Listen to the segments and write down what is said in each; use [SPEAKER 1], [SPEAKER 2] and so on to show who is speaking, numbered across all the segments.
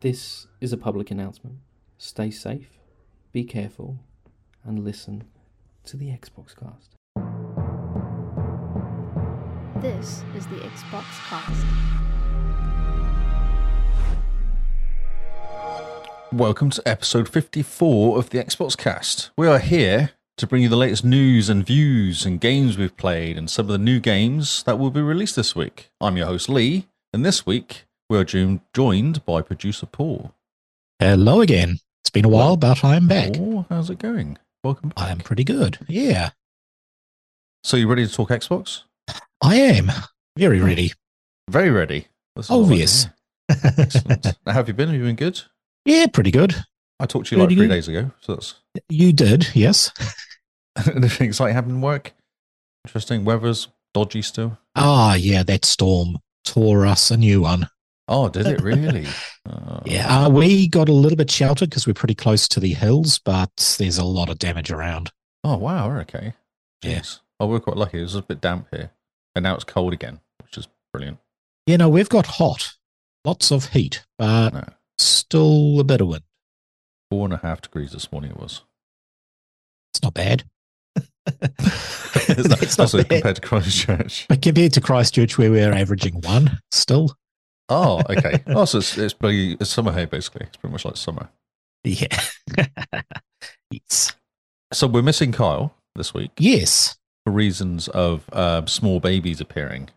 [SPEAKER 1] This is a public announcement. Stay safe, be careful, and listen to the Xbox cast.
[SPEAKER 2] This is the Xbox Cast.
[SPEAKER 3] Welcome to episode 54 of the Xbox Cast. We are here to bring you the latest news and views and games we've played and some of the new games that will be released this week. I'm your host Lee, and this week we are jo- joined by producer Paul.
[SPEAKER 4] Hello again. It's been a while, but I'm back.
[SPEAKER 3] Paul, how's it going? Welcome. back.
[SPEAKER 4] I'm pretty good. Yeah,
[SPEAKER 3] So you ready to talk Xbox?
[SPEAKER 4] I am. Very ready.
[SPEAKER 3] Very ready. That's what I like to
[SPEAKER 4] Obvious.
[SPEAKER 3] hear. Excellent. now, how have you been? Have you been good?
[SPEAKER 4] yeah, pretty good.
[SPEAKER 3] I talked to you like
[SPEAKER 4] Pretty
[SPEAKER 3] three
[SPEAKER 4] good.
[SPEAKER 3] days ago, so that's
[SPEAKER 4] You did, yes.
[SPEAKER 3] anything exciting happened in work. Interesting. Weather's dodgy still.
[SPEAKER 4] Ah, yeah, that storm tore us a new one.
[SPEAKER 3] Oh, did it really? Uh,
[SPEAKER 4] Yeah, uh, we got a little bit sheltered because we're pretty close to the hills, but there's a lot of damage around.
[SPEAKER 3] Oh wow, okay.
[SPEAKER 4] Yeah.
[SPEAKER 3] Yes. Oh, we're quite lucky. It was a bit damp here, and now it's cold again, which is brilliant.
[SPEAKER 4] You know, we've got hot, lots of heat, but
[SPEAKER 3] No,
[SPEAKER 4] still a bit of wind.
[SPEAKER 3] four and a half degrees this morning it was.
[SPEAKER 4] It's not bad.
[SPEAKER 3] It's not-
[SPEAKER 4] it's not
[SPEAKER 3] also,
[SPEAKER 4] bad.
[SPEAKER 3] compared to Christchurch.
[SPEAKER 4] But compared to Christchurch, where we're averaging one still.
[SPEAKER 3] Oh, okay. Oh, so it's it's, pretty, it's summer here basically. It's pretty much like summer.
[SPEAKER 4] Yeah. yes.
[SPEAKER 3] So we're missing Kyle this week
[SPEAKER 4] Yes.
[SPEAKER 3] for reasons of uh, small babies appearing.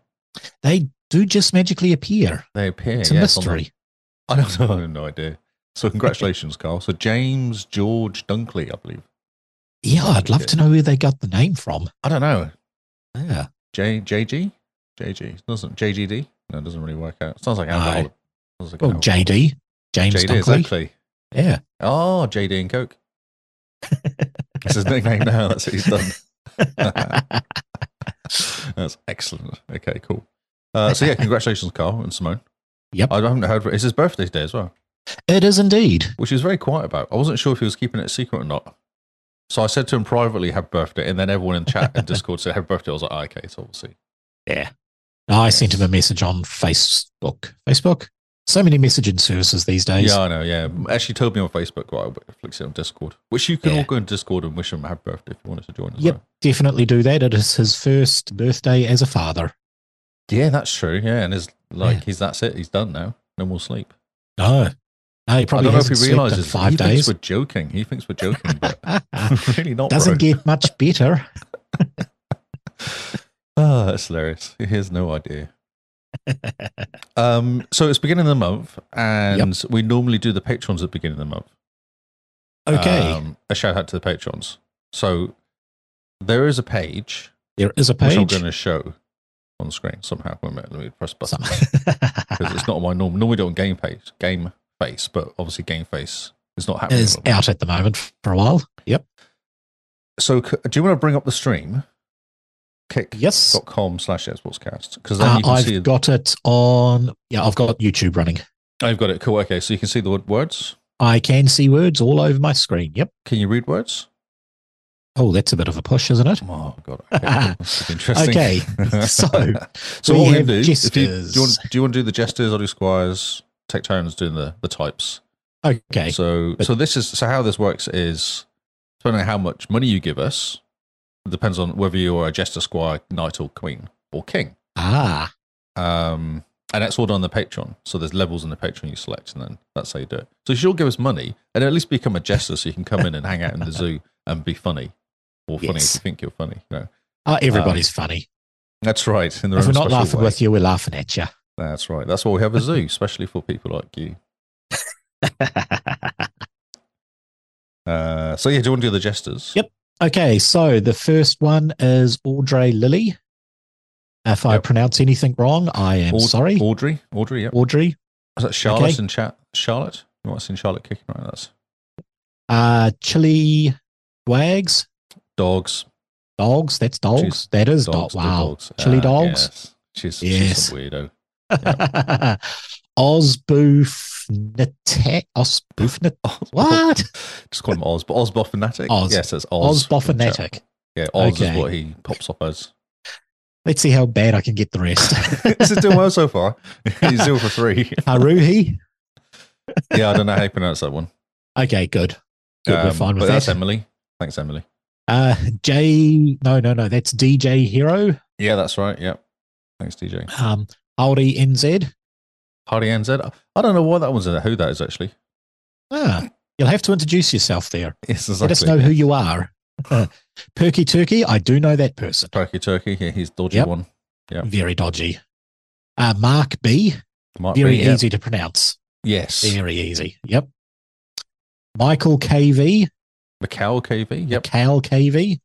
[SPEAKER 4] They do just magically appear.
[SPEAKER 3] They appear.
[SPEAKER 4] It's a
[SPEAKER 3] yes, on the-
[SPEAKER 4] mystery.
[SPEAKER 3] I don't know. I have no idea. So congratulations, Kyle. So James George Dunkley, I believe.
[SPEAKER 4] Yeah, I'd love to know where they got the name from.
[SPEAKER 3] I don't know.
[SPEAKER 4] Yeah.
[SPEAKER 3] J JG JG doesn't JGD. No, it doesn't really work out. Sounds like alcohol. Sounds like
[SPEAKER 4] Well,
[SPEAKER 3] alcohol.
[SPEAKER 4] JD, James
[SPEAKER 3] JD
[SPEAKER 4] Dunkley.
[SPEAKER 3] exactly.
[SPEAKER 4] Yeah.
[SPEAKER 3] Oh, JD and Coke. That's his nickname now. That's what he's done. That's excellent. Okay, cool. Uh, so yeah, congratulations, Carl and Simone.
[SPEAKER 4] Yep.
[SPEAKER 3] I haven't heard. It's his birthday today as well,
[SPEAKER 4] it is indeed.
[SPEAKER 3] which he was very quiet about. I wasn't sure if he was keeping it a secret or not. So I said to him privately, "Happy birthday," and then everyone in chat and Discord said, "Happy birthday." I was like, oh, "Okay, so we'll see."
[SPEAKER 4] Yeah. No, I sent him a message on Facebook. Facebook? So many messaging services these days.
[SPEAKER 3] Yeah, I know. Yeah, actually, told me on Facebook, but I flicked it on Discord, which you can
[SPEAKER 4] Yeah.
[SPEAKER 3] all go in Discord and wish him a happy birthday if you wanted to join us.
[SPEAKER 4] Yep. Definitely do that. It is his first birthday as a father.
[SPEAKER 3] Yeah, that's true. Yeah, and it's like
[SPEAKER 4] Yeah.
[SPEAKER 3] he's that's it. He's done now. No more sleep.
[SPEAKER 4] No. No, he
[SPEAKER 3] Oh. I
[SPEAKER 4] probably
[SPEAKER 3] don't know if
[SPEAKER 4] hasn't
[SPEAKER 3] he
[SPEAKER 4] slept in
[SPEAKER 3] realizes.
[SPEAKER 4] five
[SPEAKER 3] he thinks
[SPEAKER 4] days.
[SPEAKER 3] we're joking. He thinks we're joking, but really not.
[SPEAKER 4] Doesn't
[SPEAKER 3] bro.
[SPEAKER 4] get much better.
[SPEAKER 3] Ah, that's hilarious. He has no idea. um, so it's beginning of the month, and we normally do the patrons at the beginning of the month.
[SPEAKER 4] Okay.
[SPEAKER 3] Um, a shout out to the patrons. So there is a page,
[SPEAKER 4] there is a
[SPEAKER 3] which I'm
[SPEAKER 4] page.
[SPEAKER 3] going to show on screen somehow. Wait a minute, let me press button. because
[SPEAKER 4] Some-
[SPEAKER 3] it's not my norm. Normally, do on game face, game face, but obviously, game face is not happening.
[SPEAKER 4] is
[SPEAKER 3] at the moment.
[SPEAKER 4] out at the moment for a while. Yep.
[SPEAKER 3] So, c- do you want to bring up the stream?
[SPEAKER 4] Yes.
[SPEAKER 3] Kick.com slash Xboxcast because then
[SPEAKER 4] Uh,
[SPEAKER 3] you can see.
[SPEAKER 4] I've got it on. Yeah, I've got YouTube running.
[SPEAKER 3] I've got it. Cool. Okay, so you can see the word words.
[SPEAKER 4] I can see words all over my screen. Yep.
[SPEAKER 3] Can you read words?
[SPEAKER 4] Oh, that's a bit of a push, isn't it?
[SPEAKER 3] Oh God, okay, that's interesting.
[SPEAKER 4] Okay, so
[SPEAKER 3] so
[SPEAKER 4] we
[SPEAKER 3] what we
[SPEAKER 4] have
[SPEAKER 3] do? If you, do,
[SPEAKER 4] jesters.
[SPEAKER 3] you want, do you want to do the jesters? I'll do squires. Take turns doing the the types.
[SPEAKER 4] Okay.
[SPEAKER 3] So
[SPEAKER 4] But-
[SPEAKER 3] so this is so how this works is depending on how much money you give us, it depends on whether you are a jester, squire, knight, or queen or king.
[SPEAKER 4] ah,
[SPEAKER 3] Um, and that's all done on the Patreon. So there's levels in the Patreon you select, and then that's how you do it. So you should all give us money and at least become a jester, so you can come in and hang out in the zoo and be funny, or funny if
[SPEAKER 4] Yes.
[SPEAKER 3] you think you're funny. You know.
[SPEAKER 4] uh, everybody's
[SPEAKER 3] Ah.
[SPEAKER 4] funny.
[SPEAKER 3] That's right. In their
[SPEAKER 4] If
[SPEAKER 3] own
[SPEAKER 4] we're not
[SPEAKER 3] special
[SPEAKER 4] laughing
[SPEAKER 3] way.
[SPEAKER 4] with you, we're laughing at you.
[SPEAKER 3] That's right. That's why we have a zoo, especially for people like you. Uh, so yeah, do you want to do the jesters?
[SPEAKER 4] Yep. okay, so the first one is Audrey Lilly. If I
[SPEAKER 3] Yep.
[SPEAKER 4] pronounce anything wrong, I am
[SPEAKER 3] Aud-
[SPEAKER 4] sorry.
[SPEAKER 3] Audrey. Audrey. Yep.
[SPEAKER 4] Audrey.
[SPEAKER 3] Is that Charlotte
[SPEAKER 4] Okay.
[SPEAKER 3] in chat? Charlotte? You might have seen Charlotte kicking around. That's
[SPEAKER 4] Uh, Chili Wags.
[SPEAKER 3] dogs.
[SPEAKER 4] Dogs. That's dogs.
[SPEAKER 3] She's-
[SPEAKER 4] that is
[SPEAKER 3] Dogs.
[SPEAKER 4] dogs.
[SPEAKER 3] they're
[SPEAKER 4] wow.
[SPEAKER 3] dogs.
[SPEAKER 4] Chili
[SPEAKER 3] Ah,
[SPEAKER 4] dogs.
[SPEAKER 3] yes. She's,
[SPEAKER 4] Yes.
[SPEAKER 3] she's a weirdo.
[SPEAKER 4] Osboofnatek. Osboofnatek. What?
[SPEAKER 3] Just call him Oz. But Ozboff fanatic?
[SPEAKER 4] Oz.
[SPEAKER 3] Yes, that's Oz. in chat.
[SPEAKER 4] Osbophonetic.
[SPEAKER 3] Yeah, Oz is
[SPEAKER 4] Okay.
[SPEAKER 3] what he pops up as.
[SPEAKER 4] Let's see how bad I can get the rest.
[SPEAKER 3] this is doing well so far. He's zero for three.
[SPEAKER 4] Haruhi.
[SPEAKER 3] yeah, I don't know how you pronounce that one.
[SPEAKER 4] Okay, good. Good, we're
[SPEAKER 3] Um,
[SPEAKER 4] fine
[SPEAKER 3] but
[SPEAKER 4] with
[SPEAKER 3] that's
[SPEAKER 4] that.
[SPEAKER 3] Emily. Thanks, Emily.
[SPEAKER 4] Uh, J, no, no, no, that's DJ Hero.
[SPEAKER 3] Yeah, that's right. Yep. Thanks, DJ.
[SPEAKER 4] Um, Aldi NZ.
[SPEAKER 3] Hardy NZ. I don't know why that one's in there. Who that is actually?
[SPEAKER 4] Ah, you'll have to introduce yourself there.
[SPEAKER 3] Yes, exactly.
[SPEAKER 4] Let us know who you are. Perky Turkey, I do know that person.
[SPEAKER 3] Turkey, Turkey. Yeah, he's dodgy
[SPEAKER 4] Yep.
[SPEAKER 3] one. Yep.
[SPEAKER 4] Very dodgy. Uh, Mark B,
[SPEAKER 3] Might be,
[SPEAKER 4] very
[SPEAKER 3] yeah.
[SPEAKER 4] easy to pronounce.
[SPEAKER 3] Yes.
[SPEAKER 4] Very easy. Yep. Michael KV,
[SPEAKER 3] Macau KV. Yep.
[SPEAKER 4] Cal KV,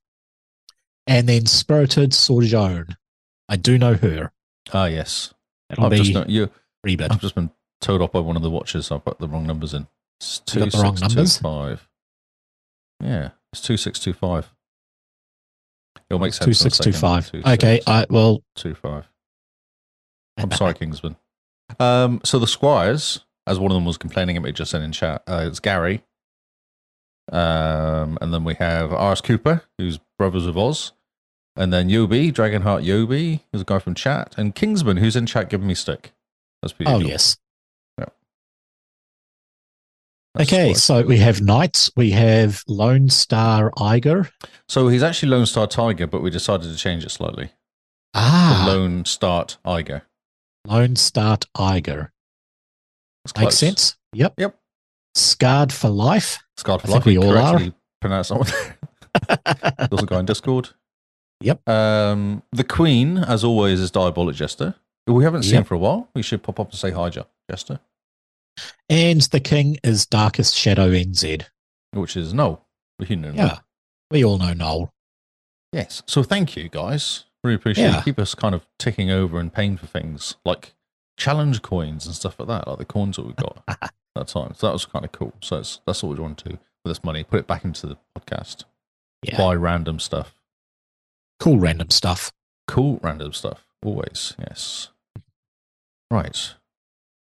[SPEAKER 4] and then Spirited Sojourn. I do know her.
[SPEAKER 3] Ah, yes.
[SPEAKER 4] That'll
[SPEAKER 3] I've
[SPEAKER 4] be
[SPEAKER 3] just, not, Oh, you,
[SPEAKER 4] Rebid.
[SPEAKER 3] I've just been towed off by one of the watches. I've put the wrong numbers in. It's
[SPEAKER 4] You
[SPEAKER 3] two
[SPEAKER 4] got the wrong
[SPEAKER 3] six two
[SPEAKER 4] numbers?
[SPEAKER 3] five. Yeah, it's two six two five. It'll make sense. in a
[SPEAKER 4] Two six two
[SPEAKER 3] second.
[SPEAKER 4] five.
[SPEAKER 3] Two
[SPEAKER 4] Okay,
[SPEAKER 3] six
[SPEAKER 4] I well,
[SPEAKER 3] two five. I'm sorry, Kingsman. Um, so the squires, as one of them was complaining about just then in chat, uh, it's Gary. Um, and then we have Ars Cooper, who's brothers of Oz, and then Yobi, Dragonheart Yobi, who's a guy from chat, and Kingsman, who's in chat giving me stick. That's pretty.
[SPEAKER 4] Oh
[SPEAKER 3] cool.
[SPEAKER 4] yes.
[SPEAKER 3] That's the
[SPEAKER 4] okay,
[SPEAKER 3] squires.
[SPEAKER 4] so we have knights. We have Lone Star Iger.
[SPEAKER 3] So he's actually Lone Star Tiger, but we decided to change it slightly. to
[SPEAKER 4] Ah, Lone,
[SPEAKER 3] Lone Start Iger.
[SPEAKER 4] Star Iger
[SPEAKER 3] That's
[SPEAKER 4] makes
[SPEAKER 3] close.
[SPEAKER 4] sense. Yep.
[SPEAKER 3] Yep.
[SPEAKER 4] Scarred for life.
[SPEAKER 3] Scarred for
[SPEAKER 4] I think
[SPEAKER 3] life. We
[SPEAKER 4] we all are.
[SPEAKER 3] correctly pronounce that one. also guy in Discord.
[SPEAKER 4] Yep.
[SPEAKER 3] Um, the Queen, as always, is Diabolic Jester. who We haven't seen
[SPEAKER 4] Yep.
[SPEAKER 3] for a while. We should pop up and say hi, Je- Jester,
[SPEAKER 4] and the king is Darkest Shadow NZ.
[SPEAKER 3] which is Noel. You know, Noel.
[SPEAKER 4] Yeah, we all know Noel.
[SPEAKER 3] Yes. So thank you, guys. Really appreciate
[SPEAKER 4] Yeah.
[SPEAKER 3] it. Keep us kind of ticking over and paying for things like challenge coins and stuff like that, like the coins that we got at that time. So that was kind of cool. So it's, that's what we want to do with this money. Put it back into the podcast.
[SPEAKER 4] Yeah,
[SPEAKER 3] Buy random stuff.
[SPEAKER 4] cool random stuff.
[SPEAKER 3] Cool random stuff. Always. Yes. Right.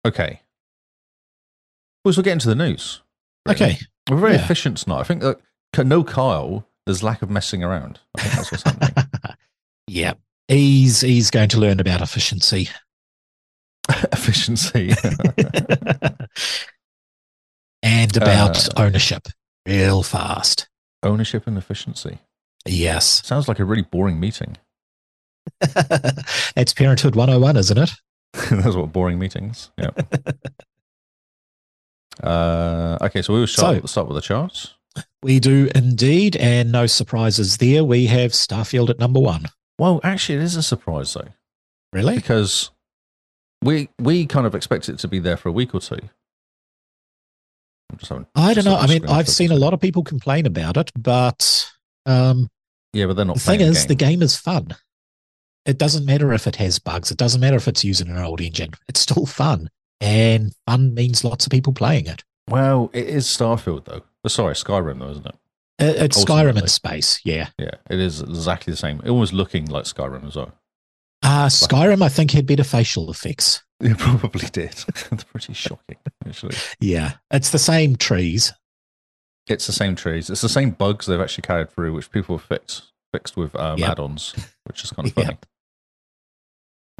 [SPEAKER 3] Okay. Well, so we'll get into the news. really.
[SPEAKER 4] Okay,
[SPEAKER 3] We're very
[SPEAKER 4] Yeah.
[SPEAKER 3] efficient tonight. I think that K- no Kyle, there's lack of messing around. I think that's what's happening.
[SPEAKER 4] yeah, he's he's going to learn about efficiency.
[SPEAKER 3] Efficiency.
[SPEAKER 4] and about
[SPEAKER 3] Uh,
[SPEAKER 4] ownership real fast.
[SPEAKER 3] Ownership and efficiency.
[SPEAKER 4] Yes.
[SPEAKER 3] Sounds like a really boring meeting.
[SPEAKER 4] That's Parenthood 101, isn't it?
[SPEAKER 3] That's what boring meetings. Yeah. uh, okay, so we will start,
[SPEAKER 4] So-
[SPEAKER 3] start with the charts.
[SPEAKER 4] We do indeed, and no surprises there. We have Starfield at number one.
[SPEAKER 3] Well, actually, it is a surprise though,
[SPEAKER 4] Really?
[SPEAKER 3] because we we kind of expect it to be there for a week or two. I'm just having,
[SPEAKER 4] I don't
[SPEAKER 3] just
[SPEAKER 4] know. I
[SPEAKER 3] having
[SPEAKER 4] mean,
[SPEAKER 3] screen
[SPEAKER 4] I've seen a
[SPEAKER 3] filters.
[SPEAKER 4] lot of people complain about it, but um,
[SPEAKER 3] Yeah, but they're not.
[SPEAKER 4] the thing
[SPEAKER 3] playing
[SPEAKER 4] is,
[SPEAKER 3] the
[SPEAKER 4] the
[SPEAKER 3] game.
[SPEAKER 4] game is fun. It doesn't matter if it has bugs. It doesn't matter if it's using an old engine. It's still fun, and fun means lots of people playing it.
[SPEAKER 3] Well, it is Starfield though. Oh, sorry, Skyrim though, isn't it?
[SPEAKER 4] It- It's Uh, Skyrim
[SPEAKER 3] Ultimately.
[SPEAKER 4] in space, yeah.
[SPEAKER 3] Yeah, it is exactly the same. It was looking like Skyrim as well.
[SPEAKER 4] Uh, Skyrim, I think, had better facial effects.
[SPEAKER 3] It probably did. it's pretty shocking, actually.
[SPEAKER 4] Yeah, it's the same trees.
[SPEAKER 3] It's the same trees. It's the same bugs they've actually carried through, which people have fixed fixed with um,
[SPEAKER 4] Yep.
[SPEAKER 3] add-ons, which is kind of
[SPEAKER 4] Yep.
[SPEAKER 3] funny.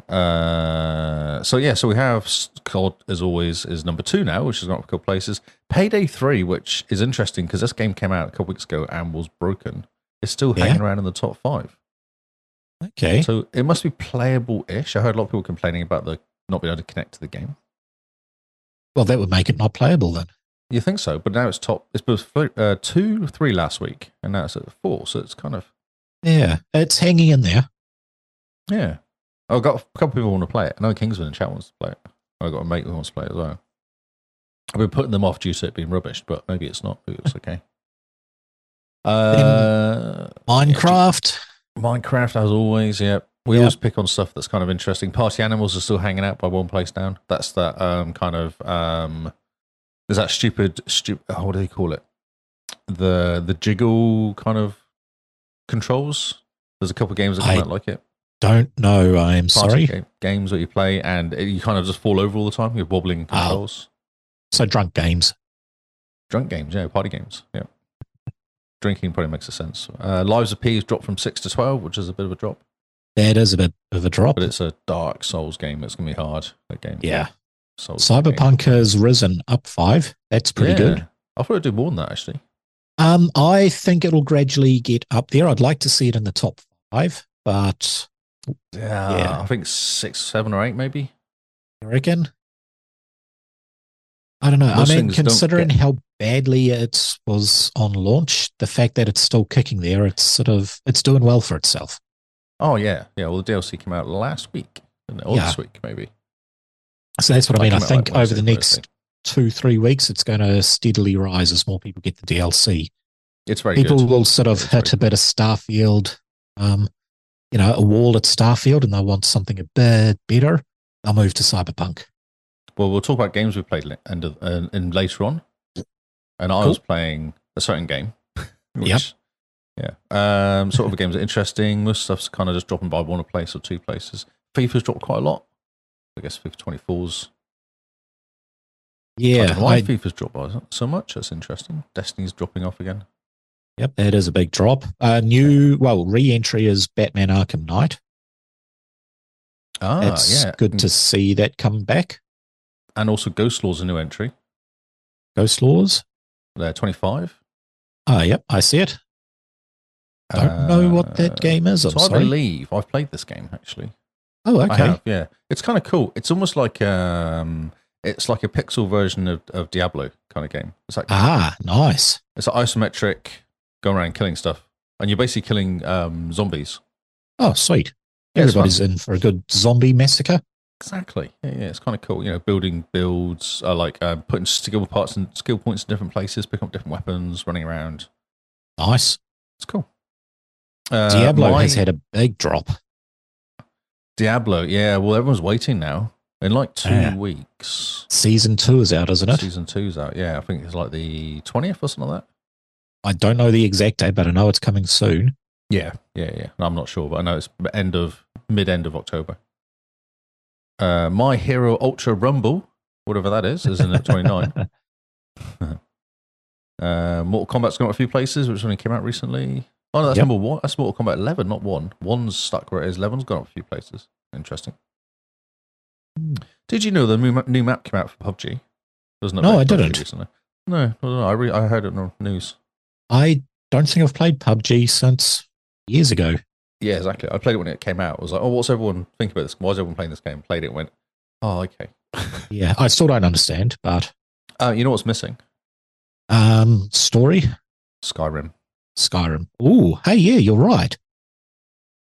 [SPEAKER 3] Uh, so yeah, so we have COD as always is number two now, which is not a couple places. Payday three, which is interesting because this game came out a couple weeks ago and was broken. It's still
[SPEAKER 4] Yeah. Eh?
[SPEAKER 3] hanging around in the top five,
[SPEAKER 4] Okay.
[SPEAKER 3] so it must be playable-ish. I heard a lot of people complaining about the not being able to connect to the game.
[SPEAKER 4] Well, that would make it not playable then.
[SPEAKER 3] You think so, but now it's top. It's been uh, two, three last week, and now it's at four. So it's kind of
[SPEAKER 4] Yeah, it's hanging in there.
[SPEAKER 3] Yeah. Oh, I've got a couple people want to play it. I know Kingsman in chat wants to play it. I've got a mate who wants to play it as well. I've been putting them off due to it being rubbish, but maybe it's not. Maybe it's okay. Uh,
[SPEAKER 4] Minecraft.
[SPEAKER 3] Minecraft, as always, yeah. We
[SPEAKER 4] Yeah.
[SPEAKER 3] always pick on stuff that's kind of interesting. Party Animals are still hanging out by one place down. That's that um, kind of um, there's that stupid stupid oh, what do they call it? The the jiggle kind of controls. There's a couple of games that come
[SPEAKER 4] I-
[SPEAKER 3] out like it
[SPEAKER 4] Don't know. I'm
[SPEAKER 3] party
[SPEAKER 4] sorry.
[SPEAKER 3] ga- games that you play, and it- you kind of just fall over all the time. You're wobbling
[SPEAKER 4] Oh.
[SPEAKER 3] controls.
[SPEAKER 4] So drunk games.
[SPEAKER 3] Drunk games, yeah, party games, yeah. Drinking probably makes a sense. Uh, Lives of P is dropped from six to twelve, which is a bit of a drop,
[SPEAKER 4] That is a bit of a drop.
[SPEAKER 3] but it's a Dark Souls game. It's gonna be hard. That game,
[SPEAKER 4] yeah.
[SPEAKER 3] So
[SPEAKER 4] Cyberpunk has risen up five. That's pretty
[SPEAKER 3] Yeah.
[SPEAKER 4] good.
[SPEAKER 3] I thought it'd do more than that actually.
[SPEAKER 4] Um, I think it'll gradually get up there. I'd like to see it in the top five, but
[SPEAKER 3] Yeah,
[SPEAKER 4] Yeah.
[SPEAKER 3] I think six, seven, or eight maybe.
[SPEAKER 4] I reckon. I don't know.
[SPEAKER 3] Most
[SPEAKER 4] I mean,
[SPEAKER 3] things don't
[SPEAKER 4] considering
[SPEAKER 3] get-
[SPEAKER 4] how badly it was on launch, the fact that it's still kicking there, it's sort of it's doing well for itself.
[SPEAKER 3] Oh yeah, yeah. Well, the DLC came out last week, didn't it? or
[SPEAKER 4] Yeah.
[SPEAKER 3] this week maybe.
[SPEAKER 4] So that's what I
[SPEAKER 3] That
[SPEAKER 4] mean. I
[SPEAKER 3] came out,
[SPEAKER 4] think
[SPEAKER 3] like,
[SPEAKER 4] over the
[SPEAKER 3] Wednesday,
[SPEAKER 4] next
[SPEAKER 3] Thursday.
[SPEAKER 4] two, three weeks, it's going to steadily rise as more people get the DLC.
[SPEAKER 3] it's very
[SPEAKER 4] people
[SPEAKER 3] good.
[SPEAKER 4] will sort of
[SPEAKER 3] It's
[SPEAKER 4] hit a
[SPEAKER 3] very
[SPEAKER 4] bit of Starfield, um, you know, a wall at Starfield, and they'll want something a bit better. They'll move to Cyberpunk.
[SPEAKER 3] Well, we'll talk about games we've played le- and, and, and later on. And I
[SPEAKER 4] Cool.
[SPEAKER 3] was playing a certain game.
[SPEAKER 4] Yep.
[SPEAKER 3] Yeah. Um, sort of the games are interesting. Most stuff's kind of just dropping by one place or two places. FIFA's dropped quite a lot. I guess FIFA 24's. I
[SPEAKER 4] Yeah,
[SPEAKER 3] don't know why
[SPEAKER 4] I-
[SPEAKER 3] FIFA's dropped by so- so much. That's interesting. Destiny's dropping off again.
[SPEAKER 4] yep, that is a big drop. Uh, new, well, re-entry is Batman Arkham Knight.
[SPEAKER 3] Ah,
[SPEAKER 4] it's
[SPEAKER 3] yeah.
[SPEAKER 4] good to see that come back.
[SPEAKER 3] And also Ghost Law's a new entry.
[SPEAKER 4] Ghost Laws.
[SPEAKER 3] They're 25.
[SPEAKER 4] Ah, yep, I see it. Don't know what
[SPEAKER 3] Uh,
[SPEAKER 4] that game is. I'm
[SPEAKER 3] so I
[SPEAKER 4] sorry.
[SPEAKER 3] believe I've played this game actually.
[SPEAKER 4] oh,
[SPEAKER 3] I
[SPEAKER 4] okay.
[SPEAKER 3] have, yeah. It's kind of cool. It's almost like um, it's like a pixel version of, of Diablo kind of game. It's like
[SPEAKER 4] Ah, nice.
[SPEAKER 3] it's like isometric, going around killing stuff, and you're basically killing um, zombies.
[SPEAKER 4] Oh, sweet.
[SPEAKER 3] Yeah, it's fun.
[SPEAKER 4] Everybody's in for a good zombie massacre.
[SPEAKER 3] Exactly. Yeah, yeah. It's kind of cool. You know, building builds, uh, like um, putting skill parts and skill points in different places, picking up different weapons, running around.
[SPEAKER 4] Nice.
[SPEAKER 3] It's cool. Uh,
[SPEAKER 4] Diablo
[SPEAKER 3] my-
[SPEAKER 4] has had a big drop.
[SPEAKER 3] Diablo. Yeah. Well, everyone's waiting now. In like two
[SPEAKER 4] Yeah.
[SPEAKER 3] weeks,
[SPEAKER 4] Season two is out, isn't it?
[SPEAKER 3] season two's out. Yeah, I think it's like the twentieth or something like that.
[SPEAKER 4] I don't know the exact date, but I know it's coming soon.
[SPEAKER 3] Yeah, yeah, yeah. No, I'm not sure, but I know it's end of mid end of October. Uh, My Hero Ultra Rumble, whatever that is, is in at 29. uh, Mortal Kombat's gone out a few places, which only came out recently. Oh no, that's
[SPEAKER 4] Yep.
[SPEAKER 3] number one. That's Mortal Kombat 11, not one. One's stuck where it is. 11's gone out a few places. Interesting.
[SPEAKER 4] Hmm.
[SPEAKER 3] Did you know the new map, new map came out for PUBG? Doesn't
[SPEAKER 4] No, I
[SPEAKER 3] PUBG
[SPEAKER 4] didn't.
[SPEAKER 3] Recently? No, no, no. I re- I heard it on the news.
[SPEAKER 4] I don't think I've played PUBG since years ago.
[SPEAKER 3] Yeah, exactly. I played it when it came out. I was like, oh, what's everyone think about this? Why is everyone playing this game? Played it, and went, oh, okay.
[SPEAKER 4] Yeah, I still don't understand, but
[SPEAKER 3] Uh, you know what's missing?
[SPEAKER 4] um, story
[SPEAKER 3] Skyrim.
[SPEAKER 4] Skyrim. Ooh, hey, yeah, you're right.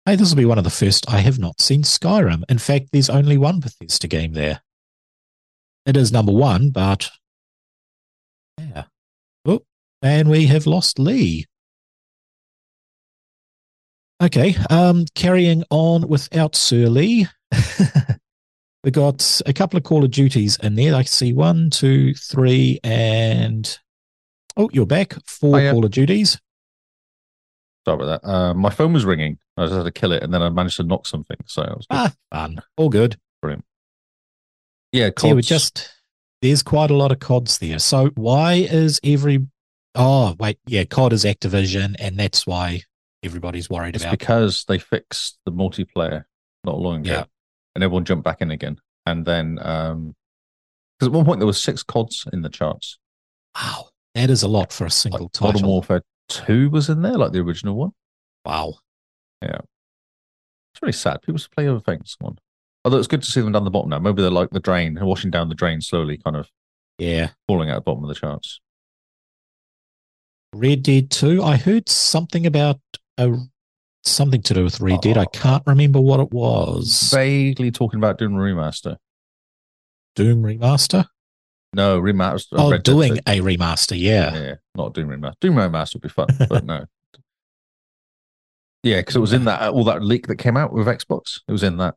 [SPEAKER 4] Hey, this will be one of the first I have not seen Skyrim. In fact, there's only one Bethesda game there. It is number one, but yeah. Oh, and we have lost Lee. Okay, um, carrying on without Sir Lee. we got a couple of Call of Duties in there. I can see one, two, three, and oh, you're back. Four
[SPEAKER 3] Hiya.
[SPEAKER 4] Call of Duties.
[SPEAKER 3] Sorry about that. Uh, my phone was ringing. I just had to kill it, and then I managed to knock something. So I was good.
[SPEAKER 4] Ah, fun. All good.
[SPEAKER 3] yeah,
[SPEAKER 4] So yeah, we
[SPEAKER 3] CODs.
[SPEAKER 4] just there's quite a lot of cods there. So why is every oh wait yeah cod is Activision and that's why everybody's worried
[SPEAKER 3] it's
[SPEAKER 4] about
[SPEAKER 3] because they fixed the multiplayer not long ago,
[SPEAKER 4] Yeah.
[SPEAKER 3] and everyone jumped back in again. And then, because at one point there was six CODs in the charts.
[SPEAKER 4] wow that is a lot for a
[SPEAKER 3] Like
[SPEAKER 4] single
[SPEAKER 3] Modern
[SPEAKER 4] title.
[SPEAKER 3] Warfare Two was in there, like the original one.
[SPEAKER 4] Wow.
[SPEAKER 3] It's really sad. People should play other things. Come on. Although it's good to see them down the bottom now. Maybe they're like the drain, washing down the drain slowly, kind of
[SPEAKER 4] Yeah.
[SPEAKER 3] falling out the bottom of the charts.
[SPEAKER 4] Red Dead Two. I heard something about a something to do with Red Dead. I can't remember what it was.
[SPEAKER 3] Vaguely talking about doing a remaster.
[SPEAKER 4] Doom remaster.
[SPEAKER 3] No, remaster.
[SPEAKER 4] Oh,
[SPEAKER 3] Red Dead
[SPEAKER 4] doing
[SPEAKER 3] two.
[SPEAKER 4] a remaster. Yeah.
[SPEAKER 3] Yeah, not Doom remaster. Doom remaster would be fun, but no. Yeah, because it was in that all that leak that came out with Xbox. It was in that.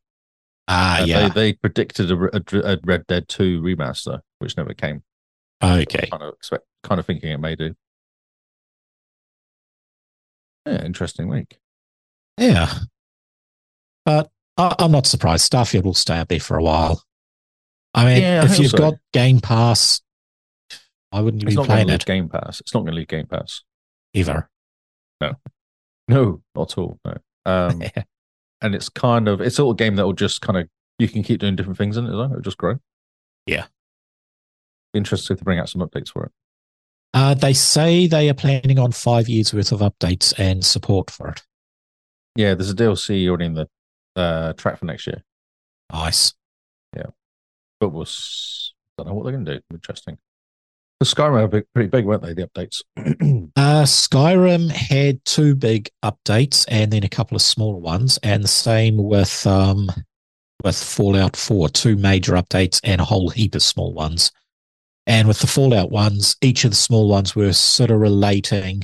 [SPEAKER 4] Ah,
[SPEAKER 3] And
[SPEAKER 4] yeah.
[SPEAKER 3] They, they predicted a, re- a dr- a Red Dead Two remaster, which never came.
[SPEAKER 4] okay.
[SPEAKER 3] Kind of expect, kind of thinking it may do. Yeah, interesting week.
[SPEAKER 4] Yeah. But I, I'm not surprised. Starfield will stay up there for a while. I mean,
[SPEAKER 3] Yeah, I
[SPEAKER 4] if
[SPEAKER 3] hope
[SPEAKER 4] you've
[SPEAKER 3] so.
[SPEAKER 4] got Game Pass, why wouldn't you
[SPEAKER 3] It's
[SPEAKER 4] be
[SPEAKER 3] not going
[SPEAKER 4] playing
[SPEAKER 3] to leave
[SPEAKER 4] it
[SPEAKER 3] Game Pass. It's not going to leave Game Pass.
[SPEAKER 4] ever?
[SPEAKER 3] No, not at all. No. Um, and it's kind of it's a little game that will just kind of you can keep doing different things in it. though. It'll just grow. Be interested to bring out some updates for it.
[SPEAKER 4] Uh, they say they are planning on five years worth of updates and support for it.
[SPEAKER 3] Yeah, there's a DLC already in the uh, track for next year,
[SPEAKER 4] Nice.
[SPEAKER 3] but we'll s- don't know what they're going to do. Interesting. The Skyrim were big- pretty big, weren't they? The updates.
[SPEAKER 4] Uh, Skyrim had two big updates and then a couple of smaller ones, and the same with um, with Fallout 4, two major updates and a whole heap of small ones. And with the Fallout ones, each of the small ones were sort of relating.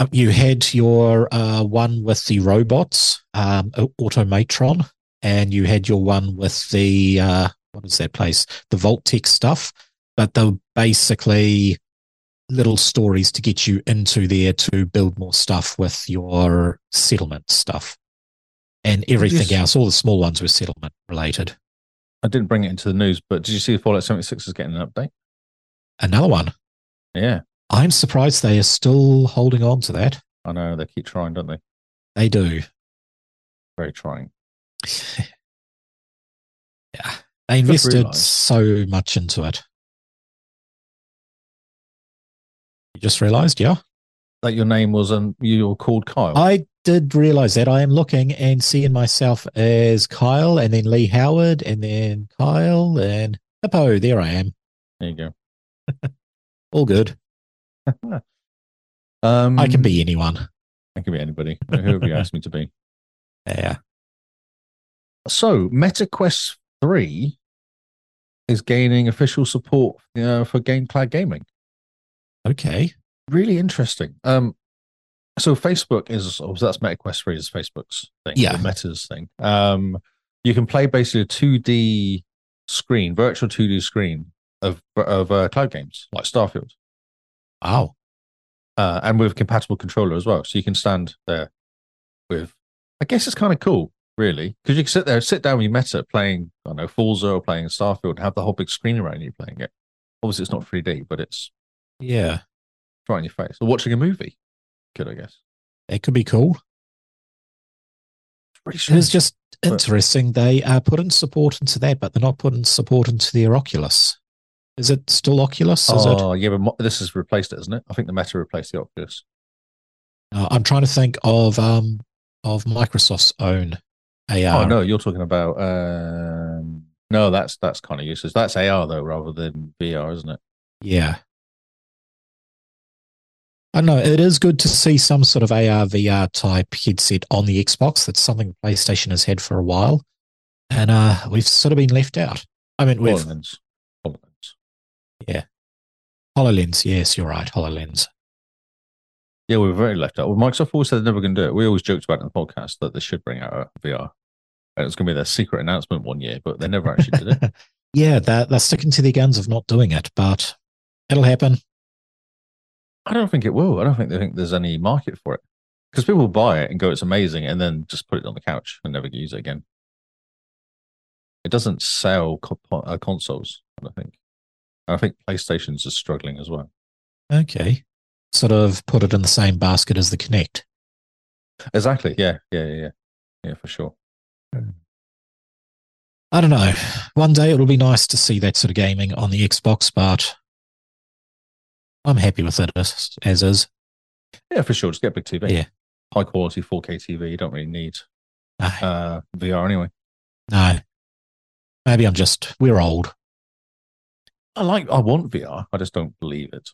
[SPEAKER 4] Uh, You had your uh, one with the robots, um, Au- Automatron, and you had your one with the uh, what is that place? The Vault Tech stuff, but they were basically little stories to get you into there to build more stuff with your settlement stuff. And everything
[SPEAKER 3] Yes.
[SPEAKER 4] else, all the small ones were settlement related.
[SPEAKER 3] I didn't bring it into the news, but did you see Fallout 76 is getting an update?
[SPEAKER 4] Another one.
[SPEAKER 3] Yeah,
[SPEAKER 4] I'm surprised they are still holding on to that.
[SPEAKER 3] I know. They keep trying, don't they?
[SPEAKER 4] They do.
[SPEAKER 3] Very trying.
[SPEAKER 4] Yeah. They
[SPEAKER 3] Just
[SPEAKER 4] invested
[SPEAKER 3] realised.
[SPEAKER 4] so much into it. You just realized, yeah?
[SPEAKER 3] That your name was, and you were called Kyle.
[SPEAKER 4] I did realize that. I am looking and seeing myself as Kyle and then Lee Howard and then Kyle and Hippo. There I am.
[SPEAKER 3] there you go.
[SPEAKER 4] All good.
[SPEAKER 3] Um,
[SPEAKER 4] I can be anyone.
[SPEAKER 3] I can be anybody, whoever you ask me to be.
[SPEAKER 4] Yeah.
[SPEAKER 3] So, MetaQuest 3 is gaining official support uh, for GameCloud Gaming.
[SPEAKER 4] Okay.
[SPEAKER 3] Really interesting. Um, so, Facebook is obviously that's MetaQuest 3 is Facebook's thing,
[SPEAKER 4] Yeah.
[SPEAKER 3] the Meta's thing. Um, you can play basically a 2D screen, virtual 2D screen of, of uh, cloud games like Starfield.
[SPEAKER 4] Wow.
[SPEAKER 3] uh, and with compatible controller as well. So you can stand there with. I guess it's kind of cool, really, because you can sit there, sit down with your meta playing, I don't know, Forza or playing Starfield, and have the whole big screen around you playing it. Obviously, it's not 3D, but it's
[SPEAKER 4] Yeah.
[SPEAKER 3] right in your face. Or watching a movie, good, I guess.
[SPEAKER 4] That could be cool.
[SPEAKER 3] Pretty
[SPEAKER 4] It is just
[SPEAKER 3] But-
[SPEAKER 4] interesting. They are putting support into that, but they're not putting support into their Oculus. Is it still Oculus? Is it?
[SPEAKER 3] Oh, yeah, but mo- this has replaced it, isn't it? I think the meta replaced the Oculus.
[SPEAKER 4] Uh, I'm trying to think of um of Microsoft's own AR.
[SPEAKER 3] Oh, no, you're talking about. Um, no, that's that's kind of useless. That's AR, though, rather than VR, isn't it?
[SPEAKER 4] Yeah. I don't know. It is good to see some sort of AR, VR type headset on the Xbox. That's something PlayStation has had for a while. And uh, we've sort of been left out. I mean, we've
[SPEAKER 3] HoloLens. HoloLens.
[SPEAKER 4] HoloLens. Yes, you're right. HoloLens.
[SPEAKER 3] Yeah, we were very left out. Well, Microsoft always said they're never going to do it. We always joked about it in the podcast that they should bring out a VR. And it was going to be their secret announcement one year, but they never actually did it.
[SPEAKER 4] yeah, they're, they're sticking to their guns of not doing it, but it'll happen.
[SPEAKER 3] I don't think it will. I don't think they think there's any market for it because people will buy it and go, it's amazing, and then just put it on the couch and never use it again. It doesn't sell co- uh, consoles, I don't think. And I think PlayStation's is struggling as well.
[SPEAKER 4] Okay. Sort of put it in the same basket as the Kinect.
[SPEAKER 3] Exactly. Yeah. Yeah. Yeah. Yeah, yeah for sure.
[SPEAKER 4] I don't know. One day it'll be nice to see that sort of gaming on the Xbox, but I'm happy with it as, as is.
[SPEAKER 3] Yeah, for sure. Just get a big TV.
[SPEAKER 4] Yeah.
[SPEAKER 3] High quality 4K TV. You don't really need
[SPEAKER 4] No,
[SPEAKER 3] uh, VR anyway.
[SPEAKER 4] no. Maybe I'm just, we're old.
[SPEAKER 3] I like. I want VR. I just don't believe it.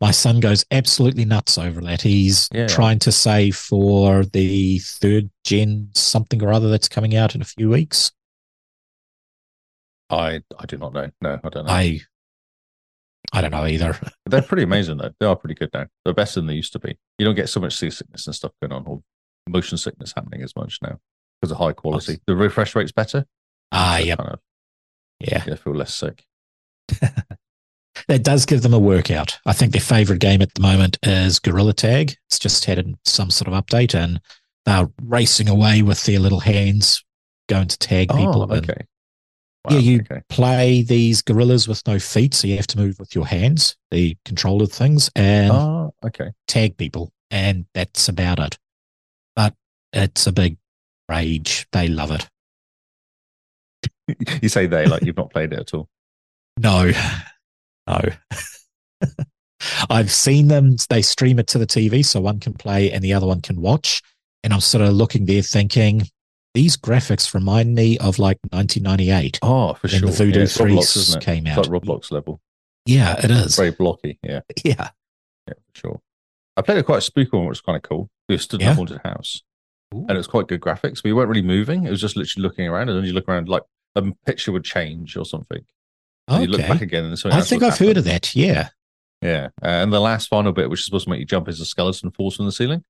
[SPEAKER 4] My son goes absolutely nuts over that. He's
[SPEAKER 3] Yeah.
[SPEAKER 4] trying to save for the third gen something or other that's coming out in a few weeks.
[SPEAKER 3] I I do not know. No, I don't know.
[SPEAKER 4] I I don't know either.
[SPEAKER 3] They're pretty amazing though. They are pretty good now. They're better than they used to be. You don't get so much seasickness and stuff going on, or motion sickness happening as much now because of high quality. The refresh rate's better.
[SPEAKER 4] Ah,
[SPEAKER 3] so
[SPEAKER 4] yep.
[SPEAKER 3] Kind of,
[SPEAKER 4] Yeah.
[SPEAKER 3] yeah, feel less sick.
[SPEAKER 4] That does give them a workout. I think their favorite game at the moment is Gorilla Tag. It's just had an- some sort of update and they're racing away with their little hands going to tag people.
[SPEAKER 3] oh,
[SPEAKER 4] and
[SPEAKER 3] okay.
[SPEAKER 4] Yeah, you-
[SPEAKER 3] Okay.
[SPEAKER 4] Play these gorillas with no feet, so you have to move with your hands, the controller things, and
[SPEAKER 3] Oh, okay.
[SPEAKER 4] tag people. And that's about it. But it's a big rage. They love it.
[SPEAKER 3] you say they like you've not played it at all.
[SPEAKER 4] No, no. I've seen them. They stream it to the TV, so one can play and the other one can watch. And I'm sort of looking there, thinking these graphics remind me of like 1998
[SPEAKER 3] Oh, for
[SPEAKER 4] when
[SPEAKER 3] sure.
[SPEAKER 4] the Voodoo
[SPEAKER 3] yeah, it's
[SPEAKER 4] Three
[SPEAKER 3] Roblox, isn't it?
[SPEAKER 4] came
[SPEAKER 3] It's
[SPEAKER 4] out.
[SPEAKER 3] like Roblox level.
[SPEAKER 4] yeah, it
[SPEAKER 3] It's
[SPEAKER 4] is.
[SPEAKER 3] very blocky. Yeah,
[SPEAKER 4] Yeah,
[SPEAKER 3] yeah, for sure. I played a quite spooky one, which was kind of cool. We stood in a
[SPEAKER 4] Yeah.
[SPEAKER 3] haunted house, and it was quite good graphics. We weren't really moving; it was just literally looking around. And then you look around, like a picture would change or something. And You look back
[SPEAKER 4] okay.
[SPEAKER 3] again, and something
[SPEAKER 4] I
[SPEAKER 3] else
[SPEAKER 4] think
[SPEAKER 3] would
[SPEAKER 4] I've heard
[SPEAKER 3] happen.
[SPEAKER 4] of that. Yeah.
[SPEAKER 3] Yeah, uh, and the last final bit, which is supposed to make you jump, is a skeleton falls from the ceiling.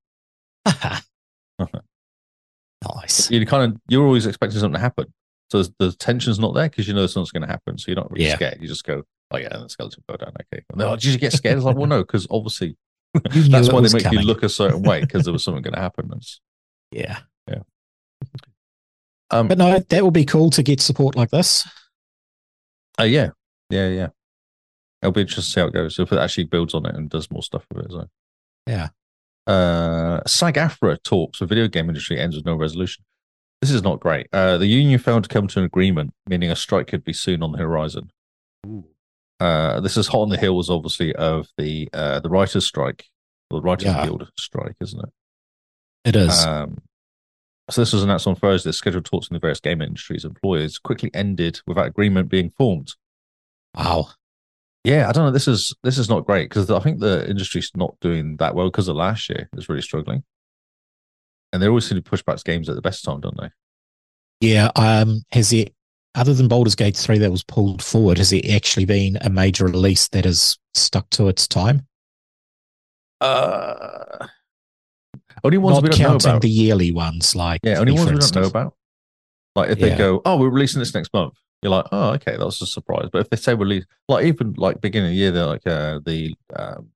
[SPEAKER 4] nice.
[SPEAKER 3] You kind of you're always expecting something to happen, so the the tension's not there because you know something's going to happen. So you're not really
[SPEAKER 4] Yeah.
[SPEAKER 3] scared. You just go, oh yeah, and the skeleton fell down. Okay, and they're like, did you get scared? It's like, well, no, because obviously
[SPEAKER 4] You knew
[SPEAKER 3] that's
[SPEAKER 4] it
[SPEAKER 3] why they
[SPEAKER 4] was
[SPEAKER 3] make you
[SPEAKER 4] coming.
[SPEAKER 3] look a certain way because there was something going to happen. That's-
[SPEAKER 4] Yeah.
[SPEAKER 3] um,
[SPEAKER 4] But no, that will be cool to get support like this.
[SPEAKER 3] uh, yeah, yeah, yeah. It'll be interesting to see how it goes. If it actually builds on it and does more stuff with it, so
[SPEAKER 4] Yeah.
[SPEAKER 3] Uh, SAG-AFTRA talks for video game industry ends with no resolution. This is not great. Uh, the union failed to come to an agreement, meaning a strike could be soon on the horizon. Uh, this is hot on the heels, obviously, of the uh, the writers' strike, or the writers'
[SPEAKER 4] Yeah.
[SPEAKER 3] guild strike, isn't it?
[SPEAKER 4] It is.
[SPEAKER 3] Um, so this was announced on Thursday. Scheduled talks in the various game industries employers quickly ended without agreement being formed.
[SPEAKER 4] wow.
[SPEAKER 3] Yeah, I don't know. This is this is not great because I think the industry's not doing that well because of last year. It's really struggling, and they always seem to push back games at the best time, don't they?
[SPEAKER 4] Yeah. Um, has it, other than Baldur's Gate 3 that was pulled forward, has it actually been a major release that has stuck to its time?
[SPEAKER 3] Uh, only ones we
[SPEAKER 4] Not
[SPEAKER 3] don't know
[SPEAKER 4] counting
[SPEAKER 3] about.
[SPEAKER 4] the yearly ones like.
[SPEAKER 3] yeah, only
[SPEAKER 4] for
[SPEAKER 3] ones we don't know
[SPEAKER 4] instance.
[SPEAKER 3] about. Like if they
[SPEAKER 4] Yeah.
[SPEAKER 3] go, oh, we're releasing this next month. You're like, oh, okay, that was a surprise. But if they say release, like even like beginning of the year, they're like uh, the um,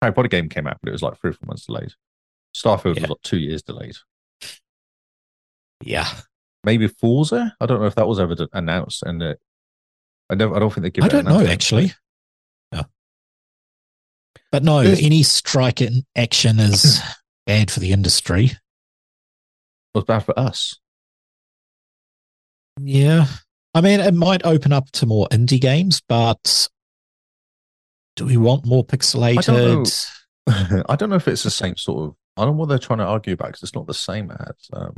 [SPEAKER 3] Harry Potter game came out, but it was like three or four months delayed. Starfield
[SPEAKER 4] Yeah.
[SPEAKER 3] was like two years delayed.
[SPEAKER 4] Yeah.
[SPEAKER 3] maybe Forza. I don't know if that was ever d- announced, and it, I never, I don't think they give.
[SPEAKER 4] I
[SPEAKER 3] it an
[SPEAKER 4] don't know,
[SPEAKER 3] announcement.
[SPEAKER 4] actually. Yeah. But no,
[SPEAKER 3] There's-
[SPEAKER 4] any strike in action is bad for the industry.
[SPEAKER 3] It was bad for us.
[SPEAKER 4] Yeah. I mean, it might open up to more indie games, but do we want more pixelated?
[SPEAKER 3] I don't know if it's the same sort of. I don't know what they're trying to argue about because it's not the same as. Um,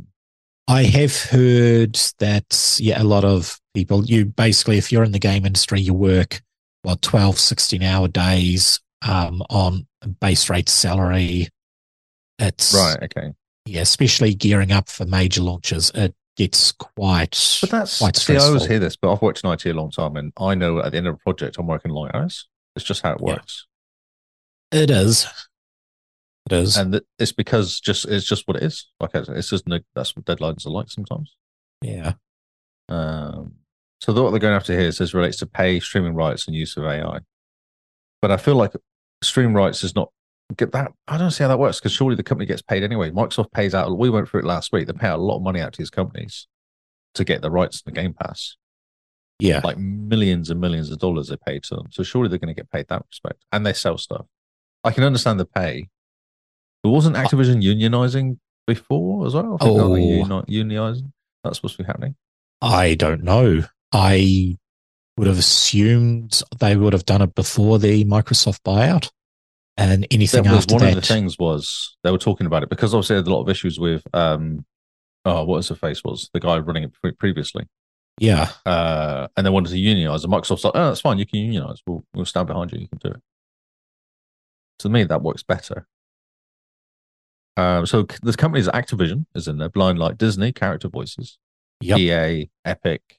[SPEAKER 4] I have heard that, yeah, a lot of people, you basically, if you're in the game industry, you work, what, 12, 16 hour days um, on a base rate salary. It's,
[SPEAKER 3] right. Okay.
[SPEAKER 4] yeah, especially gearing up for major launches, it gets quite,
[SPEAKER 3] But that's.
[SPEAKER 4] Quite
[SPEAKER 3] see, I always
[SPEAKER 4] stressful.
[SPEAKER 3] hear this, but I've worked in IT a long time, and I know at the end of a project, I'm working long hours. It's just how it
[SPEAKER 4] Yeah.
[SPEAKER 3] works,
[SPEAKER 4] it is. It is.
[SPEAKER 3] and th- it's because just it's just what it is. Like it's it's just no, that's what deadlines are like sometimes.
[SPEAKER 4] yeah.
[SPEAKER 3] Um, so what they're going after here is this relates to pay, streaming rights, and use of AI. But I feel like stream rights is not get that. I don't see how that works because surely the company gets paid anyway. Microsoft pays out. We went through it last week. They pay out a lot of money out to these companies to get the rights in the Game Pass,
[SPEAKER 4] Yeah.
[SPEAKER 3] like millions and millions of dollars they pay to them. So surely they're going to get paid that respect, and they sell stuff. I can understand the pay. There wasn't Activision unionizing before as well. I think they were
[SPEAKER 4] Oh.
[SPEAKER 3] uni- unionizing. That's supposed to be happening.
[SPEAKER 4] I don't know. I would have assumed they would have done it before the Microsoft buyout and anything
[SPEAKER 3] that was
[SPEAKER 4] after
[SPEAKER 3] one
[SPEAKER 4] that.
[SPEAKER 3] of the things was they were talking about it because obviously they had a lot of issues with um oh what was the face was the guy running it pre- previously
[SPEAKER 4] Yeah.
[SPEAKER 3] uh and they wanted to unionize and microsoft's like oh that's fine you can unionize we'll, we'll stand behind you you can do it to me that works better um so c- there's companies activision is in there blind like disney character voices
[SPEAKER 4] Yep.
[SPEAKER 3] ea epic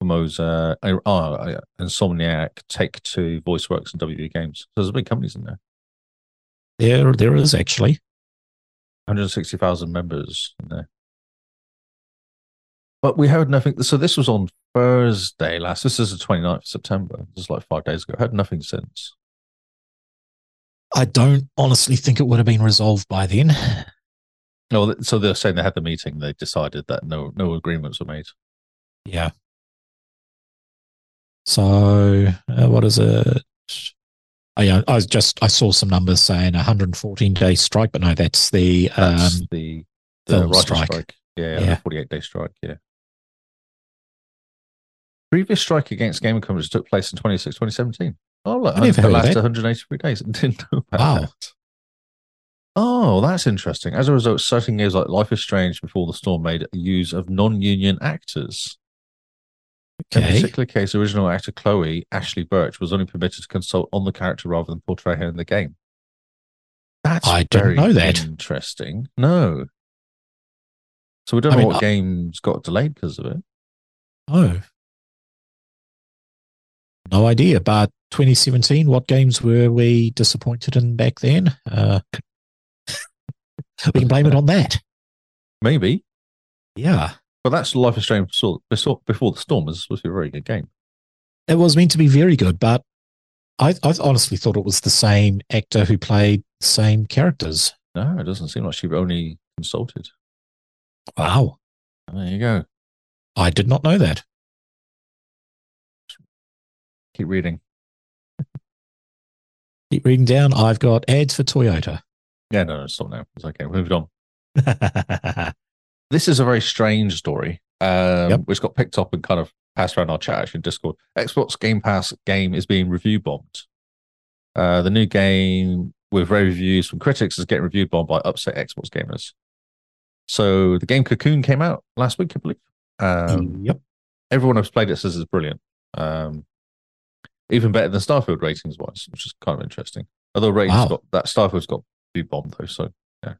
[SPEAKER 3] Formosa, uh, uh, Insomniac, Take Two, VoiceWorks, and WB Games. So there's big companies in there.
[SPEAKER 4] There there is actually.
[SPEAKER 3] 160,000 members in there. But we heard nothing. So this was on Thursday last. This is the 29th of September. This is like five days ago. Heard nothing since.
[SPEAKER 4] I don't honestly think it would have been resolved by then.
[SPEAKER 3] No, th- so they're saying they had the meeting. They decided that no no agreements were made.
[SPEAKER 4] Yeah. So uh, what is it? Oh, yeah, I was just I saw some numbers saying 114 day strike, but no, that's the um,
[SPEAKER 3] That's the, the
[SPEAKER 4] film
[SPEAKER 3] writer's
[SPEAKER 4] strike.
[SPEAKER 3] Yeah,
[SPEAKER 4] Yeah.
[SPEAKER 3] the 48 day strike. Yeah. Previous strike against gaming companies took place in 26, 2017. Oh, look,
[SPEAKER 4] I never
[SPEAKER 3] it
[SPEAKER 4] heard of
[SPEAKER 3] lasted
[SPEAKER 4] it.
[SPEAKER 3] 183 days. Didn't know about
[SPEAKER 4] Wow.
[SPEAKER 3] that. Oh, that's interesting. As a result, certain games like Life is Strange Before the Storm made use of non union actors. In
[SPEAKER 4] Okay.
[SPEAKER 3] particular case, original actor Chloe Ashley Birch was only permitted to consult on the character rather than portray her in the game. That's
[SPEAKER 4] I didn't
[SPEAKER 3] very
[SPEAKER 4] know that.
[SPEAKER 3] Interesting. No. So we don't
[SPEAKER 4] I
[SPEAKER 3] know
[SPEAKER 4] mean, uh,
[SPEAKER 3] what
[SPEAKER 4] I-
[SPEAKER 3] games got delayed because of it.
[SPEAKER 4] Oh. No idea. But 2017, what games were we disappointed in back then? Uh, we can blame it on that.
[SPEAKER 3] Maybe.
[SPEAKER 4] Yeah.
[SPEAKER 3] But that's Life is Strange Before, Before, Before the Storm is was a very good game.
[SPEAKER 4] It was meant to be very good, but I, I honestly thought it was the same actor who played the same characters.
[SPEAKER 3] No, it doesn't seem like she only consulted.
[SPEAKER 4] Wow.
[SPEAKER 3] There you go.
[SPEAKER 4] I did not know that.
[SPEAKER 3] Keep reading.
[SPEAKER 4] Keep reading down. I've got ads for Toyota.
[SPEAKER 3] Yeah, no, no, stop now. It's okay. We've moved on. this is a very strange story, um,
[SPEAKER 4] Yep.
[SPEAKER 3] which got picked up and kind of passed around our chat actually in Discord. Xbox Game Pass game is being review bombed. Uh, the new game with rave reviews from critics is getting review bombed by upset Xbox gamers. So the game Cocoon came out last week, I believe. Um,
[SPEAKER 4] yep.
[SPEAKER 3] Everyone who's played it says it's brilliant. Um, even better than Starfield ratings wise, which is kind of interesting. Although ratings
[SPEAKER 4] Wow.
[SPEAKER 3] got that Starfield's got be bombed though, so yeah.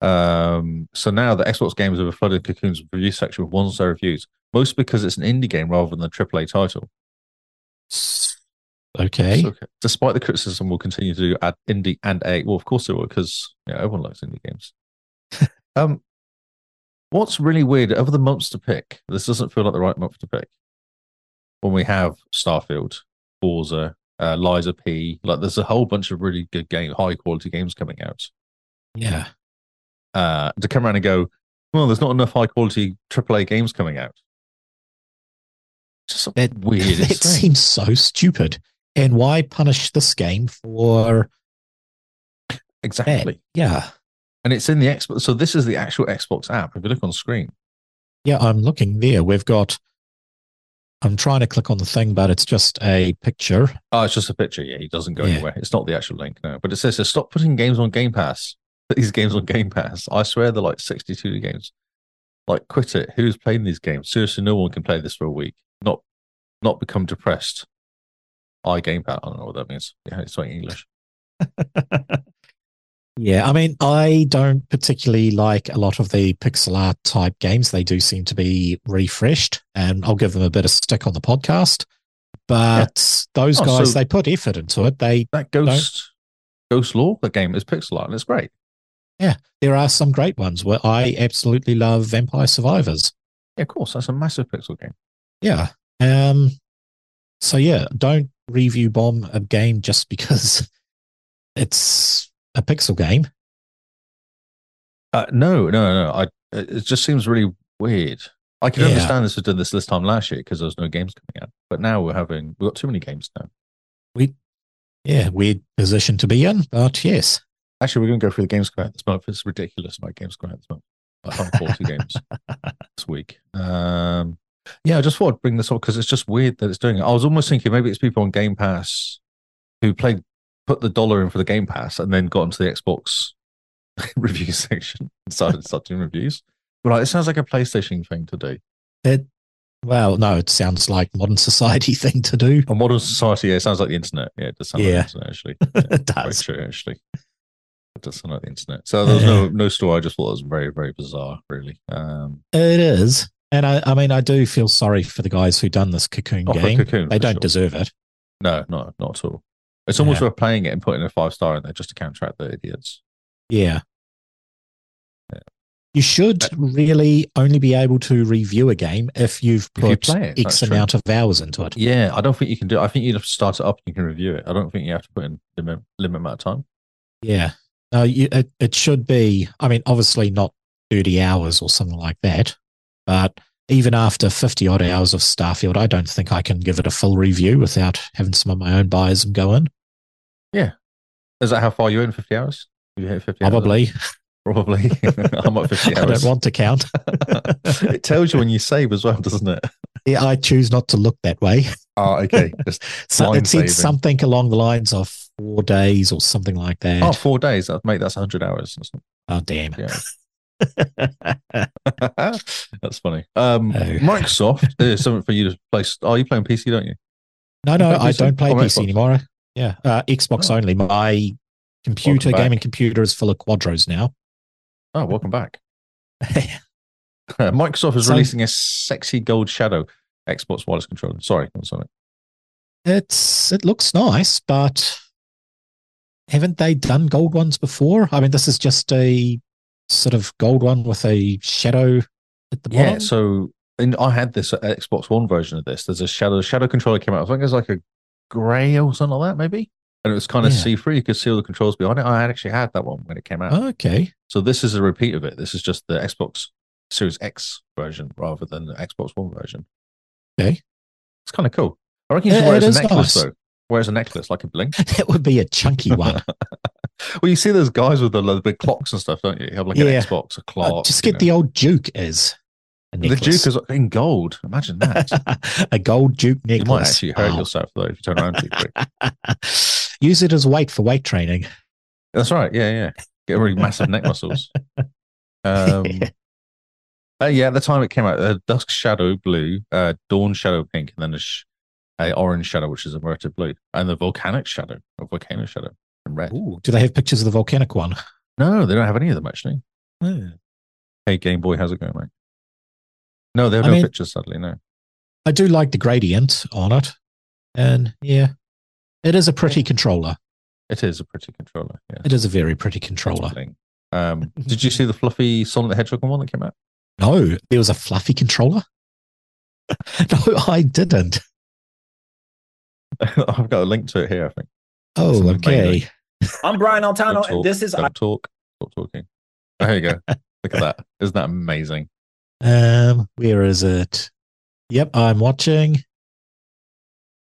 [SPEAKER 3] Um, so now the Xbox games have flooded Cocoon's review section with one-star reviews, most because it's an indie game rather than a AAA title.
[SPEAKER 4] Okay.
[SPEAKER 3] So, okay. Despite the criticism, we'll continue to add indie and A. Well, of course they will, because you know, everyone likes indie games. um, what's really weird, over the months to pick, this doesn't feel like the right month to pick. When we have Starfield, Forza, uh, Liza P, like there's a whole bunch of really good game, high quality games coming out.
[SPEAKER 4] Yeah.
[SPEAKER 3] Uh, to come around and go, well, there's not enough high quality AAA games coming out. Just
[SPEAKER 4] That-
[SPEAKER 3] weird.
[SPEAKER 4] It
[SPEAKER 3] it's strange.
[SPEAKER 4] seems so stupid. And why punish this game for
[SPEAKER 3] exactly.
[SPEAKER 4] that? Yeah.
[SPEAKER 3] And it's in the Xbox. So this is the actual Xbox app. If you look on screen,
[SPEAKER 4] Yeah, I'm looking there. We've got, I'm trying to click on the thing, but it's just a picture.
[SPEAKER 3] oh, it's just a picture. Yeah, it doesn't go
[SPEAKER 4] Yeah.
[SPEAKER 3] anywhere. It's not the actual link, no. But it says here, stop putting games on Game Pass. These games on Game Pass. I swear they're like 62 games. Like, quit it. Who's playing these games? Seriously, no one can play this for a week. Not, not become depressed. I Game Pass. I don't know what that means. Yeah, it's not English.
[SPEAKER 4] Yeah, I mean, I don't particularly like a lot of the pixel art type games. They do seem to be refreshed, and I'll give them a bit of stick on the podcast. But those
[SPEAKER 3] Oh,
[SPEAKER 4] guys,
[SPEAKER 3] so-
[SPEAKER 4] they put effort into it. They
[SPEAKER 3] That Ghost, Ghost Law, the game is pixel art and it's great.
[SPEAKER 4] there are some great ones where I absolutely love Vampire Survivors.
[SPEAKER 3] Yeah, of course. That's a massive pixel game.
[SPEAKER 4] Yeah. Um. So yeah, don't review bomb a game just because it's a pixel game.
[SPEAKER 3] Uh, no, no, no. I it it just seems really weird. I can
[SPEAKER 4] Yeah.
[SPEAKER 3] understand this was done this this time last year because there was no games coming out, but now we're having we've got too many games now.
[SPEAKER 4] Yeah, weird position to be in, but yes.
[SPEAKER 3] Actually, we're going to go through the games coming out this month. It's ridiculous. My games coming out this month. Like high quality games this week. Um, yeah, I just thought I'd bring this up because it's just weird that it's doing it. I was almost thinking maybe it's people on Game Pass who played put the dollar in for the Game Pass and then got into the Xbox review section and started started doing reviews. But like, it sounds like a PlayStation thing to do.
[SPEAKER 4] It, well, no, it sounds like modern society thing to do.
[SPEAKER 3] A modern society, yeah, it sounds like the internet. Yeah, it does sound
[SPEAKER 4] Yeah.
[SPEAKER 3] like the internet, actually. Yeah,
[SPEAKER 4] it
[SPEAKER 3] very
[SPEAKER 4] does.
[SPEAKER 3] true, actually. It does sound like the internet. So there was no, no story. I just thought it was very, very bizarre, really. Um,
[SPEAKER 4] It is. And I, I mean, I do feel sorry for the guys who done this cocoon
[SPEAKER 3] oh, for
[SPEAKER 4] game.
[SPEAKER 3] Cocoon,
[SPEAKER 4] they
[SPEAKER 3] for
[SPEAKER 4] don't
[SPEAKER 3] sure.
[SPEAKER 4] deserve it.
[SPEAKER 3] No, no, not at all. It's almost
[SPEAKER 4] Yeah.
[SPEAKER 3] worth playing it and putting a five star in there just to counteract the idiots.
[SPEAKER 4] Yeah. You should really only be able to review a game if you've
[SPEAKER 3] If you
[SPEAKER 4] put
[SPEAKER 3] play it, that's
[SPEAKER 4] X
[SPEAKER 3] true.
[SPEAKER 4] amount of hours into it.
[SPEAKER 3] Yeah, I don't think you can do it. I think you'd have to start it up and you can review it. I don't think you have to put in limit, limit amount of time.
[SPEAKER 4] Yeah. No, you, it, it should be, I mean, obviously not 30 hours or something like that, but even after 50 odd hours of Starfield, I don't think I can give it a full review without having some of my own bias and go in.
[SPEAKER 3] Is that how far you're in? 50 hours? You hit 50 hours?
[SPEAKER 4] Probably.
[SPEAKER 3] Probably. I'm at 50 hours.
[SPEAKER 4] I don't want to count.
[SPEAKER 3] it tells you when you save as well, doesn't it?
[SPEAKER 4] Yeah, I choose not to look that way.
[SPEAKER 3] Ah, okay. Just
[SPEAKER 4] So
[SPEAKER 3] Blind
[SPEAKER 4] it said
[SPEAKER 3] saving.
[SPEAKER 4] something along the lines of four days or something like that.
[SPEAKER 3] oh, four days. That mate, that's hundred hours. That's
[SPEAKER 4] Oh, damn.
[SPEAKER 3] Yeah. not- that's funny. Um,
[SPEAKER 4] Oh.
[SPEAKER 3] Microsoft. There's something for you to play. Oh, you playing PC, don't you?
[SPEAKER 4] no, no,
[SPEAKER 3] You play
[SPEAKER 4] I
[SPEAKER 3] PC?
[SPEAKER 4] don't play
[SPEAKER 3] Oh,
[SPEAKER 4] PC
[SPEAKER 3] Xbox.
[SPEAKER 4] anymore. Yeah, uh, Xbox
[SPEAKER 3] Oh.
[SPEAKER 4] only. My computer,
[SPEAKER 3] Welcome back.
[SPEAKER 4] gaming computer, is full of quadros now.
[SPEAKER 3] Oh, welcome back. Microsoft is
[SPEAKER 4] So-
[SPEAKER 3] releasing a sexy gold shadow Xbox wireless controller. Sorry, I was on it.
[SPEAKER 4] It's it looks nice, but haven't they done gold ones before? I mean, this is just a sort of gold one with a shadow at the
[SPEAKER 3] Yeah,
[SPEAKER 4] bottom.
[SPEAKER 3] so and I had this Xbox One version of this. There's a shadow shadow controller came out. I think it was like a grey or something like that, maybe. And it was kind of
[SPEAKER 4] Yeah.
[SPEAKER 3] see through. You could see all the controls behind it. I had actually had that one when it came out.
[SPEAKER 4] okay,
[SPEAKER 3] So this is a repeat of it. This is just the Xbox Series X version rather than the Xbox One version.
[SPEAKER 4] okay,
[SPEAKER 3] It's kind of cool. I reckon you should
[SPEAKER 4] Yeah,
[SPEAKER 3] wear
[SPEAKER 4] it
[SPEAKER 3] it as
[SPEAKER 4] is
[SPEAKER 3] a necklace
[SPEAKER 4] nice.
[SPEAKER 3] though. Wear it as a necklace, like a bling.
[SPEAKER 4] that would be a chunky one.
[SPEAKER 3] Well, you see those guys with the, the big clocks and stuff, don't you? You have like
[SPEAKER 4] Yeah.
[SPEAKER 3] an Xbox, a
[SPEAKER 4] Uh,
[SPEAKER 3] clock.
[SPEAKER 4] just
[SPEAKER 3] you
[SPEAKER 4] get
[SPEAKER 3] know.
[SPEAKER 4] the old Duke as a
[SPEAKER 3] the Duke
[SPEAKER 4] necklace.
[SPEAKER 3] is in gold. Imagine that.
[SPEAKER 4] a gold Duke
[SPEAKER 3] you might
[SPEAKER 4] necklace. Oh.
[SPEAKER 3] actually hurt
[SPEAKER 4] Wow.
[SPEAKER 3] yourself though if you turn around too quick.
[SPEAKER 4] Use it as weight for weight training.
[SPEAKER 3] That's right. Yeah, yeah. Get really massive neck muscles. Um, uh, yeah, at the time it came out, uh, dusk shadow blue, uh, dawn shadow pink, and then a, sh- a orange shadow, which is a inverted blue, and the volcanic shadow, or volcano shadow, in red.
[SPEAKER 4] Ooh, do they have pictures of the volcanic one?
[SPEAKER 3] No, they don't have any of them actually. Hmm. Hey, Game Boy, how's it going, mate? No, they have
[SPEAKER 4] I
[SPEAKER 3] no
[SPEAKER 4] mean-
[SPEAKER 3] pictures. Sadly, no.
[SPEAKER 4] I do like the gradient on it, and yeah, it is a pretty controller.
[SPEAKER 3] It is a pretty controller. Yeah,
[SPEAKER 4] It is a very pretty
[SPEAKER 3] It's
[SPEAKER 4] controller.
[SPEAKER 3] bling. Um, did you see the fluffy Sonic the Hedgehog one that came out?
[SPEAKER 4] No, there was a fluffy controller. no, I didn't.
[SPEAKER 3] I've got a link to it here. I think.
[SPEAKER 4] Oh,
[SPEAKER 3] It's
[SPEAKER 4] okay.
[SPEAKER 3] amazing.
[SPEAKER 5] I'm Brian Altano,
[SPEAKER 3] Don't
[SPEAKER 5] and
[SPEAKER 3] talk.
[SPEAKER 5] this is
[SPEAKER 3] Don't talk. Stop talking. There you go. Look at that. Isn't that amazing?
[SPEAKER 4] Um, where is it? Yep, I'm watching.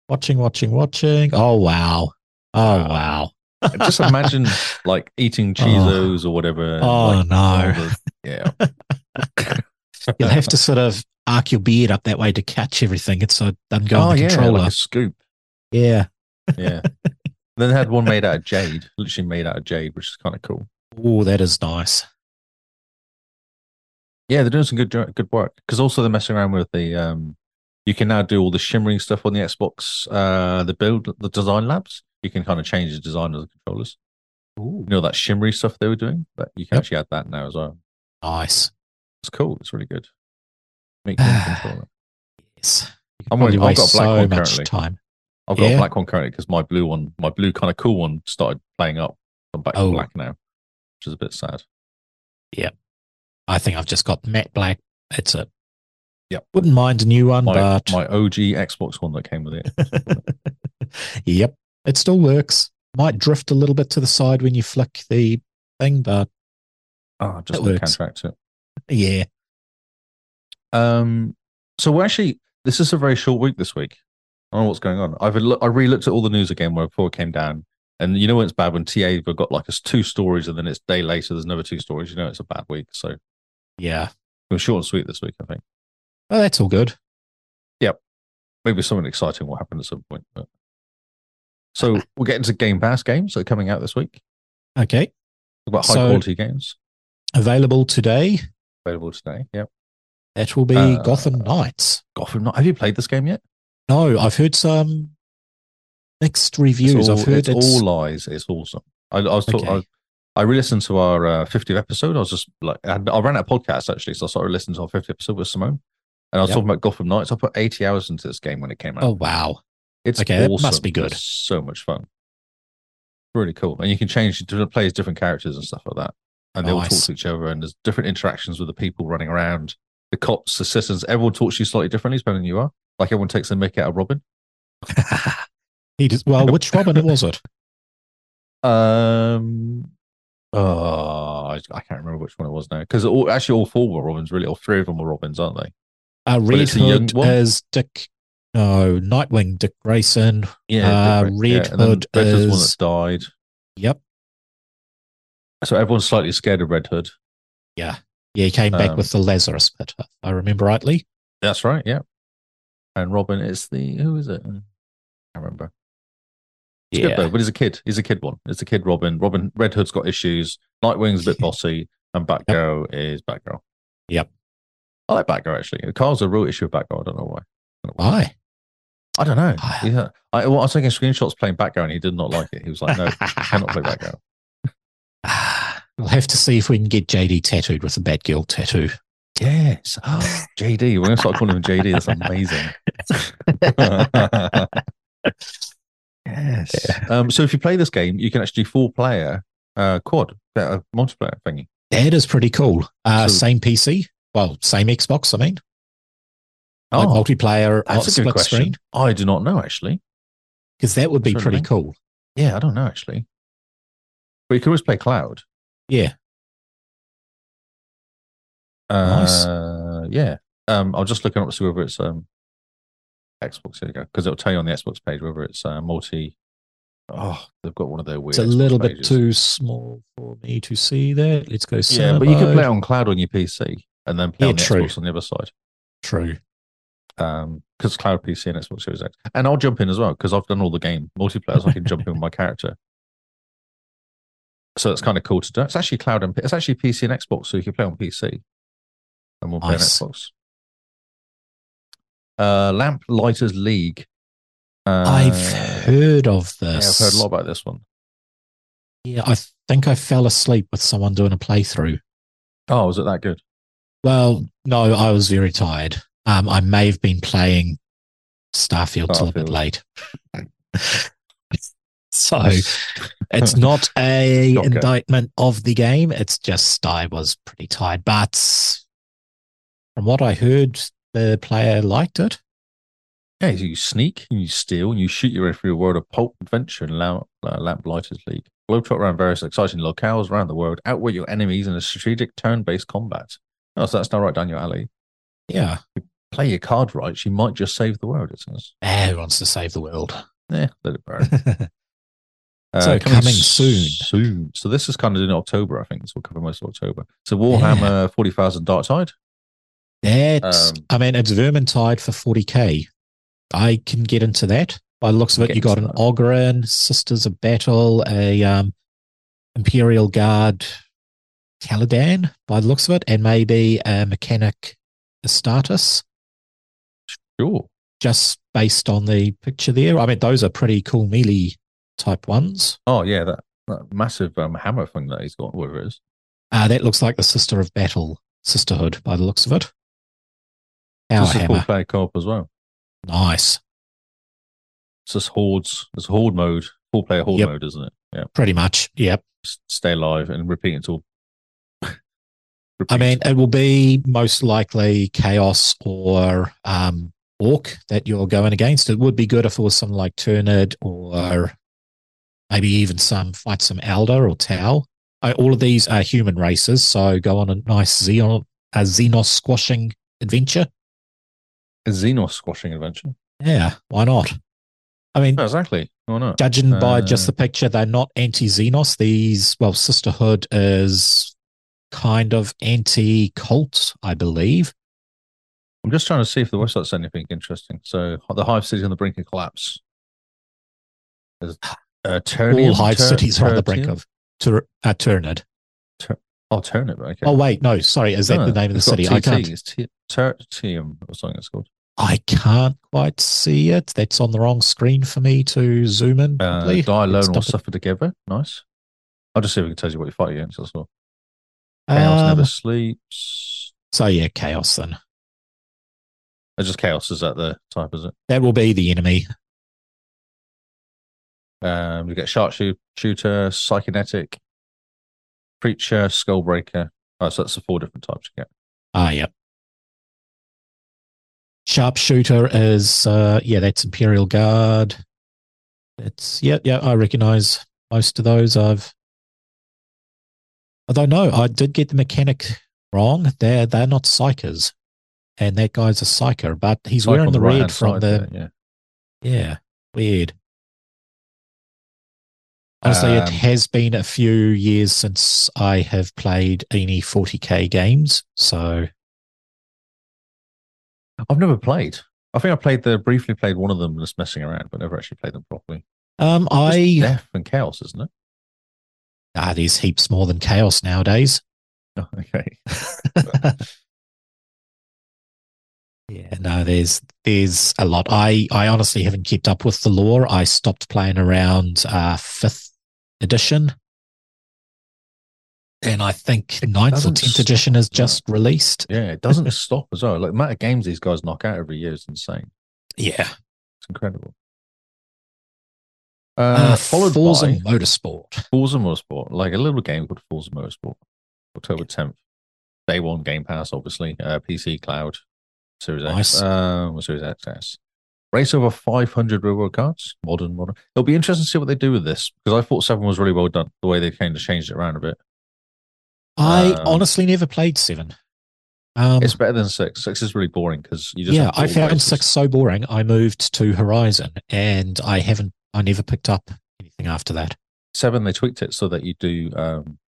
[SPEAKER 4] Watching, watching, watching. Oh wow. Oh wow.
[SPEAKER 3] Just imagine like eating Cheetos or whatever. and,
[SPEAKER 4] Oh,
[SPEAKER 3] Uh, like,
[SPEAKER 4] no.
[SPEAKER 3] all the- yeah.
[SPEAKER 4] You'll have to sort of arc your beard up that way to catch everything. It's so it doesn't go
[SPEAKER 3] oh
[SPEAKER 4] on the
[SPEAKER 3] yeah,
[SPEAKER 4] controller.
[SPEAKER 3] like a scoop.
[SPEAKER 4] yeah.
[SPEAKER 3] Yeah. then they had one made out of jade, literally made out of jade, which is kind of cool.
[SPEAKER 4] Oh, that is nice.
[SPEAKER 3] Yeah, they're doing some good jo- good work because also they're messing around with the. um You can now do all the shimmering stuff on the Xbox, uh the build, the design labs. You can kind of change the design of the controllers.
[SPEAKER 4] Ooh,
[SPEAKER 3] You know that shimmery stuff they were doing, but you can
[SPEAKER 4] Yep.
[SPEAKER 3] actually add that now as well.
[SPEAKER 4] nice.
[SPEAKER 3] It's cool. It's really good. Make your own controller.
[SPEAKER 4] Yes. You
[SPEAKER 3] I'm
[SPEAKER 4] probably
[SPEAKER 3] wearing- I've
[SPEAKER 4] waste
[SPEAKER 3] got a black
[SPEAKER 4] so
[SPEAKER 3] one
[SPEAKER 4] much
[SPEAKER 3] currently.
[SPEAKER 4] time.
[SPEAKER 3] I've got
[SPEAKER 4] Yeah.
[SPEAKER 3] a black one currently because my blue one, my blue kind of cool one, started playing up. I'm back to
[SPEAKER 4] Oh.
[SPEAKER 3] black now, which is a bit sad.
[SPEAKER 4] I think I've just got matte black. That's it.
[SPEAKER 3] Yep.
[SPEAKER 4] Wouldn't mind a new one,
[SPEAKER 3] My,
[SPEAKER 4] but
[SPEAKER 3] my OG Xbox one that came with it.
[SPEAKER 4] yep, it still works. Might drift a little bit to the side when you flick the thing, but
[SPEAKER 3] Ah, just
[SPEAKER 4] It
[SPEAKER 3] the
[SPEAKER 4] works.
[SPEAKER 3] contract it.
[SPEAKER 4] yeah.
[SPEAKER 3] Um, so we're actually this is a very short week this week. I don't know what's going on. I've lo- I re-looked at all the news again where before it came down, and you know when it's bad when TA have got like it's two stories and then it's day later there's another two stories. You know it's a bad week. So it
[SPEAKER 4] Yeah.
[SPEAKER 3] was short and sweet this week. I think
[SPEAKER 4] Oh, that's all good.
[SPEAKER 3] maybe something exciting will happen at some point. But. So we're getting to Game Pass games that are coming out this week.
[SPEAKER 4] Okay.
[SPEAKER 3] about high
[SPEAKER 4] So-
[SPEAKER 3] quality games
[SPEAKER 4] Available today.
[SPEAKER 3] available today. Yep.
[SPEAKER 4] That will be
[SPEAKER 3] Uh,
[SPEAKER 4] Gotham Knights.
[SPEAKER 3] Gotham Knight. Have you played this game yet?
[SPEAKER 4] No, I've heard some mixed
[SPEAKER 3] It's
[SPEAKER 4] reviews.
[SPEAKER 3] all,
[SPEAKER 4] I've heard it's,
[SPEAKER 3] it's all lies. It's awesome. I, I was talking.
[SPEAKER 4] Okay.
[SPEAKER 3] I, I re-listened to our uh, 50th episode. I was just like, I, had- I ran out of podcasts actually, so I started listening to our 50th episode with Simone. And I was
[SPEAKER 4] Yep.
[SPEAKER 3] talking about Gotham Knights. I put 80 hours into this game when it came out.
[SPEAKER 4] oh wow.
[SPEAKER 3] it's
[SPEAKER 4] okay, that must be good.
[SPEAKER 3] It's so much fun. Really cool. And you can change to play as different characters and stuff like that. And they all talk
[SPEAKER 4] Nice.
[SPEAKER 3] to each other, and there's different interactions with the people running around, the cops, the citizens. Everyone talks to you slightly differently, depending on who you are. Like everyone takes a mick out of Robin.
[SPEAKER 4] he just, well, which Robin was it?
[SPEAKER 3] Um, oh, I, I can't remember which one it was now because all, actually all four were Robins, really, or three of them were Robins, aren't they?
[SPEAKER 4] Uh, Red
[SPEAKER 3] it's a young
[SPEAKER 4] Hood
[SPEAKER 3] one.
[SPEAKER 4] is Dick. No, Nightwing, Dick Grayson. Uh,
[SPEAKER 3] different,
[SPEAKER 4] Red
[SPEAKER 3] and then
[SPEAKER 4] Hood
[SPEAKER 3] Red Hood's
[SPEAKER 4] is-
[SPEAKER 3] the one that died.
[SPEAKER 4] Yep.
[SPEAKER 3] So everyone's slightly scared of Red Hood.
[SPEAKER 4] Yeah. Yeah, he came back
[SPEAKER 3] Um,
[SPEAKER 4] with the Lazarus pit, if I remember rightly.
[SPEAKER 3] That's right. Yeah. And Robin is the who is it? I can't remember. It's good though, but he's a kid. He's a kid one. It's a kid Robin. Robin Red Hood's got issues. Nightwing's a bit bossy, and Batgirl is Batgirl.
[SPEAKER 4] Yep.
[SPEAKER 3] I like Batgirl actually. Carl's a real issue of Batgirl. I don't know why.
[SPEAKER 4] Why?
[SPEAKER 3] I don't know.
[SPEAKER 4] Ah.
[SPEAKER 3] Yeah. I, well, I was taking screenshots playing Batgirl, and he did not like it. He was like, "No, cannot play Batgirl."
[SPEAKER 4] We'll have to see if we can get JD tattooed with a Batgirl tattoo.
[SPEAKER 3] Yes. Oh, JD. We're gonna start calling him JD. That's amazing. yes. Um, so if you play this game, you can actually four player uh, quad uh, multiplayer thingy.
[SPEAKER 4] That is pretty cool. Uh,
[SPEAKER 3] So-
[SPEAKER 4] same PC, well, same Xbox. I mean, like
[SPEAKER 3] Oh,
[SPEAKER 4] multiplayer, uh,
[SPEAKER 3] that's a
[SPEAKER 4] split
[SPEAKER 3] good question.
[SPEAKER 4] screen,
[SPEAKER 3] I do not know actually.
[SPEAKER 4] because that would be
[SPEAKER 3] That's what I
[SPEAKER 4] pretty
[SPEAKER 3] mean.
[SPEAKER 4] cool.
[SPEAKER 3] Yeah, I don't know actually. But you can always play cloud.
[SPEAKER 4] Yeah. Nice.
[SPEAKER 3] Uh, yeah. Um, I'll just look it up to see whether it's um Xbox. There you go, because it'll tell you on the Xbox page whether it's uh, multi. Oh, they've got one of their weird.
[SPEAKER 4] It's a
[SPEAKER 3] Xbox
[SPEAKER 4] little bit
[SPEAKER 3] pages.
[SPEAKER 4] too small for me to see that. Let's go.
[SPEAKER 3] Yeah,
[SPEAKER 4] cinema
[SPEAKER 3] but you can play it
[SPEAKER 4] mode.
[SPEAKER 3] on cloud on your PC and then play
[SPEAKER 4] Yeah,
[SPEAKER 3] on the
[SPEAKER 4] true.
[SPEAKER 3] Xbox on the other side.
[SPEAKER 4] True.
[SPEAKER 3] Um, because cloud PC and Xbox Series X. And I'll jump in as well because I've done all the game multiplayer, so I can jump in with my character. So it's kind of cool to do. It's actually cloud and it's actually PC and Xbox, so you can play on PC and we'll play on
[SPEAKER 4] Nice.
[SPEAKER 3] Xbox. Uh, Lamp Lighters League. Uh,
[SPEAKER 4] I've heard of
[SPEAKER 3] yeah, I've
[SPEAKER 4] this.
[SPEAKER 3] heard a lot about this one.
[SPEAKER 4] Yeah, I think I fell asleep with someone doing a playthrough.
[SPEAKER 3] Oh, is it that good?
[SPEAKER 4] Well, no, I was very tired. Um, I may have been playing Starfield, till a bit
[SPEAKER 3] Starfield.
[SPEAKER 4] late. so it's not a
[SPEAKER 3] Shocker.
[SPEAKER 4] indictment of the game. It's just I was pretty tired. But from what I heard, the player liked it.
[SPEAKER 3] Yeah, you sneak and you steal and you shoot your way through a world of pulp adventure in Lamp, uh, Lamp Lighters League. Globetrot around various exciting locales around the world, outwit your enemies in a strategic turn based combat. Oh, so that's now right down your alley.
[SPEAKER 4] Yeah.
[SPEAKER 3] Play your card right, you might just save the world, it says.
[SPEAKER 4] Eh, Who wants to save the world?
[SPEAKER 3] Yeah, let it burn. Uh,
[SPEAKER 4] So coming soon.
[SPEAKER 3] Soon. So this is kind of in October, I think. This will cover most of October. So Warhammer 40,000 Dark Tide.
[SPEAKER 4] That's,
[SPEAKER 3] Um,
[SPEAKER 4] I mean, it's Vermintide for 40k. I can get into that. By the looks of it,
[SPEAKER 3] Get
[SPEAKER 4] you got
[SPEAKER 3] into
[SPEAKER 4] an Ogryn, Sisters of Battle, a um, Imperial Guard, Caladan, by the looks of it, and maybe a Mechanic Astartes,
[SPEAKER 3] Sure.
[SPEAKER 4] just based on the picture there. I mean, those are pretty cool melee type ones.
[SPEAKER 3] Oh, yeah, that, that massive um, hammer thing that he's got, whatever it is.
[SPEAKER 4] Uh, that looks like the Sister of Battle Sisterhood, by the looks of it. Our
[SPEAKER 3] This is full
[SPEAKER 4] hammer.
[SPEAKER 3] player co op as well.
[SPEAKER 4] Nice.
[SPEAKER 3] It's just hordes. It's horde mode, four player horde
[SPEAKER 4] Yep.
[SPEAKER 3] mode, isn't it? Yeah.
[SPEAKER 4] Pretty much. Yep.
[SPEAKER 3] S- Stay alive and repeat until.
[SPEAKER 4] I mean, it will be most likely chaos or um, orc that you're going against. It would be good if it was something like Turnid or maybe even some fight some Elder or Tau. Uh, all of these are human races, so go on a nice Xeon, a Xenos squashing adventure.
[SPEAKER 3] a Xenos squashing adventure.
[SPEAKER 4] Yeah, why not? I mean,
[SPEAKER 3] No, exactly. Why not?
[SPEAKER 4] judging by
[SPEAKER 3] Uh,
[SPEAKER 4] just the picture, they're not anti Xenos. These, well, Sisterhood is kind of anti cult, I believe.
[SPEAKER 3] I'm just trying to see if the website's anything interesting. So the Hive City on the brink of collapse. There's, Uh, Turnium,
[SPEAKER 4] all hive
[SPEAKER 3] Tur-
[SPEAKER 4] cities are on the brink
[SPEAKER 3] Turtium?
[SPEAKER 4] of Tur- uh, Turnid.
[SPEAKER 3] Oh, Turnip. Okay.
[SPEAKER 4] Oh wait, no, sorry, is that
[SPEAKER 3] No,
[SPEAKER 4] the name of the
[SPEAKER 3] it's got
[SPEAKER 4] city?
[SPEAKER 3] two
[SPEAKER 4] I can't.
[SPEAKER 3] T's. T- Tertium or something it's called.
[SPEAKER 4] I can't quite see it. That's on the wrong screen for me to zoom in.
[SPEAKER 3] Uh,
[SPEAKER 4] properly.
[SPEAKER 3] die alone
[SPEAKER 4] Stop
[SPEAKER 3] or
[SPEAKER 4] it.
[SPEAKER 3] suffer together. Nice. I'll just see if we can tell you what you fight against. That's all. Chaos never
[SPEAKER 4] Um,
[SPEAKER 3] sleeps.
[SPEAKER 4] so yeah, chaos. Then
[SPEAKER 3] It's just chaos. Is that the type? Is it?
[SPEAKER 4] that will be the enemy.
[SPEAKER 3] Um, you get sharpshooter, psychonetic, preacher, skullbreaker. Oh, so that's the four different types you get.
[SPEAKER 4] Ah, yeah. Sharpshooter is uh, yeah, that's Imperial Guard. It's yeah, yeah. I recognise most of those. I've. Although no, I did get the mechanic wrong. They're they're not psychers, and that guy's a psyker, but he's
[SPEAKER 3] Like
[SPEAKER 4] wearing
[SPEAKER 3] on
[SPEAKER 4] the,
[SPEAKER 3] right-hand
[SPEAKER 4] red from
[SPEAKER 3] side
[SPEAKER 4] the
[SPEAKER 3] there, yeah.
[SPEAKER 4] yeah. Weird. Honestly, it
[SPEAKER 3] Um,
[SPEAKER 4] has been a few years since I have played any 40k games, so
[SPEAKER 3] I've never played I think I played the briefly played one of them just messing around, but never actually played them properly.
[SPEAKER 4] Um,
[SPEAKER 3] Just
[SPEAKER 4] I
[SPEAKER 3] Death and Chaos, isn't it?
[SPEAKER 4] ah, there's heaps more than chaos nowadays.
[SPEAKER 3] Oh, okay.
[SPEAKER 4] yeah, no, there's there's a lot. I I honestly haven't kept up with the lore. I stopped playing around uh fifth edition, and I think ninth or
[SPEAKER 3] doesn't
[SPEAKER 4] tenth
[SPEAKER 3] s-
[SPEAKER 4] edition is just released.
[SPEAKER 3] Yeah, it doesn't stop as well. Like the amount of games these guys knock out every year is insane.
[SPEAKER 4] Yeah,
[SPEAKER 3] It's incredible.
[SPEAKER 4] uh,
[SPEAKER 3] Uh, followed
[SPEAKER 4] Forza
[SPEAKER 3] by
[SPEAKER 4] Motorsport.
[SPEAKER 3] Forza Motorsport, like a little game called Forza Motorsport, October 10th. Day one Game Pass, obviously. Uh, PC Cloud, Series
[SPEAKER 4] Nice.
[SPEAKER 3] X, um, Series XS. Race over 500 real world cards, modern, modern. It'll be interesting to see what they do with this because I thought seven was really well done, the way they kind of changed it around a bit.
[SPEAKER 4] I
[SPEAKER 3] Um,
[SPEAKER 4] honestly never played seven. Um,
[SPEAKER 3] It's better than six. Six is really boring because you just.
[SPEAKER 4] yeah,
[SPEAKER 3] have
[SPEAKER 4] I
[SPEAKER 3] four
[SPEAKER 4] found
[SPEAKER 3] races.
[SPEAKER 4] six so boring. I moved to Horizon, and I haven't. I never picked up anything after that.
[SPEAKER 3] seven they tweaked it so that you do um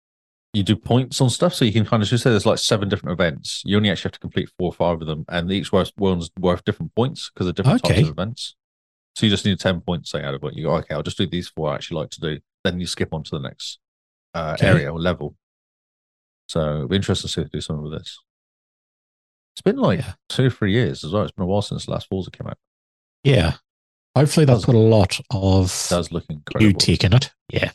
[SPEAKER 3] you do points on stuff so you can kind of just say there's like seven different events you only actually have to complete four or five of them and each worth- one's worth different points because they're different
[SPEAKER 4] Okay.
[SPEAKER 3] types of events so you just need 10 points say out of it you go okay i'll just do these four i actually like to do then you skip on to the next uh
[SPEAKER 4] Okay.
[SPEAKER 3] area or level so it'll be interesting to see if they do something with this it's been like
[SPEAKER 4] Yeah.
[SPEAKER 3] two or three years as well it's been a while since the last Forza came out
[SPEAKER 4] Yeah, hopefully they'll
[SPEAKER 3] Does-
[SPEAKER 4] put a lot of
[SPEAKER 3] it does look incredible
[SPEAKER 4] new tech in it. Yeah,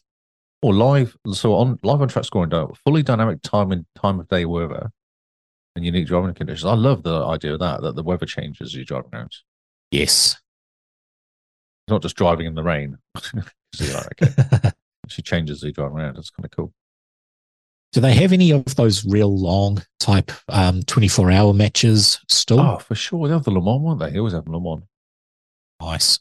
[SPEAKER 3] or live so on live on track scoring di- fully dynamic time and time of day weather and unique driving conditions i love the idea of that that the weather changes as you drive around it's
[SPEAKER 4] yes.
[SPEAKER 3] not just driving in the rain so you're like, okay she changes as you drive around it's kind of cool
[SPEAKER 4] Do they have any of those real long type um, 24 hour matches still?
[SPEAKER 3] oh for sure they have the le mans weren't they they always have le mans
[SPEAKER 4] nice.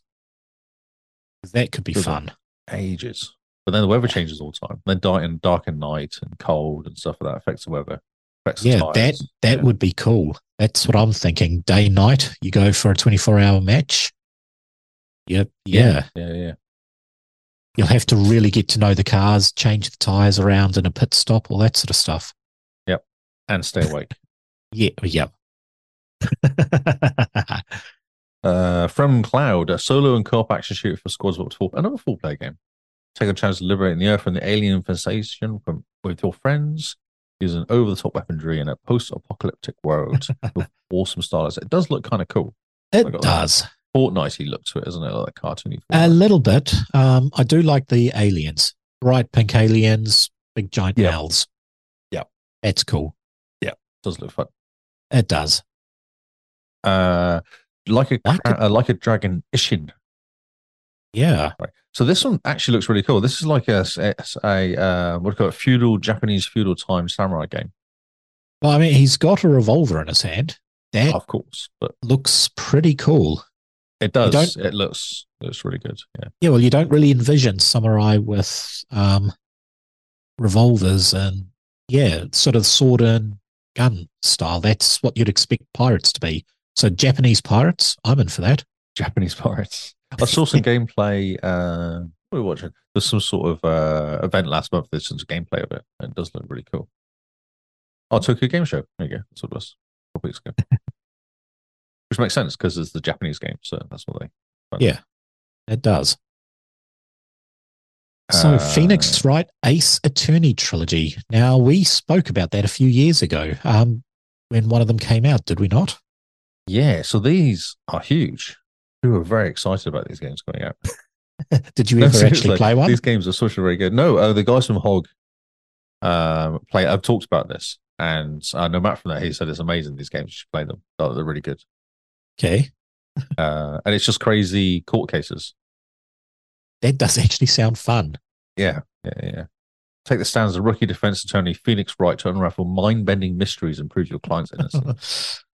[SPEAKER 4] That could be
[SPEAKER 3] Good.
[SPEAKER 4] fun.
[SPEAKER 3] ages but then the weather changes all the time then dark and dark and night and cold and stuff like that affects the weather affects the
[SPEAKER 4] Yeah, that
[SPEAKER 3] tires.
[SPEAKER 4] that
[SPEAKER 3] Yeah.
[SPEAKER 4] would be cool. That's what I'm thinking. Day night, you go for a 24 hour match. Yep. yeah.
[SPEAKER 3] yeah yeah
[SPEAKER 4] You'll have to really get to know the cars, change the tires around in a pit stop, all that sort of stuff.
[SPEAKER 3] and stay awake
[SPEAKER 4] Yeah, yep.
[SPEAKER 3] Uh, From Cloud, a solo and co-op action shooter for squads of up to four. Another four-player game. Take a chance to liberate the Earth from the alien infestation from, with your friends using over-the-top weaponry in a post-apocalyptic world with awesome styles. It does look kind of cool. I
[SPEAKER 4] it
[SPEAKER 3] got that.
[SPEAKER 4] does.
[SPEAKER 3] Fortnitey look to it, isn't it? Like that cartoony.
[SPEAKER 4] A
[SPEAKER 3] Fortnite.
[SPEAKER 4] little bit. Um, I do like the aliens, bright pink aliens, big giant
[SPEAKER 3] Yeah.
[SPEAKER 4] mouths.
[SPEAKER 3] Yeah.
[SPEAKER 4] that's cool.
[SPEAKER 3] does look fun.
[SPEAKER 4] It does.
[SPEAKER 3] Uh, like a
[SPEAKER 4] Like
[SPEAKER 3] uh, like a dragon Ishin.
[SPEAKER 4] Yeah.
[SPEAKER 3] Right. So this one actually looks really cool. This is like a s- it's a uh, what do you call it? Feudal Japanese feudal time samurai game,
[SPEAKER 4] Well, I mean, he's got a revolver in his hand. That
[SPEAKER 3] of course, but
[SPEAKER 4] looks pretty cool.
[SPEAKER 3] it
[SPEAKER 4] don't-
[SPEAKER 3] does. It looks looks really good. Yeah.
[SPEAKER 4] Yeah. Well, you don't really envision samurai with um, revolvers and yeah, sort of sword and gun style. That's what you'd expect pirates to be. So Japanese pirates, I'm in for that.
[SPEAKER 3] Japanese pirates. I saw some gameplay. Uh, we were watching. There's some sort of uh, event last month. There's some gameplay of it, and it does look really cool. Oh, Tokyo Game Show. There you go. That's what it was a couple weeks ago. Which makes sense because it's the Japanese game, so that's what they.
[SPEAKER 4] It does. So
[SPEAKER 3] Uh,
[SPEAKER 4] Phoenix Wright Ace Attorney trilogy. Now we spoke about that a few years ago um, when one of them came out, did we not?
[SPEAKER 3] Yeah, so these are huge. We were very excited about these games coming out.
[SPEAKER 4] did you
[SPEAKER 3] No,
[SPEAKER 4] ever actually
[SPEAKER 3] seriously,
[SPEAKER 4] play one?
[SPEAKER 3] These games are such a very good. No, uh, the guys from Hog um, play. I've talked about this, and I know Matt from that. He said it's amazing. These games, you should play them. Oh, they're really good.
[SPEAKER 4] Okay,
[SPEAKER 3] uh, and it's just crazy court cases.
[SPEAKER 4] that does actually sound fun.
[SPEAKER 3] Yeah, yeah, yeah. Take the stand as a rookie defense attorney, Phoenix Wright, to unravel mind-bending mysteries and prove your client's innocent.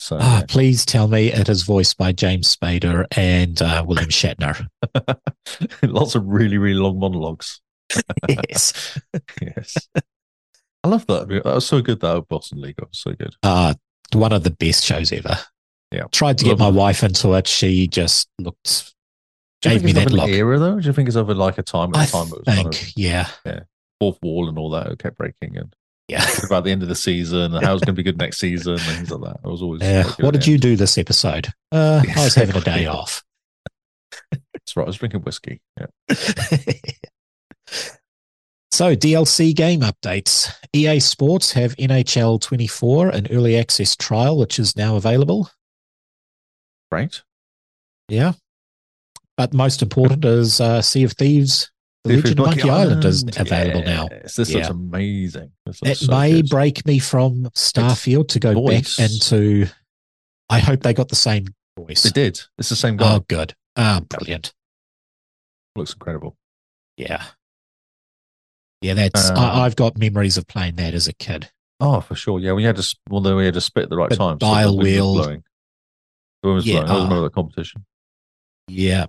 [SPEAKER 3] So,
[SPEAKER 4] Ah, please tell me it is voiced by James Spader and uh, William Shatner.
[SPEAKER 3] lots of really, really long monologues.
[SPEAKER 4] yes.
[SPEAKER 3] Yes, I love that. That was so good. That Boston Legal was so good.
[SPEAKER 4] Uh, one of the best shows ever.
[SPEAKER 3] Yeah.
[SPEAKER 4] Tried to
[SPEAKER 3] Love
[SPEAKER 4] get my
[SPEAKER 3] it.
[SPEAKER 4] wife into it. She just looked.
[SPEAKER 3] Do you
[SPEAKER 4] Gave
[SPEAKER 3] think
[SPEAKER 4] me
[SPEAKER 3] it's of
[SPEAKER 4] that
[SPEAKER 3] an
[SPEAKER 4] look.
[SPEAKER 3] era though? Do you think it's over like a time? At
[SPEAKER 4] I
[SPEAKER 3] the time it was kind of
[SPEAKER 4] think, yeah.
[SPEAKER 3] fourth wall and all that it kept breaking and
[SPEAKER 4] Yeah.
[SPEAKER 3] about the end of the season and how's going to be good next season and things like that. I was always.
[SPEAKER 4] Yeah.
[SPEAKER 3] quite good
[SPEAKER 4] What
[SPEAKER 3] at
[SPEAKER 4] did
[SPEAKER 3] it.
[SPEAKER 4] you do this episode? Uh, I was having a day
[SPEAKER 3] Exactly.
[SPEAKER 4] off.
[SPEAKER 3] That's right. I was drinking whiskey. Yeah.
[SPEAKER 4] so DLC game updates. EA Sports have NHL 24 an early access trial, which is now available.
[SPEAKER 3] Right.
[SPEAKER 4] Yeah. But most important is uh, Sea of Thieves, The
[SPEAKER 3] Seafood
[SPEAKER 4] Legend of Monkey, Island, is available now.
[SPEAKER 3] Yes, this looks
[SPEAKER 4] Yeah.
[SPEAKER 3] amazing. This
[SPEAKER 4] It
[SPEAKER 3] looks so
[SPEAKER 4] may
[SPEAKER 3] good.
[SPEAKER 4] break me from Starfield to go
[SPEAKER 3] voice.
[SPEAKER 4] back into. I hope they got the same voice.
[SPEAKER 3] They did. It's the same guy.
[SPEAKER 4] Oh, good. Ah, brilliant.
[SPEAKER 3] looks incredible.
[SPEAKER 4] Yeah. Yeah, that's.
[SPEAKER 3] Um,
[SPEAKER 4] I, I've got memories of playing that as a kid.
[SPEAKER 3] Oh, for sure. Yeah, we had to. sp- Well, then we had to spit at the right
[SPEAKER 4] The
[SPEAKER 3] time.
[SPEAKER 4] dial
[SPEAKER 3] the wind was
[SPEAKER 4] wheel.
[SPEAKER 3] blowing. The wind was
[SPEAKER 4] Yeah,
[SPEAKER 3] blowing. I was
[SPEAKER 4] ah.
[SPEAKER 3] remember that competition.
[SPEAKER 4] Yeah.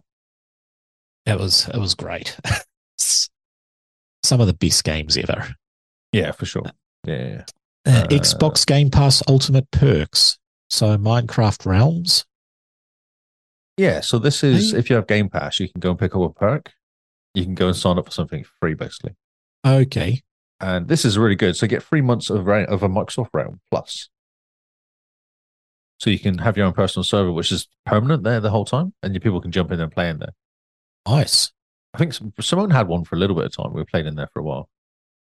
[SPEAKER 4] It was it was great. Some of the best games ever.
[SPEAKER 3] Yeah, for sure. Yeah, yeah.
[SPEAKER 4] Uh,
[SPEAKER 3] Uh,
[SPEAKER 4] Xbox Game Pass Ultimate Perks. So Minecraft Realms.
[SPEAKER 3] Yeah, So this is
[SPEAKER 4] Hey.
[SPEAKER 3] if you have Game Pass, you can go and pick up a perk. You can go and sign up for something free, basically.
[SPEAKER 4] Okay.
[SPEAKER 3] And this is really good. So you get three months of ra- of a Microsoft Realm Plus. So you can have your own personal server, which is permanent there the whole time, and your people can jump in and play in there.
[SPEAKER 4] Nice.
[SPEAKER 3] I think Sim- Simone had one for a little bit of time. We played in there for a while.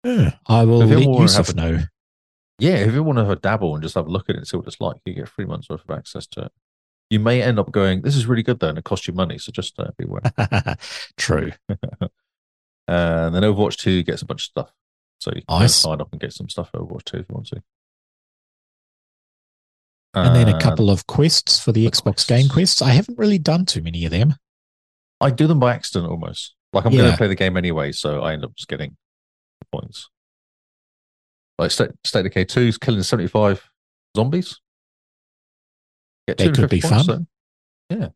[SPEAKER 4] Yeah, I will
[SPEAKER 3] If it
[SPEAKER 4] let
[SPEAKER 3] were
[SPEAKER 4] Yusuf
[SPEAKER 3] happened-
[SPEAKER 4] know.
[SPEAKER 3] Yeah, if you want to have a dabble and just have a look at it and see what it's like, you get three months worth of access to it. You may end up going, this is really good though, and it costs you money, so just uh, beware.
[SPEAKER 4] True.
[SPEAKER 3] Uh, and then Overwatch 2 gets a bunch of stuff. So you can
[SPEAKER 4] Nice.
[SPEAKER 3] sign up and get some stuff for Overwatch 2 if you want to.
[SPEAKER 4] And then
[SPEAKER 3] Uh,
[SPEAKER 4] a couple of quests for the
[SPEAKER 3] the
[SPEAKER 4] Xbox game
[SPEAKER 3] quests.
[SPEAKER 4] quests. I haven't really done too many of them.
[SPEAKER 3] I do them by accident almost. Like I'm going
[SPEAKER 4] Yeah.
[SPEAKER 3] to play the game anyway, so I end up just getting points. Like State, State Decay 2 is killing 75 zombies. Get
[SPEAKER 4] They could
[SPEAKER 3] 250
[SPEAKER 4] be
[SPEAKER 3] points,
[SPEAKER 4] fun.
[SPEAKER 3] so- Yeah.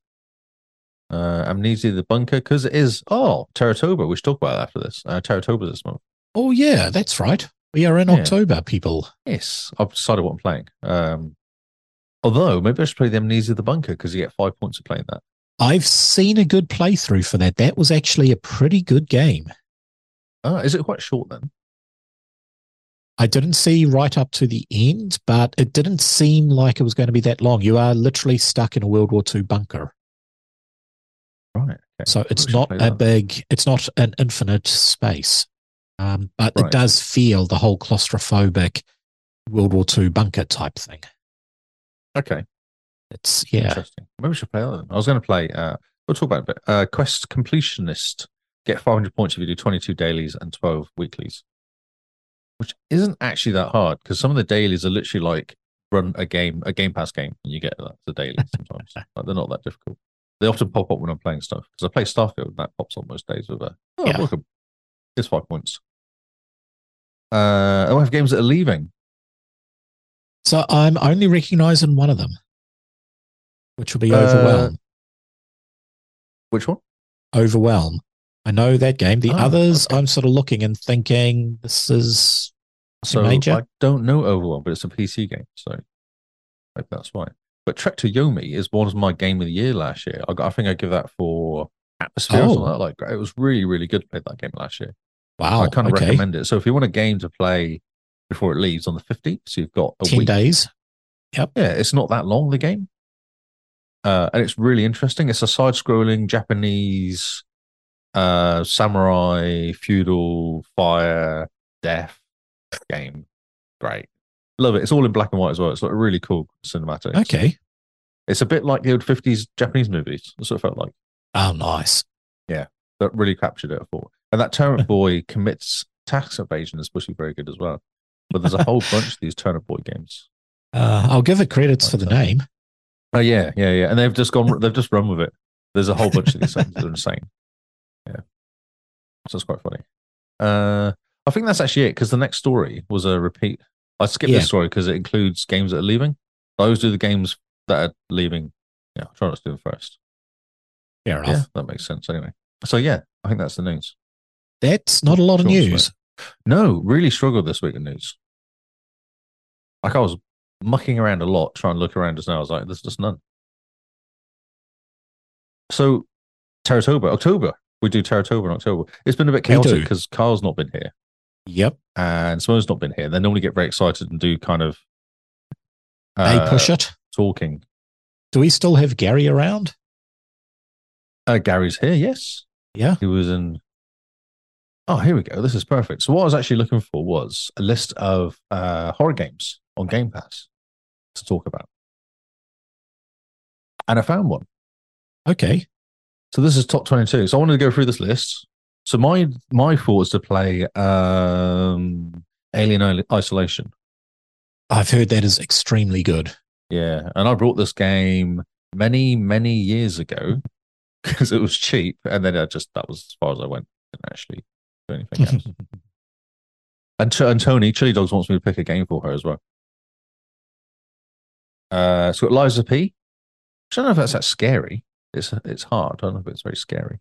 [SPEAKER 3] Uh, Amnesia the Bunker, because it is. Oh, Terratoba. We should talk about it after this. Uh, Terratoba this month.
[SPEAKER 4] Oh yeah, that's right. We are in
[SPEAKER 3] Yeah.
[SPEAKER 4] October, people.
[SPEAKER 3] Yes, I've decided what I'm playing. Um, although, maybe I should play the Amnesia the Bunker because you get five points for playing that.
[SPEAKER 4] I've seen a good playthrough for that. That was actually a pretty good game.
[SPEAKER 3] Ah, is it quite short then?
[SPEAKER 4] I didn't see right up to the end, but it didn't seem like it was going to be that long. You are literally stuck in a World War II bunker.
[SPEAKER 3] Right. Okay.
[SPEAKER 4] So it's
[SPEAKER 3] should
[SPEAKER 4] not
[SPEAKER 3] play
[SPEAKER 4] a
[SPEAKER 3] that.
[SPEAKER 4] big, it's not an infinite space. Um, but
[SPEAKER 3] Right.
[SPEAKER 4] it does feel the whole claustrophobic World War II bunker type thing.
[SPEAKER 3] Okay.
[SPEAKER 4] It's, yeah.
[SPEAKER 3] Interesting. Maybe we should play that then. I was going to play, uh, we'll talk about it a bit. Uh, Quest Completionist. Get 500 points if you do 22 dailies and 12 weeklies, which isn't actually that hard because some of the dailies are literally like run a game, a Game Pass game, and you get that as a daily sometimes. like, they're not that difficult. They often pop up when I'm playing stuff because I play Starfield and that pops up most days with a, oh,
[SPEAKER 4] Yeah.
[SPEAKER 3] welcome. Here's five points. Uh, I have games that are leaving.
[SPEAKER 4] So I'm only recognizing one of them, which will be
[SPEAKER 3] Uh,
[SPEAKER 4] Overwhelm.
[SPEAKER 3] Which one?
[SPEAKER 4] Overwhelm. I know that game. The
[SPEAKER 3] Oh,
[SPEAKER 4] others,
[SPEAKER 3] okay.
[SPEAKER 4] I'm sort of looking and thinking, this is
[SPEAKER 3] So
[SPEAKER 4] major?
[SPEAKER 3] I don't know Overwhelm, but it's a PC game, so maybe that's why. But Trek to Yomi is one of my game of the year last year. I, got, I think I give that for atmosphere or
[SPEAKER 4] Oh.
[SPEAKER 3] something like that. Like, it was really, really good. Played that game last year.
[SPEAKER 4] wow.
[SPEAKER 3] I kind of
[SPEAKER 4] Oh, okay.
[SPEAKER 3] recommend it. So if you want a game to play before it leaves on the fifteenth, so you've got a
[SPEAKER 4] 10
[SPEAKER 3] week.
[SPEAKER 4] days.
[SPEAKER 3] Yeah, it's not that long the game, uh, and it's really interesting. It's a side-scrolling Japanese uh, samurai feudal fire death game. Great, love it. It's all in black and white as well. It's like really cool cinematic.
[SPEAKER 4] Okay.
[SPEAKER 3] It's a bit like the old fifties Japanese movies. That's what it felt like.
[SPEAKER 4] Oh, nice.
[SPEAKER 3] That really captured it. I thought, and that turnip boy commits tax evasion is supposed to be very good as well. But there's a whole bunch of these turnip boy games.
[SPEAKER 4] Uh, I'll give it credits for the
[SPEAKER 3] Like
[SPEAKER 4] name.
[SPEAKER 3] Oh yeah, yeah, yeah. And they've just gone. They've just run with it. There's a whole bunch of these things that are insane. Yeah, so it's quite funny. Uh, I think that's actually it because the next story was a repeat. I skipped
[SPEAKER 4] Yeah.
[SPEAKER 3] this story because it includes games that are leaving. I always do the games that are leaving. Yeah, I'll try not to do them first.
[SPEAKER 4] Fair enough.
[SPEAKER 3] Yeah, that makes sense anyway. So yeah, I think that's the news.
[SPEAKER 4] That's not a lot of
[SPEAKER 3] Short and
[SPEAKER 4] news.
[SPEAKER 3] No, really struggled this week with news. Like I was mucking around a lot, trying to look around just now. I was like, there's just none. So, Terratoba, October. We do Terratoba in October. It's been a bit
[SPEAKER 4] We do.
[SPEAKER 3] chaotic because Carl's not been here.
[SPEAKER 4] Yep.
[SPEAKER 3] and someone's not been here, they normally get very excited and do kind of
[SPEAKER 4] They
[SPEAKER 3] uh,
[SPEAKER 4] push it.
[SPEAKER 3] talking.
[SPEAKER 4] Do we still have Gary around?
[SPEAKER 3] Uh, Gary's here, yes.
[SPEAKER 4] Yeah.
[SPEAKER 3] He was in. Oh, here we go. This is perfect. So, what I was actually looking for was a list of uh, horror games on Game Pass to talk about. And I found one.
[SPEAKER 4] Okay.
[SPEAKER 3] So, this is top 22. So, I wanted to go through this list. So, my my thought is to play um, Alien Isol- Isolation.
[SPEAKER 4] I've heard that is extremely good.
[SPEAKER 3] Yeah. And I brought this game many, many years ago because it was cheap. And then I just, that was as far as I went. Didn't actually do anything else. And, T- and Tony, Chili Dogs wants me to pick a game for her as well. Uh, it's got Liza P. I don't know if that's that scary. It's it's hard. I don't know if it's very scary.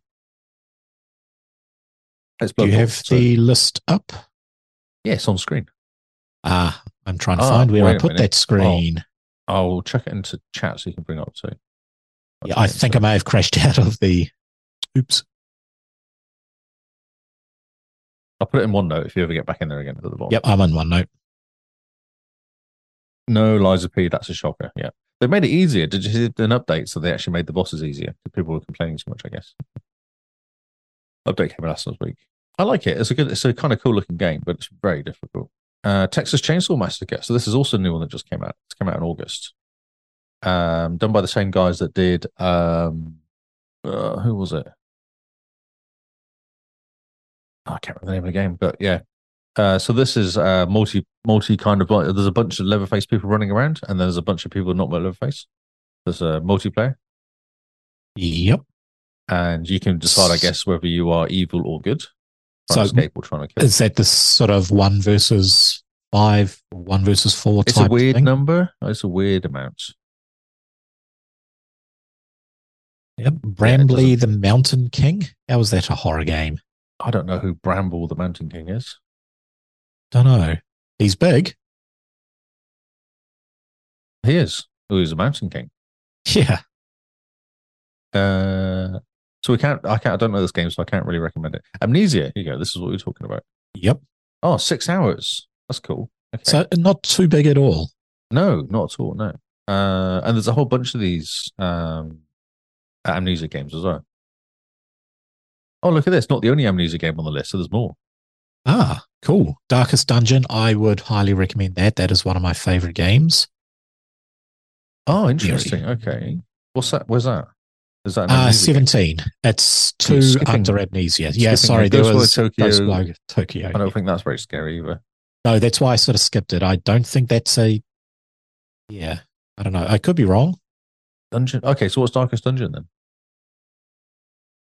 [SPEAKER 3] It's
[SPEAKER 4] Do you
[SPEAKER 3] Bloodborne,
[SPEAKER 4] have
[SPEAKER 3] so-
[SPEAKER 4] the list up?
[SPEAKER 3] yes on screen.
[SPEAKER 4] Ah, I'm trying to
[SPEAKER 3] Ah,
[SPEAKER 4] find where
[SPEAKER 3] wait
[SPEAKER 4] I
[SPEAKER 3] a
[SPEAKER 4] put
[SPEAKER 3] minute.
[SPEAKER 4] that screen.
[SPEAKER 3] I'll check it into chat so you can bring it up too. I'll
[SPEAKER 4] yeah,
[SPEAKER 3] check
[SPEAKER 4] I
[SPEAKER 3] it into
[SPEAKER 4] think I may have crashed out of the. Oops.
[SPEAKER 3] I'll put it in one note if you ever get back in there again at the bottom.
[SPEAKER 4] Yep, I'm on OneNote.
[SPEAKER 3] No Liza P. That's a shocker. Yeah. They made it easier. Did you see an update? So they actually made the bosses easier. 'Cause People were complaining too much, I guess. Update came out last week. I like it. It's a good. It's a kind of cool looking game, but it's very difficult. Uh, Texas Chainsaw Massacre. So this is also a new one that just came out. It's come out in August. Um, done by the same guys that did. Um, uh, who was it? I can't remember the name of the game, but yeah, uh, so this is uh, multi multi kind of like there's a bunch of Leatherface people running around, and there's a bunch of people not with Leatherface. There's a multiplayer,
[SPEAKER 4] Yep.
[SPEAKER 3] and you can decide, I guess, whether you are evil or good, trying
[SPEAKER 4] So-
[SPEAKER 3] to escape or trying to kill.
[SPEAKER 4] Is that this sort of one versus five, or one versus four
[SPEAKER 3] It's a
[SPEAKER 4] type
[SPEAKER 3] weird
[SPEAKER 4] thing?
[SPEAKER 3] number. It's a weird amount.
[SPEAKER 4] Yep. Brambly
[SPEAKER 3] doesn't-
[SPEAKER 4] the Mountain King. How is that a horror game?
[SPEAKER 3] I don't know who Bramble the Mountain King is.
[SPEAKER 4] Don't know. He's big.
[SPEAKER 3] He is. Oh, he's a Mountain King.
[SPEAKER 4] Yeah.
[SPEAKER 3] Uh, so we can't. I can't. I don't know this game, so I can't really recommend it. Amnesia. Here you go. This is what we're talking about.
[SPEAKER 4] Yep.
[SPEAKER 3] Oh, six hours. That's cool. Okay.
[SPEAKER 4] So not too big at all.
[SPEAKER 3] No, not at all. No. Uh, and there's a whole bunch of these um, amnesia games as well. Oh, look at this. Not the only amnesia game on the list. So there's more.
[SPEAKER 4] Ah, cool. Darkest Dungeon. I would highly recommend that. That is one of my favorite games.
[SPEAKER 3] Oh, interesting. Okay. What's that? Where's that? Is that an
[SPEAKER 4] Uh,
[SPEAKER 3] amnesia game?
[SPEAKER 4] 17. It's
[SPEAKER 3] You're
[SPEAKER 4] two
[SPEAKER 3] skipping-
[SPEAKER 4] under amnesia. Yeah,
[SPEAKER 3] skipping
[SPEAKER 4] sorry.
[SPEAKER 3] it.
[SPEAKER 4] There
[SPEAKER 3] Ghost World
[SPEAKER 4] was
[SPEAKER 3] Tokyo.
[SPEAKER 4] Ghost World Tokyo.
[SPEAKER 3] I don't think that's very scary either.
[SPEAKER 4] No, that's why I sort of skipped it. I don't think that's a. Yeah. I don't know. I could be wrong.
[SPEAKER 3] Dungeon. Okay. So what's Darkest Dungeon then?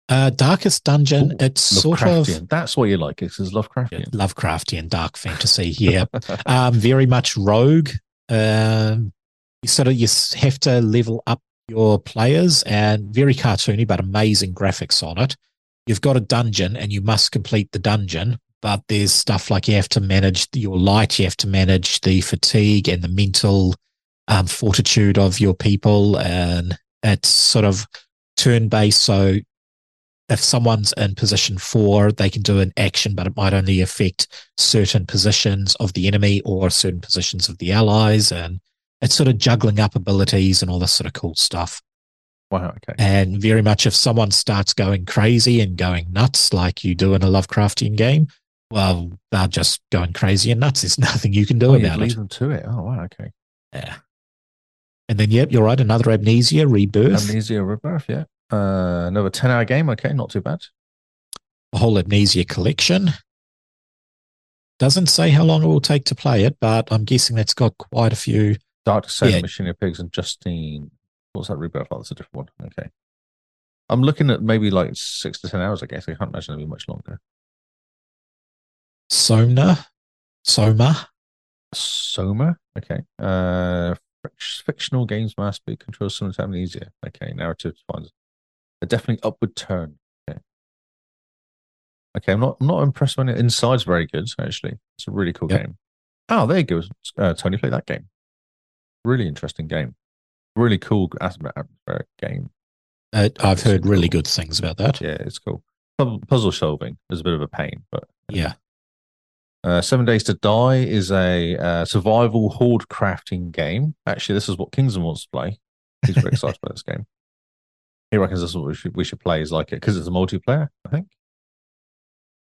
[SPEAKER 4] Uh, Darkest Dungeon.
[SPEAKER 3] Ooh,
[SPEAKER 4] it's sort of
[SPEAKER 3] Lovecraftian. That's what you like. It's is Lovecraftian.
[SPEAKER 4] Lovecraftian dark fantasy. Yeah. um, very much rogue. Um, you sort of you s- have to level up your players, and very cartoony but amazing graphics on it. You've got a dungeon, and you must complete the dungeon. But there's stuff like you have to manage the- your light, you have to manage the fatigue and the mental um, fortitude of your people, and it's sort of turn based. So if someone's in position four, they can do an action, but it might only affect certain positions of the enemy or certain positions of the allies. And it's sort of juggling up abilities and all this sort of cool stuff.
[SPEAKER 3] Wow. Okay.
[SPEAKER 4] And very much if someone starts going crazy and going nuts, like you do in a Lovecraftian game, well, they're just going crazy and nuts. There's nothing you can do
[SPEAKER 3] Oh, you'd
[SPEAKER 4] about
[SPEAKER 3] lead
[SPEAKER 4] it.
[SPEAKER 3] them to it. Oh, wow. Okay.
[SPEAKER 4] Yeah. And then, yep, you're right. Another amnesia rebirth.
[SPEAKER 3] Amnesia Rebirth. Yeah. Uh, another 10 hour game. Okay. Not too bad.
[SPEAKER 4] the whole Amnesia collection. Doesn't say how long it will take to play it, but I'm guessing that's got quite a few.
[SPEAKER 3] Dark Descent,
[SPEAKER 4] Yeah.
[SPEAKER 3] Machine of Pigs, and Justine. What's that rebirth? Oh, that's a different one. Okay. I'm looking at maybe like six to ten hours, I guess. I can't imagine it'll be much longer.
[SPEAKER 4] Somna, Soma.
[SPEAKER 3] Soma. Okay. Uh, fic- fictional games master but controls similar to amnesia. Okay. Narrative defines a definitely upward turn. Okay. Okay. I'm not. I'm not impressed when it inside's very good. Actually, it's a really cool
[SPEAKER 4] Yep.
[SPEAKER 3] game. Oh, there you go. Uh, Tony played that game. Really interesting game. Really cool atmos- atmospheric game.
[SPEAKER 4] Uh, I've heard really
[SPEAKER 3] Cool.
[SPEAKER 4] good things about that.
[SPEAKER 3] Yeah, it's cool. Pu- Puzzle solving is a bit of a pain, but
[SPEAKER 4] Yeah.
[SPEAKER 3] Uh, Seven Days to Die is a uh, survival horde crafting game. Actually, this is what Kingsman wants to play. He's very excited about this game. He reckons this is what we should, we should play is like it because it's a multiplayer, I think.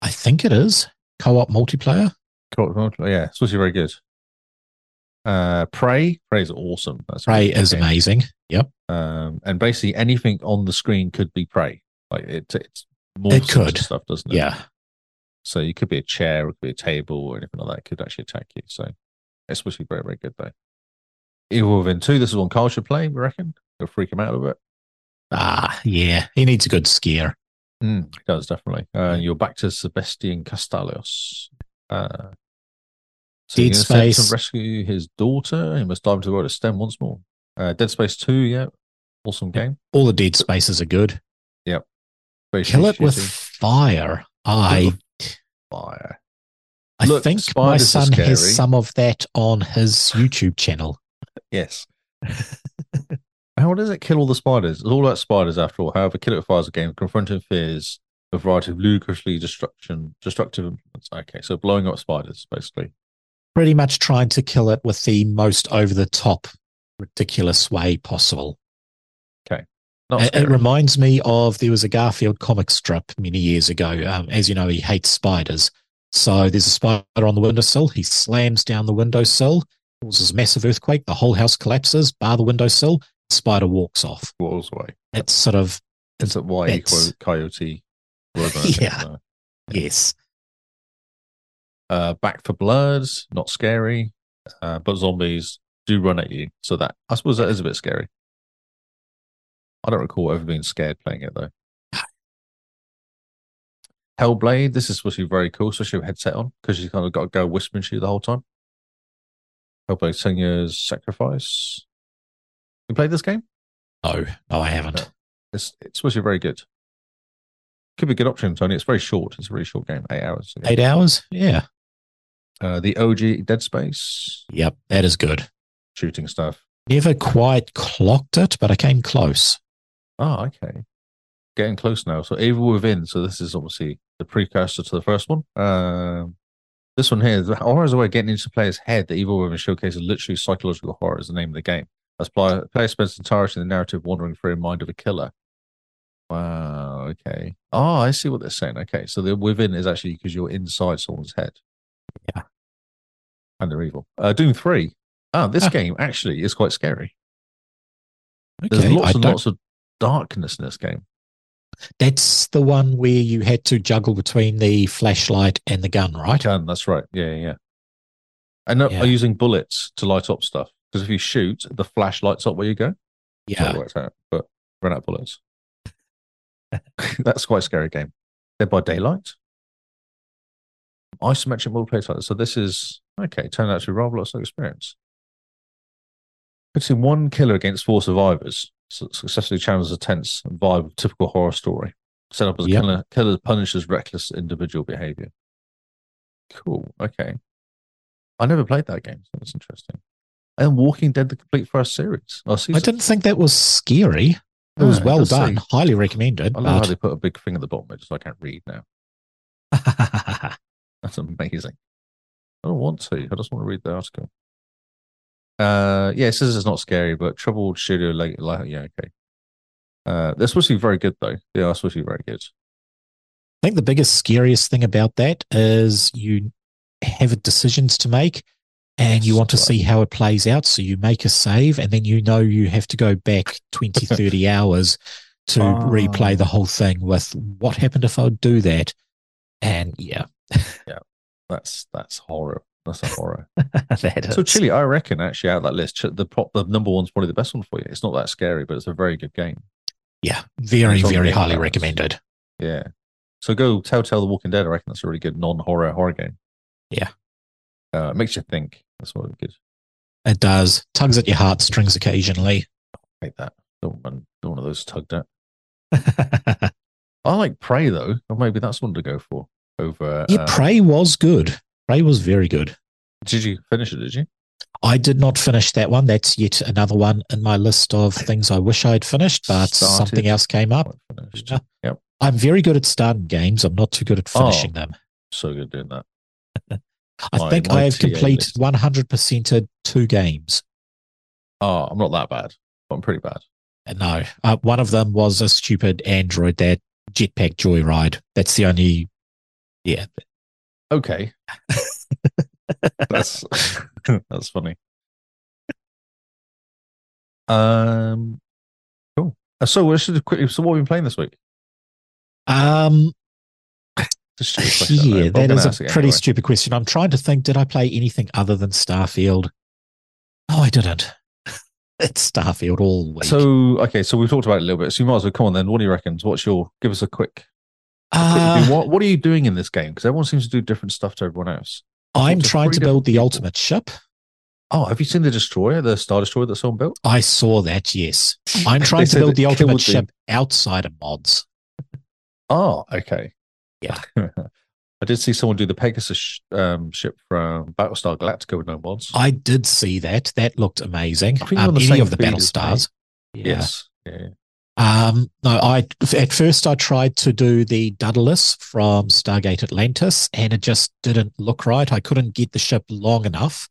[SPEAKER 4] I think it is co op multiplayer.
[SPEAKER 3] Co-op multiplayer, Yeah, it's actually very good. Uh, Prey. Prey is awesome. That's a
[SPEAKER 4] Prey
[SPEAKER 3] really good
[SPEAKER 4] is
[SPEAKER 3] game.
[SPEAKER 4] amazing. Yep.
[SPEAKER 3] Um, and basically anything on the screen could be Prey. Like it, it's more
[SPEAKER 4] It could.
[SPEAKER 3] stuff, doesn't it?
[SPEAKER 4] Yeah.
[SPEAKER 3] So you could be a chair, it could be a table, or anything like that it could actually attack you. So it's supposed to be very, very good though. Evil Within Two. This is one Carl should play. We reckon it'll freak him out a little bit.
[SPEAKER 4] Ah, yeah. He needs a good scare. Hmm.
[SPEAKER 3] Mm, it does definitely. Uh, you're back to Sebastian Castellos. Uh, so
[SPEAKER 4] Dead
[SPEAKER 3] Dead Space
[SPEAKER 4] Space.
[SPEAKER 3] and rescue his daughter. He must dive into the world of STEM once more. Uh, Dead Space Two. Yeah, awesome game.
[SPEAKER 4] All the dead spaces are good.
[SPEAKER 3] Very
[SPEAKER 4] Kill it with
[SPEAKER 3] shooty.
[SPEAKER 4] fire. I
[SPEAKER 3] fire.
[SPEAKER 4] I
[SPEAKER 3] Look,
[SPEAKER 4] think my
[SPEAKER 3] spiders are
[SPEAKER 4] son
[SPEAKER 3] scary.
[SPEAKER 4] has some of that on his YouTube channel.
[SPEAKER 3] Yes. How does it kill all the spiders? It's all about spiders after all. However, Kill It with Fire is a game confronting fears, a variety of ludicrously destruction, destructive implements. Okay, so blowing up spiders, basically.
[SPEAKER 4] Pretty much trying to kill it with the most over the top, ridiculous way possible.
[SPEAKER 3] Not
[SPEAKER 4] It, it
[SPEAKER 3] scary.
[SPEAKER 4] reminds me of there was a Garfield comic strip many years ago. Um, as you know, he hates spiders. So there's a spider on the windowsill. He slams down the windowsill, causes a massive earthquake. The whole house collapses, bar the windowsill. Spider walks off.
[SPEAKER 3] Walls away.
[SPEAKER 4] It's sort of,
[SPEAKER 3] It's at Y
[SPEAKER 4] It's-
[SPEAKER 3] equal coyote. word, I think,
[SPEAKER 4] Yeah.
[SPEAKER 3] uh,
[SPEAKER 4] yes.
[SPEAKER 3] Uh, Back for Blood, not scary, uh, but zombies do run at you. So that, I suppose that is a bit scary. I don't recall ever being scared playing it though. Hellblade, this is supposed to be very cool, especially with a headset on, because you kind of got to go whispering to you the whole time. Hellblade Singer's Sacrifice. You played this game?
[SPEAKER 4] No, no, I haven't.
[SPEAKER 3] It's, it's supposed to be very good. Could be a good option, Tony. It's very short. It's a really short game, eight hours.
[SPEAKER 4] Eight hours? Yeah.
[SPEAKER 3] Uh, the OG Dead Space,
[SPEAKER 4] Yep. That is good.
[SPEAKER 3] shooting stuff.
[SPEAKER 4] Never quite clocked it, but I came close.
[SPEAKER 3] Oh, okay. Getting close now. So Evil Within. So this is obviously the precursor to the first one. Um, this one here, the horrors away getting into players' head. The Evil Within showcases literally psychological horror is the name of the game. As player, player spends the entirety of the narrative wandering through the mind of a killer. Wow. Okay. Oh, I see what they're saying. Okay. So the within is actually because you're inside someone's head.
[SPEAKER 4] Yeah.
[SPEAKER 3] And they're evil. Uh, Doom Three. Ah, this
[SPEAKER 4] Ah.
[SPEAKER 3] game actually is quite scary. There's
[SPEAKER 4] Okay.
[SPEAKER 3] lots
[SPEAKER 4] I
[SPEAKER 3] and
[SPEAKER 4] don't-
[SPEAKER 3] lots of darkness in this game.
[SPEAKER 4] That's the one where you had to juggle between the flashlight and the gun, right?
[SPEAKER 3] Can that's right. Yeah, yeah. yeah. And not-
[SPEAKER 4] Yeah.
[SPEAKER 3] are using bullets to light up stuff because if you shoot, the flash lights up where you go. That's
[SPEAKER 4] Yeah.
[SPEAKER 3] how it works out. But run out of bullets. that's quite a scary game. Dead by Daylight. Isometric multiplayer title. So this is okay. Turned out to be rather lots of experience. Putting one killer against four survivors su- successfully challenges the tense vibe of typical horror story. Set up as a
[SPEAKER 4] Yep.
[SPEAKER 3] killer, killer punishes reckless individual behavior. Cool. Okay. I never played that game, so that's interesting. And Walking Dead: The Complete First Series. Oh,
[SPEAKER 4] I
[SPEAKER 3] season.
[SPEAKER 4] didn't think that was scary. It was
[SPEAKER 3] Ah,
[SPEAKER 4] well
[SPEAKER 3] does say-
[SPEAKER 4] done. Highly recommended.
[SPEAKER 3] I love how
[SPEAKER 4] But
[SPEAKER 3] they put a big thing at the bottom. I just I can't read now. That's amazing. I don't want to. I just want to read the article. Uh, yeah, it says it's not scary, but troubled studio like, like yeah, okay. Uh, they're supposed to be very good though. They are supposed to be very good.
[SPEAKER 4] I think the biggest, scariest thing about that is you have decisions to make and you
[SPEAKER 3] Yes,
[SPEAKER 4] want to
[SPEAKER 3] right.
[SPEAKER 4] see how it plays out. So you make a save and then you know you have to go back 20, 30 hours to
[SPEAKER 1] Ah.
[SPEAKER 4] replay the whole thing with what happened if I do that. And yeah,
[SPEAKER 3] That's that's horror. That's a horror.
[SPEAKER 4] that is.
[SPEAKER 3] so Chile, I reckon actually out of that list, Ch- the pro- the number one's probably the best one for you. It's not that scary, but it's a very good game.
[SPEAKER 4] Yeah, very,
[SPEAKER 3] It's on
[SPEAKER 4] very
[SPEAKER 3] Game
[SPEAKER 4] highly
[SPEAKER 3] Pass.
[SPEAKER 4] recommended.
[SPEAKER 3] Yeah. So go Telltale The Walking Dead. I reckon that's a really good non-horror horror game.
[SPEAKER 4] Yeah.
[SPEAKER 3] Uh, it makes you think. That's what good.
[SPEAKER 4] It does. Tugs at your heartstrings occasionally.
[SPEAKER 3] Hate that. Don't want don't want those tugged at. I like Prey though, or maybe that's one to go for over.
[SPEAKER 4] yeah,
[SPEAKER 3] uh,
[SPEAKER 4] Prey was good. Prey was very good.
[SPEAKER 3] did you finish it? Did you?
[SPEAKER 4] I did not finish that one. That's yet another one in my list of things I wish I'd finished, but
[SPEAKER 3] Started.
[SPEAKER 4] something else came up.
[SPEAKER 3] Quite finished.
[SPEAKER 4] Yeah.
[SPEAKER 3] Yep.
[SPEAKER 4] I'm very good at starting games. I'm not too good at finishing them.
[SPEAKER 3] So good doing that.
[SPEAKER 4] I
[SPEAKER 3] Oh, My-
[SPEAKER 4] think
[SPEAKER 3] my
[SPEAKER 4] I have
[SPEAKER 3] TA
[SPEAKER 4] completed
[SPEAKER 3] list.
[SPEAKER 4] 100%ed two games.
[SPEAKER 3] Oh, I'm not that bad, but I'm pretty bad.
[SPEAKER 4] Uh, No, uh, one of them was a stupid android that jetpack joyride. That's the only. Yeah,
[SPEAKER 3] Okay. that's that's funny. Um, cool. Uh, So, we should quickly. So, what have you been playing this week?
[SPEAKER 4] um,
[SPEAKER 3] Just
[SPEAKER 4] yeah, that is a pretty stupid question. I'm trying to think. Did I play anything other than Starfield? No, I didn't. it's Starfield all week.
[SPEAKER 3] So, okay, so we've talked about it a little bit. So, you might as well come on then. What do you reckon? What's your give us a quick?
[SPEAKER 4] Uh,
[SPEAKER 3] what What are you doing in this game? Because everyone seems to do different stuff to everyone else.
[SPEAKER 4] I'm
[SPEAKER 3] to
[SPEAKER 4] trying
[SPEAKER 3] three
[SPEAKER 4] to build the
[SPEAKER 3] different people.
[SPEAKER 4] ultimate ship.
[SPEAKER 3] Oh, have you seen the destroyer, the star destroyer that someone built?
[SPEAKER 4] I saw that. Yes, I'm
[SPEAKER 3] They
[SPEAKER 4] trying to
[SPEAKER 3] said
[SPEAKER 4] build
[SPEAKER 3] it
[SPEAKER 4] the ultimate
[SPEAKER 3] killed the-
[SPEAKER 4] ship outside of mods.
[SPEAKER 3] Oh, okay.
[SPEAKER 4] Yeah.
[SPEAKER 3] I did see someone do the Pegasus sh- um, ship from Battlestar Galactica with no mods.
[SPEAKER 4] I did see that. That looked amazing.
[SPEAKER 3] I think
[SPEAKER 4] Um,
[SPEAKER 3] on the
[SPEAKER 4] any
[SPEAKER 3] same
[SPEAKER 4] of the
[SPEAKER 3] feed
[SPEAKER 4] battle
[SPEAKER 3] as me.
[SPEAKER 4] stars.
[SPEAKER 3] Yes. Yeah. yeah.
[SPEAKER 4] Um, no, I at first I tried to do the Daedalus from Stargate Atlantis, and it just didn't look right. I couldn't get the ship long enough,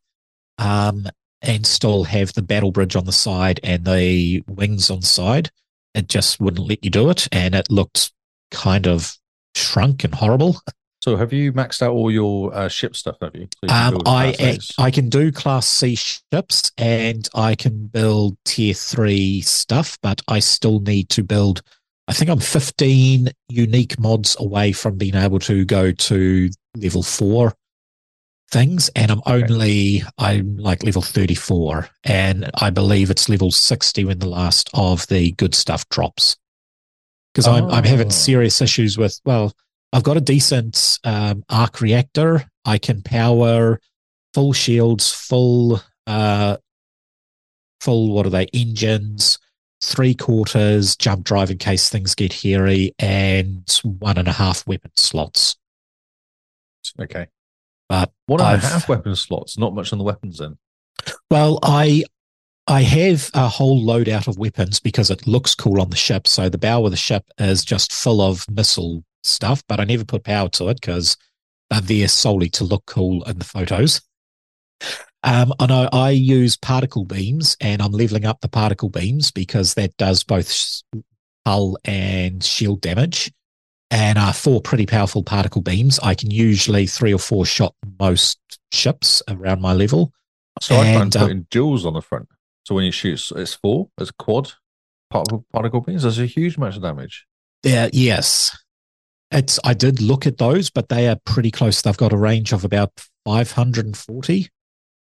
[SPEAKER 4] um, and still have the battle bridge on the side and the wings on the side. It just wouldn't let you do it, and it looked kind of shrunk and horrible.
[SPEAKER 3] So, have you maxed out all your uh, ship stuff? Have you? So you can
[SPEAKER 4] Um,
[SPEAKER 3] build
[SPEAKER 4] I
[SPEAKER 3] class A's.
[SPEAKER 4] I can do class C ships and I can build tier three stuff, but I still need to build. I think I'm 15 unique mods away from being able to go to level four things, and I'm
[SPEAKER 3] Okay.
[SPEAKER 4] only I'm like level 34, and I believe it's level 60 when the last of the good stuff drops. Because I'm I'm
[SPEAKER 3] Oh.
[SPEAKER 4] having serious issues with well, I've got a decent um, arc reactor. I can power full shields, full uh, full what are they engines, three quarters jump drive in case things get hairy, and one and a half weapon slots.
[SPEAKER 3] okay.
[SPEAKER 4] But
[SPEAKER 3] one and a
[SPEAKER 4] I've-
[SPEAKER 3] half weapon slots. Not much on the weapons then.
[SPEAKER 4] Well, I I have a whole loadout of weapons because it looks cool on the ship. So the bow of the ship is just full of missile stuff, but I never put power to it because they're there solely to look cool in the photos. Um, and I, I use particle beams, and I'm leveling up the particle beams because that does both s- hull and shield damage. And uh, four pretty powerful particle beams. I can usually three or four shot most ships around my level.
[SPEAKER 3] So I found
[SPEAKER 4] And, um,
[SPEAKER 3] putting jewels on the front. So when you shoot, it's four. It's quad. Particle, particle beams. That's a huge amount of damage.
[SPEAKER 4] Yeah, yes. It's I did look at those, but they are pretty close. They've got a range of about 540,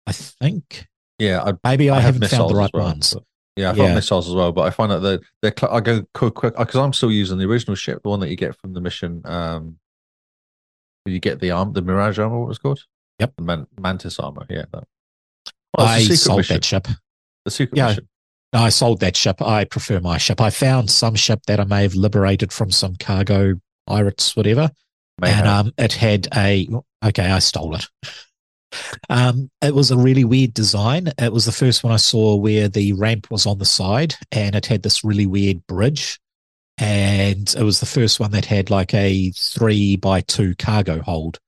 [SPEAKER 4] I think.
[SPEAKER 3] Yeah, I
[SPEAKER 4] Maybe I,
[SPEAKER 3] have
[SPEAKER 4] haven't found
[SPEAKER 3] missiles
[SPEAKER 4] the
[SPEAKER 3] as
[SPEAKER 4] right
[SPEAKER 3] well,
[SPEAKER 4] ones.
[SPEAKER 3] but- Yeah, I've got
[SPEAKER 4] Yeah.
[SPEAKER 3] missiles as well, but I find that they're, they're cl- I go quick, quick, because I'm still using the original ship, the one that you get from the mission. Um, where you get the arm, the Mirage armor, what it was called?
[SPEAKER 4] Yep.
[SPEAKER 3] The Man- Mantis armor, yeah. That. Oh,
[SPEAKER 4] I
[SPEAKER 3] it's the secret
[SPEAKER 4] sold
[SPEAKER 3] mission.
[SPEAKER 4] that ship.
[SPEAKER 3] The secret
[SPEAKER 4] Yeah.
[SPEAKER 3] mission.
[SPEAKER 4] No, I sold that ship. I prefer my ship. I found some ship that I may have liberated from some cargo pirates, whatever.
[SPEAKER 3] Mayhem.
[SPEAKER 4] And um, it had a okay, I stole it. Um, it was a really weird design. It was the first one I saw where the ramp was on the side, and it had this really weird bridge. And it was the first one that had like a three by two cargo hold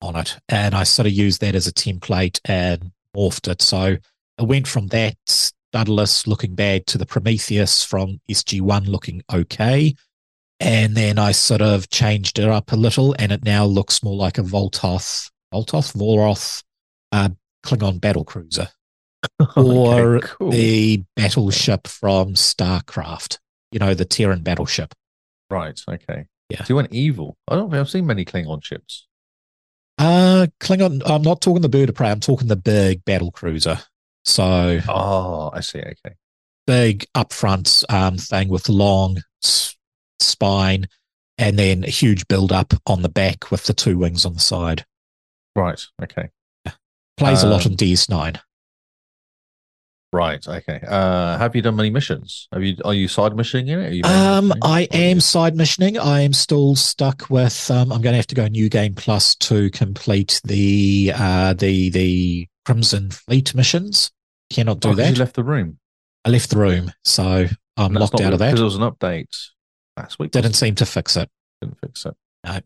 [SPEAKER 4] on it. And I sort of used that as a template and morphed it. So it went from that Daedalus looking bad to the Prometheus from SG1 looking okay and then I sort of changed it up a little, and it now looks more like a Voltoth, Voltoth, Voroth, uh, Klingon battle cruiser, or
[SPEAKER 3] Okay, cool.
[SPEAKER 4] the battleship from StarCraft. You know, the Terran battleship.
[SPEAKER 3] Right, okay.
[SPEAKER 4] Yeah.
[SPEAKER 3] So you went evil. I don't think I've seen many Klingon ships.
[SPEAKER 4] Uh, Klingon. I'm not talking the bird of prey. I'm talking the big battle cruiser. So
[SPEAKER 3] Oh, I see. Okay.
[SPEAKER 4] big upfront um, thing with long s- spine, and then a huge build up on the back with the two wings on the side.
[SPEAKER 3] Right, okay.
[SPEAKER 4] Plays a lot
[SPEAKER 3] Um,
[SPEAKER 4] on DS9.
[SPEAKER 3] Right, okay. Uh, have you done many missions? Have you? Are you side missioning in it? Are you main
[SPEAKER 4] Um,
[SPEAKER 3] missioning?
[SPEAKER 4] I
[SPEAKER 3] Or are you-
[SPEAKER 4] am side missioning. I am still stuck with. Um, I'm going to have to go New Game Plus to complete the uh, the the Crimson Fleet missions. Cannot do
[SPEAKER 3] Oh, 'cause
[SPEAKER 4] that.
[SPEAKER 3] You left the room.
[SPEAKER 4] I left the room, so I'm
[SPEAKER 3] And that's
[SPEAKER 4] locked
[SPEAKER 3] not
[SPEAKER 4] out of
[SPEAKER 3] Because
[SPEAKER 4] that.
[SPEAKER 3] there was an update last week.
[SPEAKER 4] Didn't seem to fix it.
[SPEAKER 3] Didn't fix it.
[SPEAKER 4] No.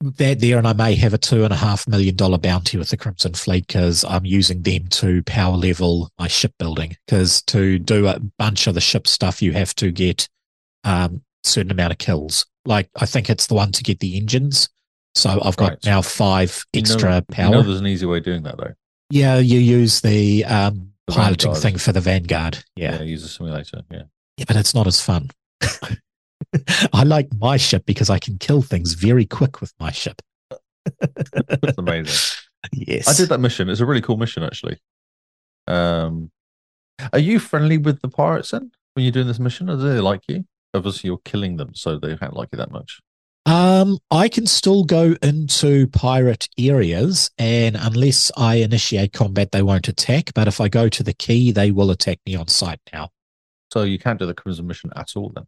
[SPEAKER 4] that there, and I may have a two and a half million dollar bounty with the Crimson Fleet because I'm using them to power level my shipbuilding. Because to do a bunch of the ship stuff, you have to get um, certain amount of kills. Like I think it's the one to get the engines. So I've got
[SPEAKER 3] Right.
[SPEAKER 4] now five
[SPEAKER 3] You know-
[SPEAKER 4] extra
[SPEAKER 3] You
[SPEAKER 4] power.
[SPEAKER 3] know, there's an easy way of doing that, though.
[SPEAKER 4] yeah, you use the um,
[SPEAKER 3] The
[SPEAKER 4] piloting
[SPEAKER 3] Vanguard.
[SPEAKER 4] thing for the Vanguard. yeah.
[SPEAKER 3] use a simulator. Yeah.
[SPEAKER 4] Yeah, but it's not as fun. I like my ship because I can kill things very quick with my ship.
[SPEAKER 3] That's amazing.
[SPEAKER 4] Yes.
[SPEAKER 3] I did that mission. It's a really cool mission, actually. Um, are you friendly with the pirates then when you're doing this mission? Or do they like you? Obviously, you're killing them, so they can't like you that much.
[SPEAKER 4] Um, I can still go into pirate areas, and unless I initiate combat, they won't attack. But if I go to the key, they will attack me on sight now.
[SPEAKER 3] So you can't do the crimson mission at all then.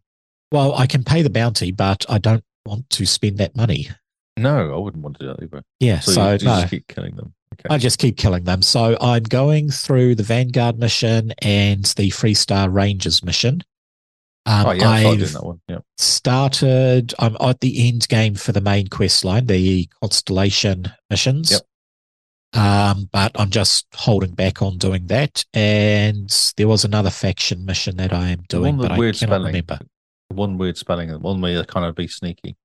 [SPEAKER 4] Well, I can pay the bounty, but I don't want to spend that money.
[SPEAKER 3] No, I wouldn't want to do that either.
[SPEAKER 4] Yeah,
[SPEAKER 3] So,
[SPEAKER 4] so,
[SPEAKER 3] you, you
[SPEAKER 4] no.
[SPEAKER 3] just keep killing them. Okay.
[SPEAKER 4] I just keep killing them. So I'm going through the Vanguard mission and the Free Star Rangers mission. Um,
[SPEAKER 3] oh yeah, I started
[SPEAKER 4] I've-
[SPEAKER 3] doing that one. Yeah.
[SPEAKER 4] started I'm at the end game for the main quest line, the constellation missions.
[SPEAKER 3] Yep.
[SPEAKER 4] Um, but I'm just holding back on doing that. And there was another faction mission that I am
[SPEAKER 3] The
[SPEAKER 4] doing,
[SPEAKER 3] one with
[SPEAKER 4] but
[SPEAKER 3] weird
[SPEAKER 4] I cannot
[SPEAKER 3] spelling.
[SPEAKER 4] remember.
[SPEAKER 3] The One weird spelling. and One way to kind of be sneaky.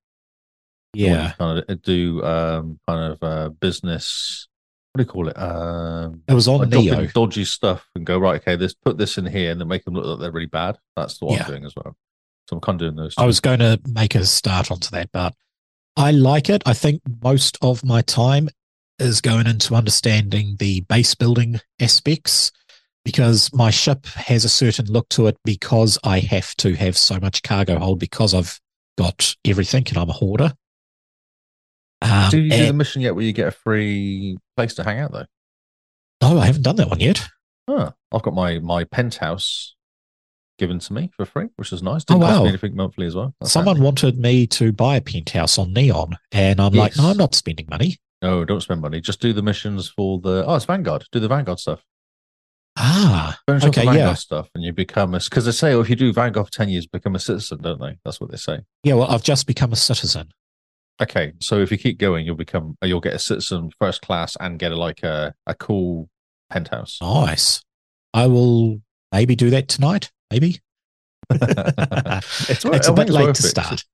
[SPEAKER 3] The one
[SPEAKER 4] Yeah.
[SPEAKER 3] you Kind of uh, do um kind of uh, business. What do you call it? Um,
[SPEAKER 4] It was on
[SPEAKER 3] like drop in
[SPEAKER 4] Neo.
[SPEAKER 3] dodgy stuff and go right. Okay, this put this in here and then make them look like they're really bad. That's what
[SPEAKER 4] Yeah. Oh,
[SPEAKER 3] I'm doing as well. So I'm kind of doing those.
[SPEAKER 4] I was going to make a start onto that, but I like it. I think most of my time is going into understanding the base building aspects because my ship has a certain look to it because I have to have so much cargo hold because I've got everything and I'm a hoarder. Um,
[SPEAKER 3] Do you do the
[SPEAKER 4] and-
[SPEAKER 3] mission yet where you get a free place to hang out though?
[SPEAKER 4] no, I haven't done that one yet.
[SPEAKER 3] Ah, I've got my my penthouse given to me for free, which is nice. Didn't
[SPEAKER 4] Oh,
[SPEAKER 3] cost me
[SPEAKER 4] wow.
[SPEAKER 3] anything monthly as well. That's
[SPEAKER 4] Someone
[SPEAKER 3] handy.
[SPEAKER 4] wanted me to buy a penthouse on Neon, and I'm like,
[SPEAKER 3] Yes.
[SPEAKER 4] no, I'm not spending money.
[SPEAKER 3] No, don't spend money. Just do the missions for the oh, it's Vanguard. Do the Vanguard stuff.
[SPEAKER 4] Ah,
[SPEAKER 3] Finish off the
[SPEAKER 4] Okay,
[SPEAKER 3] Vanguard
[SPEAKER 4] yeah.
[SPEAKER 3] stuff, and you become a because they say oh, if you do Vanguard for ten years, become a citizen, don't they? That's what they say.
[SPEAKER 4] yeah, well, I've just become a citizen.
[SPEAKER 3] Okay, so if you keep going, you'll become uh, you'll get a citizen first class and get a, like a a cool penthouse.
[SPEAKER 4] Oh. Nice. I will maybe do that tonight. Maybe.
[SPEAKER 3] It's, wor-
[SPEAKER 4] it's
[SPEAKER 3] I think
[SPEAKER 4] a bit
[SPEAKER 3] it's
[SPEAKER 4] late
[SPEAKER 3] worth
[SPEAKER 4] to
[SPEAKER 3] it.
[SPEAKER 4] start.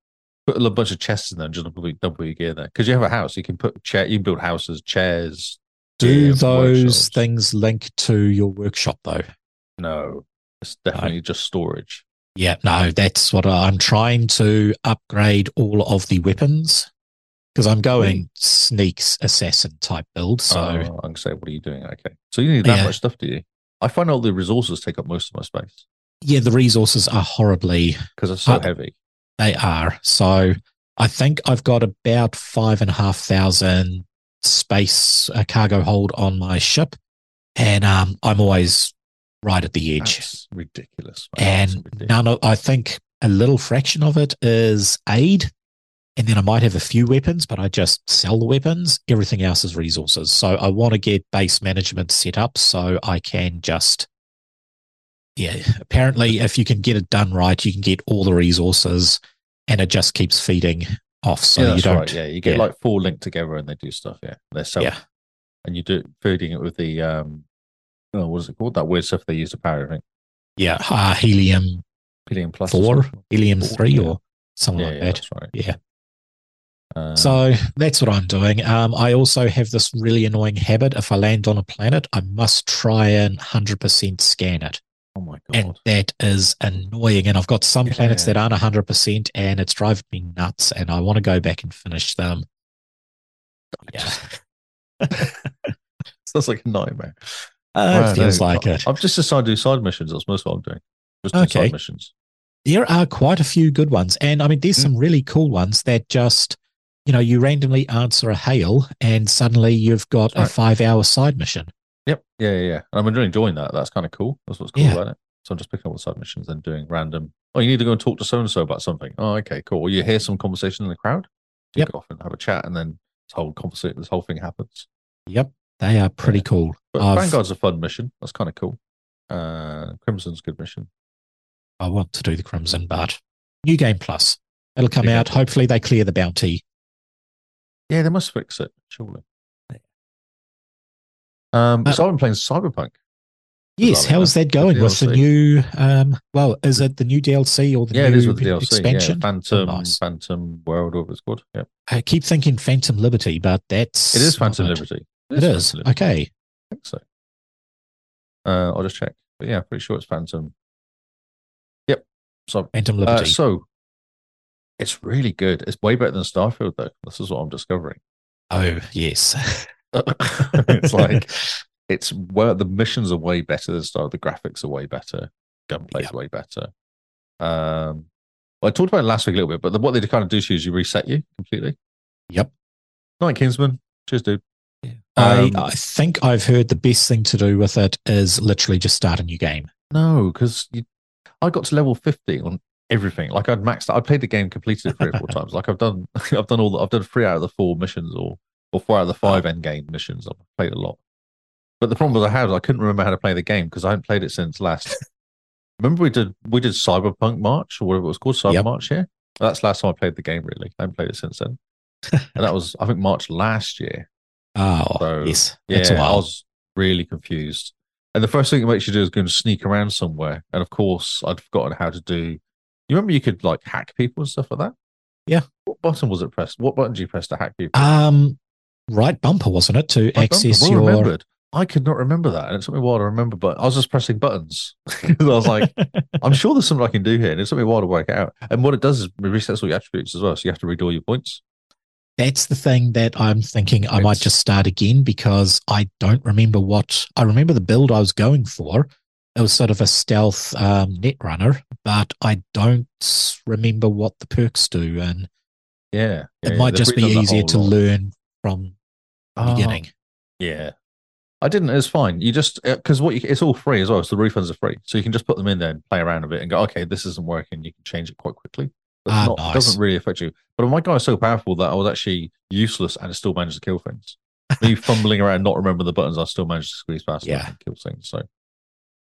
[SPEAKER 3] Put a lo- bunch of chests in there and just double, double your gear there because you have a house. You can put chair, you can build houses, chairs.
[SPEAKER 4] Do
[SPEAKER 3] gear,
[SPEAKER 4] those
[SPEAKER 3] workshops.
[SPEAKER 4] things link to your workshop though?
[SPEAKER 3] No, it's definitely just storage.
[SPEAKER 4] Yeah, no, that's what I- I'm trying to upgrade all of the weapons because
[SPEAKER 3] Hmm.
[SPEAKER 4] I'm going sneaks assassin type build. So
[SPEAKER 3] Oh, I'm gonna say, what are you doing? Okay, so you need that
[SPEAKER 4] Yeah.
[SPEAKER 3] much stuff, do you? I find all the resources take up most of my space
[SPEAKER 4] yeah, the resources are horribly
[SPEAKER 3] because it's so
[SPEAKER 4] Uh,
[SPEAKER 3] heavy.
[SPEAKER 4] They are. So I think I've got about five and a half thousand space uh, cargo hold on my ship, and um, I'm always right at the edge.
[SPEAKER 3] That's ridiculous. man. That's
[SPEAKER 4] and
[SPEAKER 3] ridiculous.
[SPEAKER 4] none of I think a little fraction of it is aid, and then I might have a few weapons, but I just sell the weapons. Everything else is resources. So I want to get base management set up so I can just. Yeah, apparently, if you can get it done right, you can get all the resources, and it just keeps feeding off. So
[SPEAKER 3] yeah,
[SPEAKER 4] you
[SPEAKER 3] that's
[SPEAKER 4] don't.
[SPEAKER 3] right. Yeah, you get
[SPEAKER 4] yeah.
[SPEAKER 3] like four linked together and they do stuff. Yeah, they're self.
[SPEAKER 4] Yeah.
[SPEAKER 3] And you do feeding it with the um, oh, what is it called? That weird stuff they use to power everything.
[SPEAKER 4] Yeah, uh, helium
[SPEAKER 3] Helium plus or
[SPEAKER 4] four,
[SPEAKER 3] something.
[SPEAKER 4] helium
[SPEAKER 3] Four,
[SPEAKER 4] three,
[SPEAKER 3] yeah.
[SPEAKER 4] or something
[SPEAKER 3] yeah,
[SPEAKER 4] like
[SPEAKER 3] yeah,
[SPEAKER 4] that.
[SPEAKER 3] that's right.
[SPEAKER 4] Yeah.
[SPEAKER 3] Um,
[SPEAKER 4] So that's what I'm doing. Um, I also have this really annoying habit. If I land on a planet, I must try and 100% scan it.
[SPEAKER 3] oh my
[SPEAKER 4] And
[SPEAKER 3] god,
[SPEAKER 4] that is annoying. And I've got some planets
[SPEAKER 3] Yeah.
[SPEAKER 4] that aren't 100%, and it's driving me nuts. And I want to go back and finish them. Yeah.
[SPEAKER 3] that's like a nightmare.
[SPEAKER 4] Uh,
[SPEAKER 3] Wow,
[SPEAKER 4] it feels
[SPEAKER 3] no,
[SPEAKER 4] like
[SPEAKER 3] I-
[SPEAKER 4] it.
[SPEAKER 3] I've just decided to do side missions. That's most of what I'm doing. Just doing
[SPEAKER 4] Okay.
[SPEAKER 3] side missions.
[SPEAKER 4] There are quite a few good ones. And I mean,
[SPEAKER 3] Hmm.
[SPEAKER 4] there's some really cool ones that just, you know, you randomly answer a hail, and suddenly you've got
[SPEAKER 3] That's right.
[SPEAKER 4] a five hour side mission.
[SPEAKER 3] Yep. Yeah, yeah, yeah. And I'm really enjoying that. That's kind of cool. That's what's cool
[SPEAKER 4] Yeah.
[SPEAKER 3] about it. So I'm just picking up the side missions and doing random. Oh, you need to go and talk to so and so about something. Oh, okay, cool. Or you hear some conversation in the crowd. You
[SPEAKER 4] Yep.
[SPEAKER 3] go off and have a chat, and then this whole conversation, this whole thing happens.
[SPEAKER 4] Yep. They are pretty
[SPEAKER 3] Yeah.
[SPEAKER 4] cool.
[SPEAKER 3] But
[SPEAKER 4] I've-
[SPEAKER 3] Vanguard's a fun mission. That's kind of cool. Uh, Crimson's a good mission.
[SPEAKER 4] I want to do the Crimson, but New Game Plus. It'll come
[SPEAKER 3] New Game
[SPEAKER 4] out.
[SPEAKER 3] Plus.
[SPEAKER 4] Hopefully, they clear the bounty.
[SPEAKER 3] Yeah, they must fix it, surely. Um,
[SPEAKER 4] Uh,
[SPEAKER 3] so I've been playing Cyberpunk.
[SPEAKER 4] Yes,
[SPEAKER 3] Lovely,
[SPEAKER 4] how's
[SPEAKER 3] man.
[SPEAKER 4] that going with the
[SPEAKER 3] DLC.
[SPEAKER 4] new? Um, well, is it the new DLC or the
[SPEAKER 3] yeah,
[SPEAKER 4] new
[SPEAKER 3] it is with the DLC.
[SPEAKER 4] expansion? Oh,
[SPEAKER 3] Yeah, Phantom,
[SPEAKER 4] nice.
[SPEAKER 3] Phantom World, whatever it's called. Yeah,
[SPEAKER 4] I keep thinking Phantom Liberty, but that's
[SPEAKER 3] it is Phantom
[SPEAKER 4] not it.
[SPEAKER 3] Liberty.
[SPEAKER 4] It is
[SPEAKER 3] Phantom Liberty.
[SPEAKER 4] okay.
[SPEAKER 3] I think so. Uh, I'll just check. But yeah, pretty sure it's Phantom. Yep. So,
[SPEAKER 4] Phantom
[SPEAKER 3] uh,
[SPEAKER 4] Liberty.
[SPEAKER 3] so it's really good. It's way better than Starfield, though. This is what I'm discovering.
[SPEAKER 4] oh yes,
[SPEAKER 3] it's like it's where the missions are way better than Star. The graphics are way better. Gunplay's
[SPEAKER 4] Yep.
[SPEAKER 3] way better. Um, well, I talked about it last week a little bit, but the, what they kind of do to you is you reset you completely.
[SPEAKER 4] Yep.
[SPEAKER 3] Night Kingsman. Cheers, dude.
[SPEAKER 4] I,
[SPEAKER 3] Um,
[SPEAKER 4] I think I've heard the best thing to do with it is literally just start a new game.
[SPEAKER 3] No, because I got to level fifty on everything. Like I'd maxed. I played the game, completed it three or four times. Like I've done. I've done all. The, I've done three out of the four missions, or or four out of the five end game missions. I've played a lot. But the problem was I had is I couldn't remember how to play the game because I hadn't played it since last. remember we did we did Cyberpunk March or whatever it was called Cyber
[SPEAKER 4] Yep.
[SPEAKER 3] March here. That's the last time I played the game. Really, I haven't played it since then. and that was I think March last year.
[SPEAKER 4] Oh
[SPEAKER 3] So,
[SPEAKER 4] yes,
[SPEAKER 3] Yeah,
[SPEAKER 4] that's a
[SPEAKER 3] I
[SPEAKER 4] while.
[SPEAKER 3] was really confused. And the first thing it makes you do is go and sneak around somewhere. And of course, I'd forgotten how to do. You remember you could like hack people and stuff like that.
[SPEAKER 4] Yeah.
[SPEAKER 3] What button was it pressed? What button did you press to hack people?
[SPEAKER 4] Um, right bumper wasn't it to
[SPEAKER 3] I don't-
[SPEAKER 4] access
[SPEAKER 3] well
[SPEAKER 4] your?
[SPEAKER 3] remembered. I could not remember that, and it took me a while to remember. But I was just pressing buttons because I was like, I'm sure there's something I can do here, and it took me a while to work it out. And what it does is it resets all your attributes as well, so you have to read all your points.
[SPEAKER 4] That's the thing that I'm thinking I might
[SPEAKER 3] It's-
[SPEAKER 4] just start again because I don't remember what I remember the build I was going for. It was sort of a stealth um, net runner, but I don't remember what the perks do, and
[SPEAKER 3] Yeah, yeah,
[SPEAKER 4] it
[SPEAKER 3] yeah,
[SPEAKER 4] might
[SPEAKER 3] they've
[SPEAKER 4] just be
[SPEAKER 3] redone the
[SPEAKER 4] easier
[SPEAKER 3] whole
[SPEAKER 4] to
[SPEAKER 3] lot.
[SPEAKER 4] learn from the
[SPEAKER 3] Ah,
[SPEAKER 4] beginning.
[SPEAKER 3] Yeah. I didn't. It's fine. You just because what you, it's all free as well. So the refunds are free, so you can just put them in there and play around a bit and go, okay, this isn't working. You can change it quite quickly. But it's
[SPEAKER 4] Ah,
[SPEAKER 3] not,
[SPEAKER 4] nice.
[SPEAKER 3] It doesn't really affect you. But my guy was so powerful that I was actually useless and still managed to kill things. Me fumbling around, not remembering the buttons, I still managed to squeeze past them
[SPEAKER 4] Yeah.
[SPEAKER 3] and kill things. So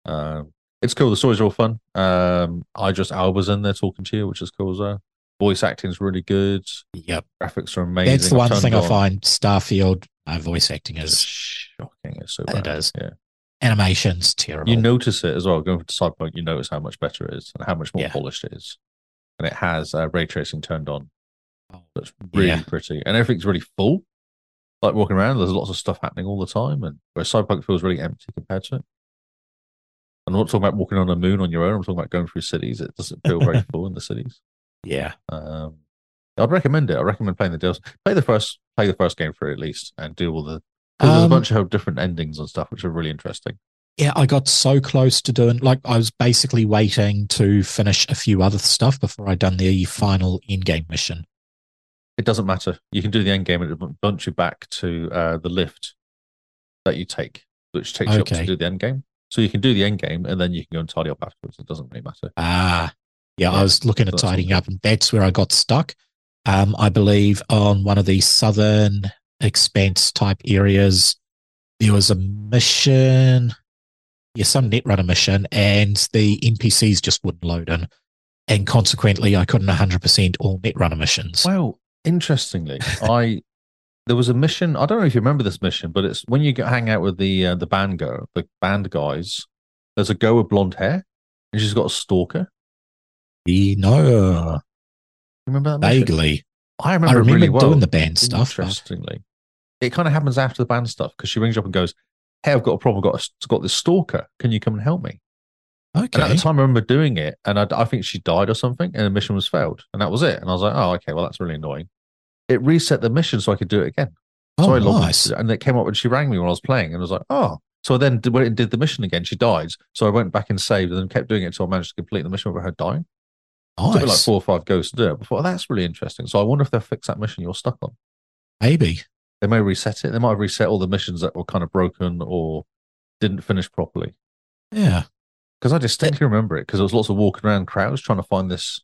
[SPEAKER 3] um, it's cool. The stories are all fun. Um, I just Alba's in there talking to you, which is cool as well. Voice acting's really good.
[SPEAKER 4] Yep,
[SPEAKER 3] Graphics are amazing.
[SPEAKER 4] that's the
[SPEAKER 3] I've
[SPEAKER 4] one
[SPEAKER 3] turned
[SPEAKER 4] thing
[SPEAKER 3] on-
[SPEAKER 4] I find Starfield no voice acting
[SPEAKER 3] It's
[SPEAKER 4] is
[SPEAKER 3] shocking. It's so
[SPEAKER 4] It
[SPEAKER 3] bad.
[SPEAKER 4] is.
[SPEAKER 3] Yeah.
[SPEAKER 4] animations terrible.
[SPEAKER 3] You notice it as well. Going to Cyberpunk, you notice how much better it is and how much more
[SPEAKER 4] Yeah.
[SPEAKER 3] polished it is. And it has uh, ray tracing turned on.
[SPEAKER 4] Oh,
[SPEAKER 3] That's really
[SPEAKER 4] Yeah.
[SPEAKER 3] pretty. And everything's really full. Like walking around, there's lots of stuff happening all the time. And where Cyberpunk feels really empty compared to it. And I'm not talking about walking on a moon on your own. I'm talking about going through cities. It doesn't feel very full in the cities.
[SPEAKER 4] yeah,
[SPEAKER 3] Um, I'd recommend it. I recommend playing the DLC. Play the first, play the first game through at least, and do all the. Because there's a
[SPEAKER 4] Um,
[SPEAKER 3] bunch of different endings and stuff, which are really interesting.
[SPEAKER 4] Yeah, I got so close to doing like I was basically waiting to finish a few other stuff before I'd done the final endgame mission.
[SPEAKER 3] it doesn't matter. You can do the end game and it'll bunch you back to uh, the lift that you take, which takes you up to
[SPEAKER 4] Okay.
[SPEAKER 3] do the end game. So you can do the end game and then you can go and tidy up afterwards. It doesn't really matter.
[SPEAKER 4] Ah, yeah,
[SPEAKER 3] Yeah,
[SPEAKER 4] I was looking at
[SPEAKER 3] that's all
[SPEAKER 4] tidying
[SPEAKER 3] good.
[SPEAKER 4] up, and that's where I got stuck. Um, I believe on one of the southern expanse type areas, there was a mission, yeah, some netrunner mission, and the NPCs just wouldn't load in, and consequently, I couldn't 100% all netrunner missions.
[SPEAKER 3] Well, interestingly, I there was a mission. I don't know if you remember this mission, but it's when you go, hang out with the uh, the band go the band guys. There's a girl with blonde hair, and she's got a stalker.
[SPEAKER 4] You know,
[SPEAKER 3] Remember that? mission?
[SPEAKER 4] vaguely.
[SPEAKER 3] I remember,
[SPEAKER 4] I
[SPEAKER 3] it
[SPEAKER 4] remember
[SPEAKER 3] really well.
[SPEAKER 4] doing the band stuff. but-
[SPEAKER 3] Interestingly, it kind of happens after the band stuff because she rings you up and goes, "Hey, I've got a problem. I've got a, got this stalker. Can you come and help me?"
[SPEAKER 4] Okay.
[SPEAKER 3] And at the time, I remember doing it, and I, I think she died or something, and the mission was failed, and that was it. And I was like, "Oh, okay. Well, that's really annoying." It reset the mission so I could do it again. So
[SPEAKER 4] oh,
[SPEAKER 3] I logged
[SPEAKER 4] nice.
[SPEAKER 3] into it, and it came up when she rang me when I was playing, and I was like, "Oh." So I then did, went and did the mission again. She died, so I went back and saved, and then kept doing it until I managed to complete the mission without her dying. It took me like
[SPEAKER 4] Nice.
[SPEAKER 3] four or five goes to do it. Before that's really interesting. So I wonder if they'll fix that mission you're stuck on.
[SPEAKER 4] Maybe.
[SPEAKER 3] They may reset it. They might have reset all the missions that were kind of broken or didn't finish properly.
[SPEAKER 4] Yeah.
[SPEAKER 3] Because I distinctly remember it because there was lots of walking around crowds trying to find this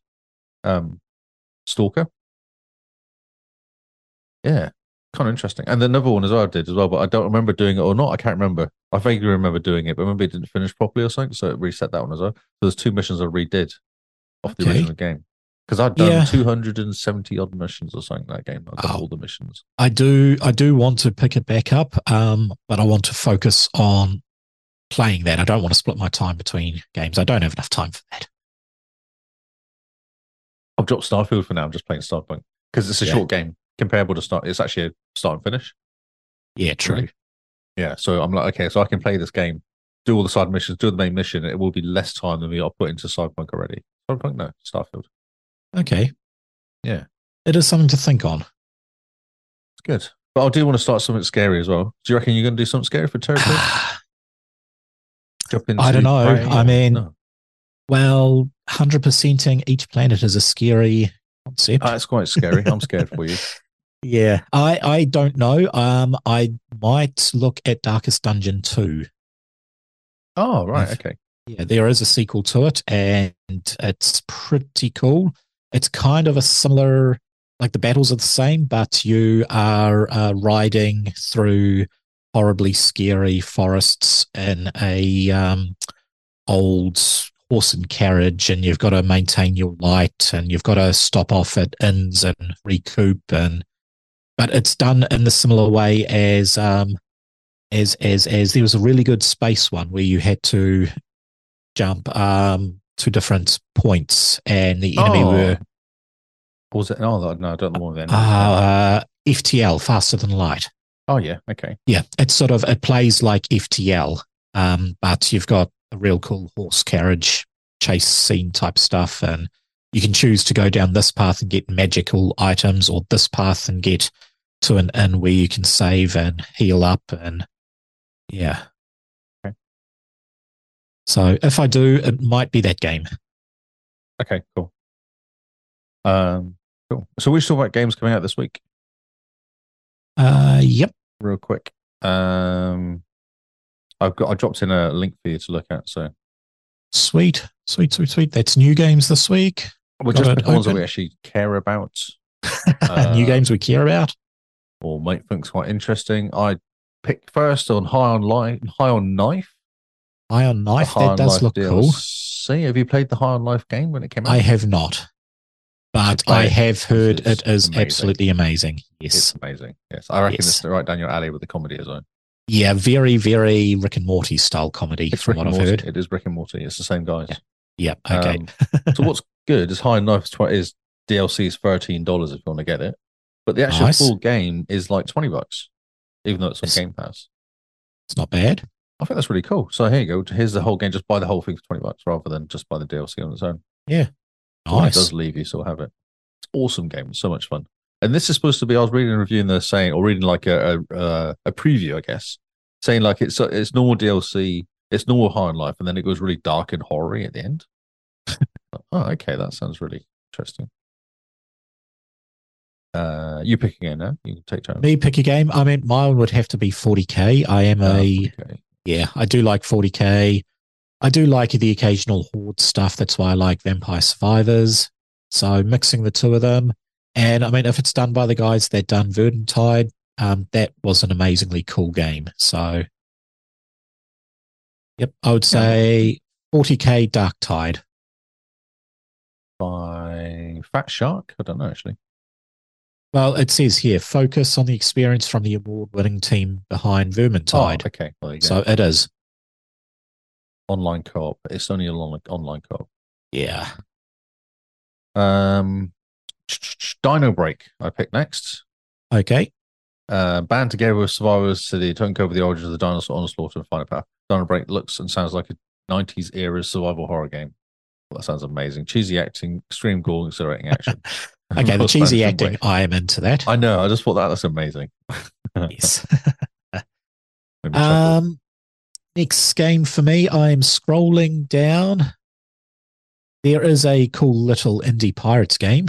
[SPEAKER 3] um, stalker. Yeah, kind of interesting. And another one as well I did as well, but I don't remember doing it or not. I can't remember. I vaguely remember doing it, but maybe it didn't finish properly or something. So it reset that one as well. So there's two missions I redid off the
[SPEAKER 4] Okay.
[SPEAKER 3] original game. Because I'd done
[SPEAKER 4] Yeah.
[SPEAKER 3] 270 odd missions or something that game. I got
[SPEAKER 4] Oh.
[SPEAKER 3] all the missions.
[SPEAKER 4] I do I do want to pick it back up, um, but I want to focus on playing that. I don't want to split my time between games. I don't have enough time for that.
[SPEAKER 3] I've dropped Starfield for now. I'm just playing Starpunk because it's a
[SPEAKER 4] Yeah.
[SPEAKER 3] short game comparable to Star. It's actually a start and finish.
[SPEAKER 4] Yeah, true.
[SPEAKER 3] Yeah. So I'm like, okay, so I can play this game, do all the side missions, do the main mission. It will be less time than we are put into Cyberpunk already. Cyberpunk, no, Starfield.
[SPEAKER 4] Okay.
[SPEAKER 3] Yeah.
[SPEAKER 4] It is something to think on.
[SPEAKER 3] It's good. But I do want to start something scary as well. Do you reckon you're going to do something scary for Territory? Jump
[SPEAKER 4] I don't
[SPEAKER 3] into
[SPEAKER 4] know.
[SPEAKER 3] Prey?
[SPEAKER 4] I mean,
[SPEAKER 3] No.
[SPEAKER 4] well, 100%ing each planet is a scary concept.
[SPEAKER 3] Uh, it's quite scary. I'm scared for you.
[SPEAKER 4] yeah. I, I don't know. Um, I might look at Darkest Dungeon 2.
[SPEAKER 3] Oh, right.
[SPEAKER 4] I've-
[SPEAKER 3] Okay.
[SPEAKER 4] Yeah, there is a sequel to it, and it's pretty cool. It's kind of a similar, like the battles are the same, but you are uh, riding through horribly scary forests in a um, old horse and carriage, and you've got to maintain your light, and you've got to stop off at inns and recoup, and but it's done in the similar way as um, as as as there was a really good space one where you had to jump um to different points and the enemy
[SPEAKER 3] Oh.
[SPEAKER 4] were
[SPEAKER 3] What was it? Oh, no, I don't know what then.
[SPEAKER 4] uh, uh FTL faster than light.
[SPEAKER 3] oh, yeah. Okay.
[SPEAKER 4] Yeah, it's sort of it plays like FTL, um, but you've got a real cool horse carriage chase scene type stuff, and you can choose to go down this path and get magical items, or this path and get to an inn where you can save and heal up, and yeah.
[SPEAKER 3] Okay.
[SPEAKER 4] So if I do, it might be that game.
[SPEAKER 3] Okay. Cool. Um, cool. So we should talk about games coming out this week.
[SPEAKER 4] Uh, yep.
[SPEAKER 3] real quick. Um, I've got I dropped in a link for you to look at. So
[SPEAKER 4] Sweet, sweet, sweet, sweet. That's new games this week.
[SPEAKER 3] well,
[SPEAKER 4] Got
[SPEAKER 3] just
[SPEAKER 4] it
[SPEAKER 3] the ones that
[SPEAKER 4] open.
[SPEAKER 3] we actually care about
[SPEAKER 4] new
[SPEAKER 3] Uh,
[SPEAKER 4] games we care about.
[SPEAKER 3] or might think quite interesting. I picked first on High on Life. High on Knife.
[SPEAKER 4] Eye on
[SPEAKER 3] the
[SPEAKER 4] Knife.
[SPEAKER 3] High on
[SPEAKER 4] That
[SPEAKER 3] Life
[SPEAKER 4] does look cool.
[SPEAKER 3] DLC. Have you played the High on Life game when it came out?
[SPEAKER 4] I have not, but
[SPEAKER 3] play
[SPEAKER 4] I
[SPEAKER 3] it.
[SPEAKER 4] have heard
[SPEAKER 3] It's
[SPEAKER 4] it is
[SPEAKER 3] amazing.
[SPEAKER 4] absolutely amazing.
[SPEAKER 3] It's
[SPEAKER 4] Yes.
[SPEAKER 3] amazing. Yes, I reckon
[SPEAKER 4] Yes.
[SPEAKER 3] it's right down your alley with the comedy as well.
[SPEAKER 4] Yeah, very, very Rick and Morty style comedy
[SPEAKER 3] It's
[SPEAKER 4] from
[SPEAKER 3] Rick
[SPEAKER 4] what
[SPEAKER 3] and
[SPEAKER 4] I've
[SPEAKER 3] Morty. It
[SPEAKER 4] heard.
[SPEAKER 3] is Rick and Morty. It's the same guys.
[SPEAKER 4] Yeah, okay.
[SPEAKER 3] Um, so what's good is High and Knife is tw- is DLC is thirteen dollars if you want to get it, but the actual
[SPEAKER 4] Nice.
[SPEAKER 3] full game is like twenty bucks, even though it's on
[SPEAKER 4] Yes.
[SPEAKER 3] Game Pass.
[SPEAKER 4] it's not bad.
[SPEAKER 3] I think that's really cool. So here you go. Here's the whole game. Just buy the whole thing for twenty bucks rather than just buy the DLC on its own. When It
[SPEAKER 4] Nice.
[SPEAKER 3] does leave you still have it. It's an awesome game. It's so much fun. And this is supposed to be. I was reading a review and they're saying, or reading like a a, uh, a preview, I guess, saying like it's it's normal DLC, it's normal High and Life, and then it goes really dark and horror at the end. oh, okay, that sounds really interesting. Uh, you pick again now. You can take turns.
[SPEAKER 4] Me pick a game. I mean, mine would have to be 40k. I am
[SPEAKER 3] Uh,
[SPEAKER 4] a
[SPEAKER 3] okay.
[SPEAKER 4] yeah. I do like 40k. I do like the occasional horde stuff. That's why I like Vampire Survivors. So mixing the two of them, and I mean, if it's done by the guys that done Verdantide, um, that was an amazingly cool game. So, yep, I would say 40k Dark Tide.
[SPEAKER 3] by Fat Shark. I don't know actually.
[SPEAKER 4] Well, it says here focus on the experience from the award-winning team behind Vermintide.
[SPEAKER 3] Oh, okay. There you go.
[SPEAKER 4] So it is.
[SPEAKER 3] online co-op. It's only online online co-op.
[SPEAKER 4] Yeah.
[SPEAKER 3] Um, Dino Break, I picked next.
[SPEAKER 4] Okay.
[SPEAKER 3] Uh, band together with survivors to the don't cover the origins of the dinosaur onslaught and final power. Dino Break looks and sounds like a 90s era survival horror game. Well, that sounds amazing. Cheesy acting, extreme gore, exhilarating action.
[SPEAKER 4] Okay. the
[SPEAKER 3] Well,
[SPEAKER 4] cheesy
[SPEAKER 3] Dino
[SPEAKER 4] acting.
[SPEAKER 3] Break.
[SPEAKER 4] I am into that.
[SPEAKER 3] I know. I just thought that that's amazing.
[SPEAKER 4] yes.
[SPEAKER 3] Made me chuckle.
[SPEAKER 4] Um, next game for me, I'm scrolling down. There is a cool little indie pirates game.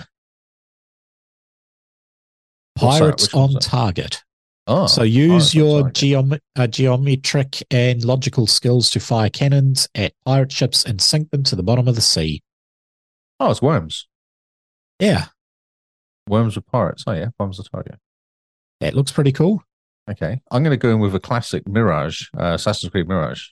[SPEAKER 3] What's that?
[SPEAKER 4] Pirates
[SPEAKER 3] Which one's
[SPEAKER 4] on
[SPEAKER 3] that?
[SPEAKER 4] Target.
[SPEAKER 3] oh,
[SPEAKER 4] so use
[SPEAKER 3] Pirates on
[SPEAKER 4] your
[SPEAKER 3] Target.
[SPEAKER 4] geom- uh, geometric and logical skills to fire cannons at pirate ships and sink them to the bottom of the sea.
[SPEAKER 3] oh, it's worms.
[SPEAKER 4] Yeah,
[SPEAKER 3] Worms with pirates. Oh yeah, worms with target.
[SPEAKER 4] that looks pretty cool.
[SPEAKER 3] Okay, I'm going to go in with a classic Mirage, uh, Assassin's Creed Mirage.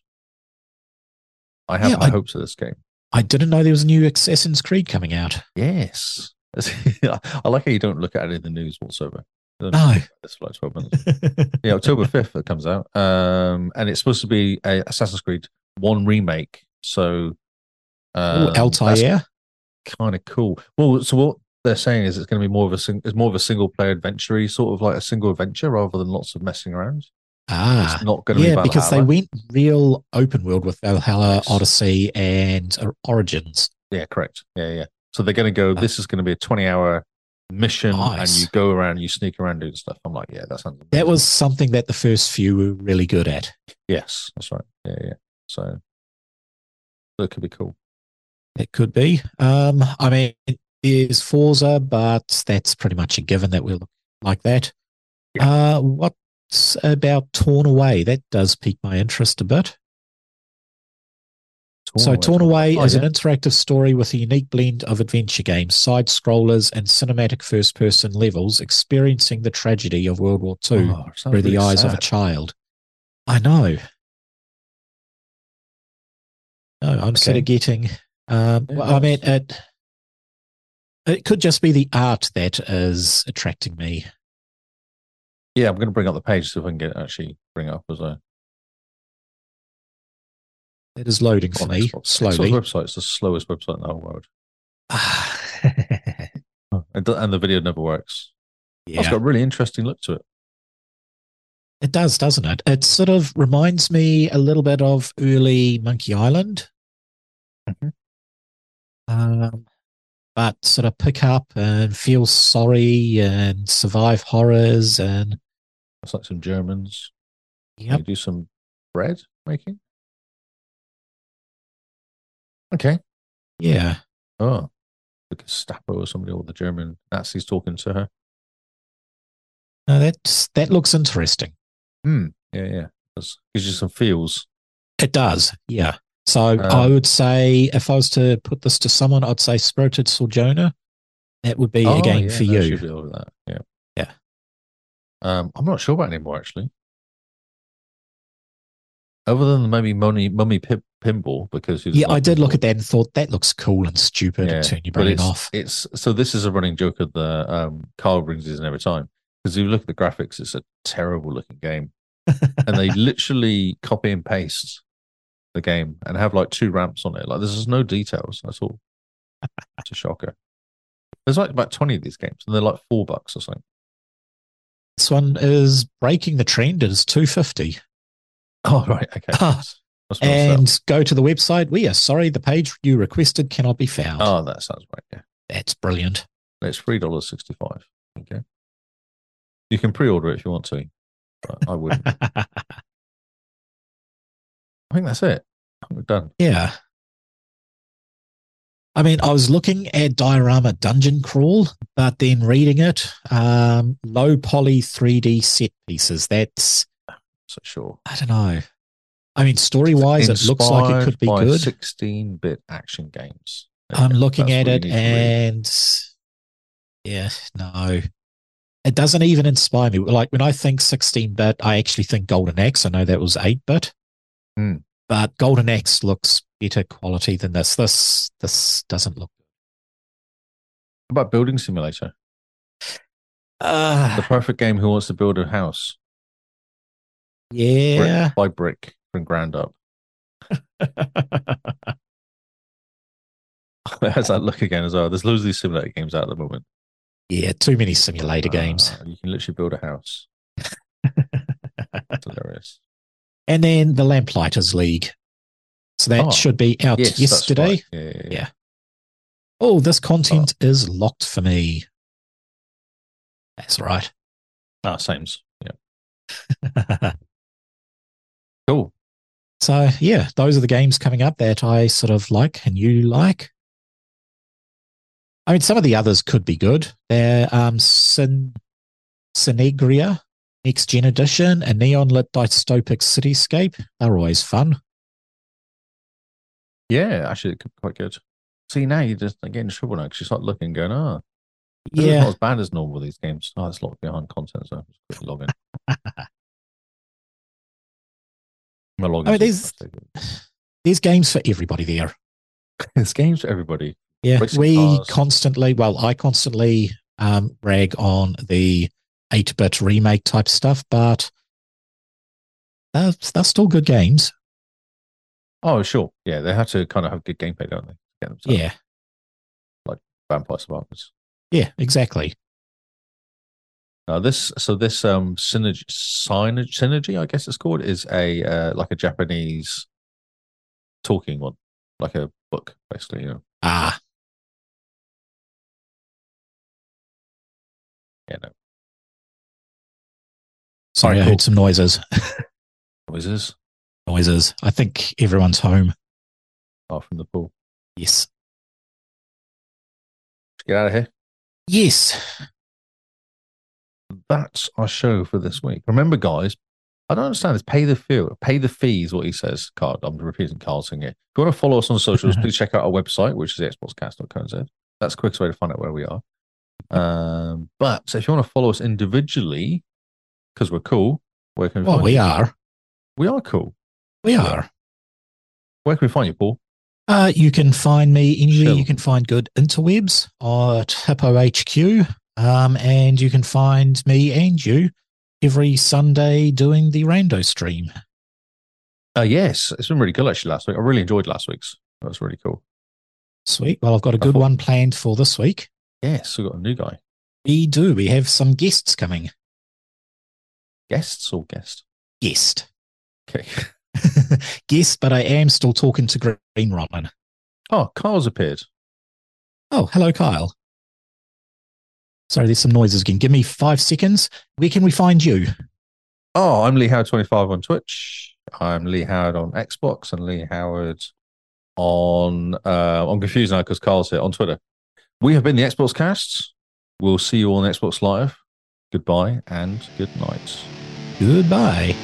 [SPEAKER 3] I have
[SPEAKER 4] Yeah,
[SPEAKER 3] high
[SPEAKER 4] I-
[SPEAKER 3] hopes of this game.
[SPEAKER 4] I didn't know there was a new Assassin's Creed coming out.
[SPEAKER 3] Yes. I like how you don't look at it in the news whatsoever. I don't
[SPEAKER 4] No.
[SPEAKER 3] look at This for like 12 minutes. yeah, October 5th it comes out. Um, and it's supposed to be a Assassin's Creed 1 remake. So
[SPEAKER 4] Ooh,
[SPEAKER 3] um,
[SPEAKER 4] Altair.
[SPEAKER 3] kind of cool. Well, so what they're saying is it's going to be more of a sing- it's more of a single player adventure, sort of like a single adventure rather than lots of messing around.
[SPEAKER 4] Ah.
[SPEAKER 3] it's not going to be
[SPEAKER 4] Yeah,
[SPEAKER 3] Valhalla.
[SPEAKER 4] because they went real open world with Valhalla,
[SPEAKER 3] Yes.
[SPEAKER 4] Odyssey, and uh, Origins.
[SPEAKER 3] Yeah, correct. Yeah, yeah. So they're going to go. This is going to be a twenty-hour mission, and
[SPEAKER 4] Ah. Nice.
[SPEAKER 3] you go around, you sneak around, do stuff. I'm like, yeah, that sounds.
[SPEAKER 4] That
[SPEAKER 3] amazing.
[SPEAKER 4] was something that the first few were really good at.
[SPEAKER 3] yes, that's right. Yeah, yeah. So that could be cool.
[SPEAKER 4] It could be. Um, I mean, there's Forza, but that's pretty much a given that we'll look like that. Uh, what's about Torn Away? That does pique my interest a bit. so, Torn Away
[SPEAKER 3] Oh,
[SPEAKER 4] is
[SPEAKER 3] yeah.
[SPEAKER 4] an interactive story with a unique blend of adventure games, side scrollers, and cinematic first person levels, experiencing the tragedy of World War II
[SPEAKER 3] Oh, it sounds
[SPEAKER 4] through the
[SPEAKER 3] really
[SPEAKER 4] eyes of a
[SPEAKER 3] sad.
[SPEAKER 4] child. I know. No, I'm sort
[SPEAKER 3] Okay.
[SPEAKER 4] of getting. Um,
[SPEAKER 3] Yeah,
[SPEAKER 4] well, I mean,
[SPEAKER 3] nice.
[SPEAKER 4] it, it could just be the art that is attracting me.
[SPEAKER 3] Yeah, I'm going to bring up the page so if I can get actually bring it up as a
[SPEAKER 4] It is loading for
[SPEAKER 3] on
[SPEAKER 4] me
[SPEAKER 3] Xbox. Xbox
[SPEAKER 4] slowly.
[SPEAKER 3] website. It's the slowest website in the whole world,
[SPEAKER 4] yeah.
[SPEAKER 3] and the, and the video never works. Oh, it's got a really interesting look to it.
[SPEAKER 4] It does, doesn't it? It sort of reminds me a little bit of early Monkey Island.
[SPEAKER 3] Mhm.
[SPEAKER 4] Um, but sort of pick up and feel sorry and survive horrors and
[SPEAKER 3] It's like some Germans.
[SPEAKER 4] yep.
[SPEAKER 3] You do some bread making. Okay.
[SPEAKER 4] yeah.
[SPEAKER 3] Oh, the Gestapo or somebody or the German Nazis talking to her.
[SPEAKER 4] No, that's that looks interesting.
[SPEAKER 3] Hmm. Yeah, yeah. That's, gives you some feels.
[SPEAKER 4] It does, yeah. So I
[SPEAKER 3] Um,
[SPEAKER 4] would say if I was to put this to someone, I'd say Spirited Sojourner. That would be a
[SPEAKER 3] Oh,
[SPEAKER 4] game
[SPEAKER 3] yeah,
[SPEAKER 4] for
[SPEAKER 3] no,
[SPEAKER 4] you.
[SPEAKER 3] should be all of that. Yeah.
[SPEAKER 4] Yeah.
[SPEAKER 3] Um, I'm not sure about it anymore actually. Other than maybe Mummy Mummy Pip, Pinball because he was
[SPEAKER 4] yeah, I
[SPEAKER 3] like
[SPEAKER 4] did look
[SPEAKER 3] pinball.
[SPEAKER 4] at that and thought that looks cool and stupid
[SPEAKER 3] Yeah,
[SPEAKER 4] and turn your
[SPEAKER 3] But
[SPEAKER 4] brain
[SPEAKER 3] it's,
[SPEAKER 4] off.
[SPEAKER 3] it's so this is a running joke of the um, Carl brings his in every time because if you look at the graphics, it's a terrible looking game, and they literally copy and paste the game and have like two ramps on it. Like there's just no details at all. It's a shocker. There's like about twenty of these games, and they're like four bucks or something.
[SPEAKER 4] This one is breaking the trend. It is two fifty.
[SPEAKER 3] Oh right, okay. Must be on sale.
[SPEAKER 4] And go to the website. We are sorry, the page you requested cannot be found.
[SPEAKER 3] oh, that sounds right. Yeah.
[SPEAKER 4] That's brilliant.
[SPEAKER 3] It's three dollars sixty five. Okay. You can pre-order it if you want to. But I wouldn't. I think that's it. I think we're done.
[SPEAKER 4] yeah. I mean, I was looking at Diorama Dungeon Crawl, but then reading it, um, low poly 3D set pieces. That's,
[SPEAKER 3] So sure.
[SPEAKER 4] I don't know. I mean, story wise, it looks like it could be
[SPEAKER 3] Inspired by
[SPEAKER 4] good.
[SPEAKER 3] 16-bit action games.
[SPEAKER 4] I'm looking
[SPEAKER 3] that's
[SPEAKER 4] at
[SPEAKER 3] what
[SPEAKER 4] it eh?
[SPEAKER 3] you need to read.
[SPEAKER 4] and yeah, no. It doesn't even inspire me. Like when I think 16 bit, I actually think Golden Axe. I know that was 8 bit.
[SPEAKER 3] Hmm.
[SPEAKER 4] But Golden Axe looks better quality than this. This this doesn't look
[SPEAKER 3] What about building simulator, the
[SPEAKER 4] uh,
[SPEAKER 3] perfect game who wants to build a house brick
[SPEAKER 4] yeah.
[SPEAKER 3] by brick from ground up. There's that look again as well. There's loads of these simulator games out at the moment.
[SPEAKER 4] yeah, too many simulator games.
[SPEAKER 3] Ah, You can literally build a house. That's hilarious.
[SPEAKER 4] And then the Lamplighters League. So that
[SPEAKER 3] Oh,
[SPEAKER 4] should be out
[SPEAKER 3] Yes, that's
[SPEAKER 4] yesterday.
[SPEAKER 3] right. Ah. Yeah, yeah, yeah.
[SPEAKER 4] Yeah. Oh, this content is locked for me. That's right.
[SPEAKER 3] Ah, same's. Yeah. Cool.
[SPEAKER 4] so, yeah, those are the games coming up that I sort of like and you like. I mean, some of the others could be good. They're um, Sin, Synegria, Next Gen Edition, a neon lit dystopic cityscape. They're always fun.
[SPEAKER 3] Yeah, actually, it could be quite good. See, now you just get in trouble now because you start looking, and going, ah, This is not
[SPEAKER 4] Yeah.
[SPEAKER 3] as bad as normal these games. Oh, it's locked behind content, so I'm just quickly log in. My login.
[SPEAKER 4] I mean, these- There's games for everybody there.
[SPEAKER 3] There's games for everybody.
[SPEAKER 4] Yeah,
[SPEAKER 3] Racing
[SPEAKER 4] we
[SPEAKER 3] cars.
[SPEAKER 4] constantly, well, I constantly um, rag on the 8 bit remake type stuff, but they're, they're still good games.
[SPEAKER 3] Oh, sure. Yeah, they have to kind of have good gameplay, don't they? Get themselves
[SPEAKER 4] Yeah,
[SPEAKER 3] Vampire Survivors.
[SPEAKER 4] yeah, exactly.
[SPEAKER 3] Now this, so this um synergy, synergy, synergy, I guess it's called, is a uh, like a Japanese talking one, like a book, basically. You know,
[SPEAKER 4] Ah,
[SPEAKER 3] yeah, no
[SPEAKER 4] sorry,
[SPEAKER 3] Alright,
[SPEAKER 4] I heard some noises.
[SPEAKER 3] noises
[SPEAKER 4] noises. I think everyone's home.
[SPEAKER 3] apart from the pool.
[SPEAKER 4] Yes.
[SPEAKER 3] Let's get out of here.
[SPEAKER 4] Yes.
[SPEAKER 3] that's our show for this week. Remember, guys, I don't understand this. Pay the fee. Pay the fees. What he says, Carl. I'm repeating Carl's thing here. If you want to follow us on socials, please check out our website, which is xboxcast.co.nz. That's the quickest way to find out where we are. Um, but if you want to follow us individually, because we're cool, where can we
[SPEAKER 4] Well,
[SPEAKER 3] find
[SPEAKER 4] Oh, we
[SPEAKER 3] you?
[SPEAKER 4] are.
[SPEAKER 3] We are cool.
[SPEAKER 4] We are.
[SPEAKER 3] Where can we find you, Paul?
[SPEAKER 4] Uh, you can find me anywhere
[SPEAKER 3] Sure.
[SPEAKER 4] you can find good interwebs at Hippo HQ. Um, and you can find me and you every Sunday doing the rando stream.
[SPEAKER 3] Uh, yes, it's been really good actually last week. I really enjoyed last week's. That was really cool.
[SPEAKER 4] Sweet. Well, I've got a good
[SPEAKER 3] Wonderful.
[SPEAKER 4] one planned for this week.
[SPEAKER 3] Yes, we got a new guy.
[SPEAKER 4] We do. We have some guests coming.
[SPEAKER 3] Guests or guest?
[SPEAKER 4] Guest.
[SPEAKER 3] Okay.
[SPEAKER 4] Guest, but I am still talking to Green Robin.
[SPEAKER 3] Oh, Carl's appeared.
[SPEAKER 4] Oh, hello, Kyle. Sorry, there's some noises again. Give me five seconds. Where can we find you?
[SPEAKER 3] Oh, I'm Lee Howard25 on Twitch. I'm Lee Howard on Xbox and Lee Howard on. Uh, I'm confused now because Carl's here on Twitter. We have been the Xbox Casts. We'll see you all on Xbox Live. Goodbye and good night.
[SPEAKER 4] Goodbye.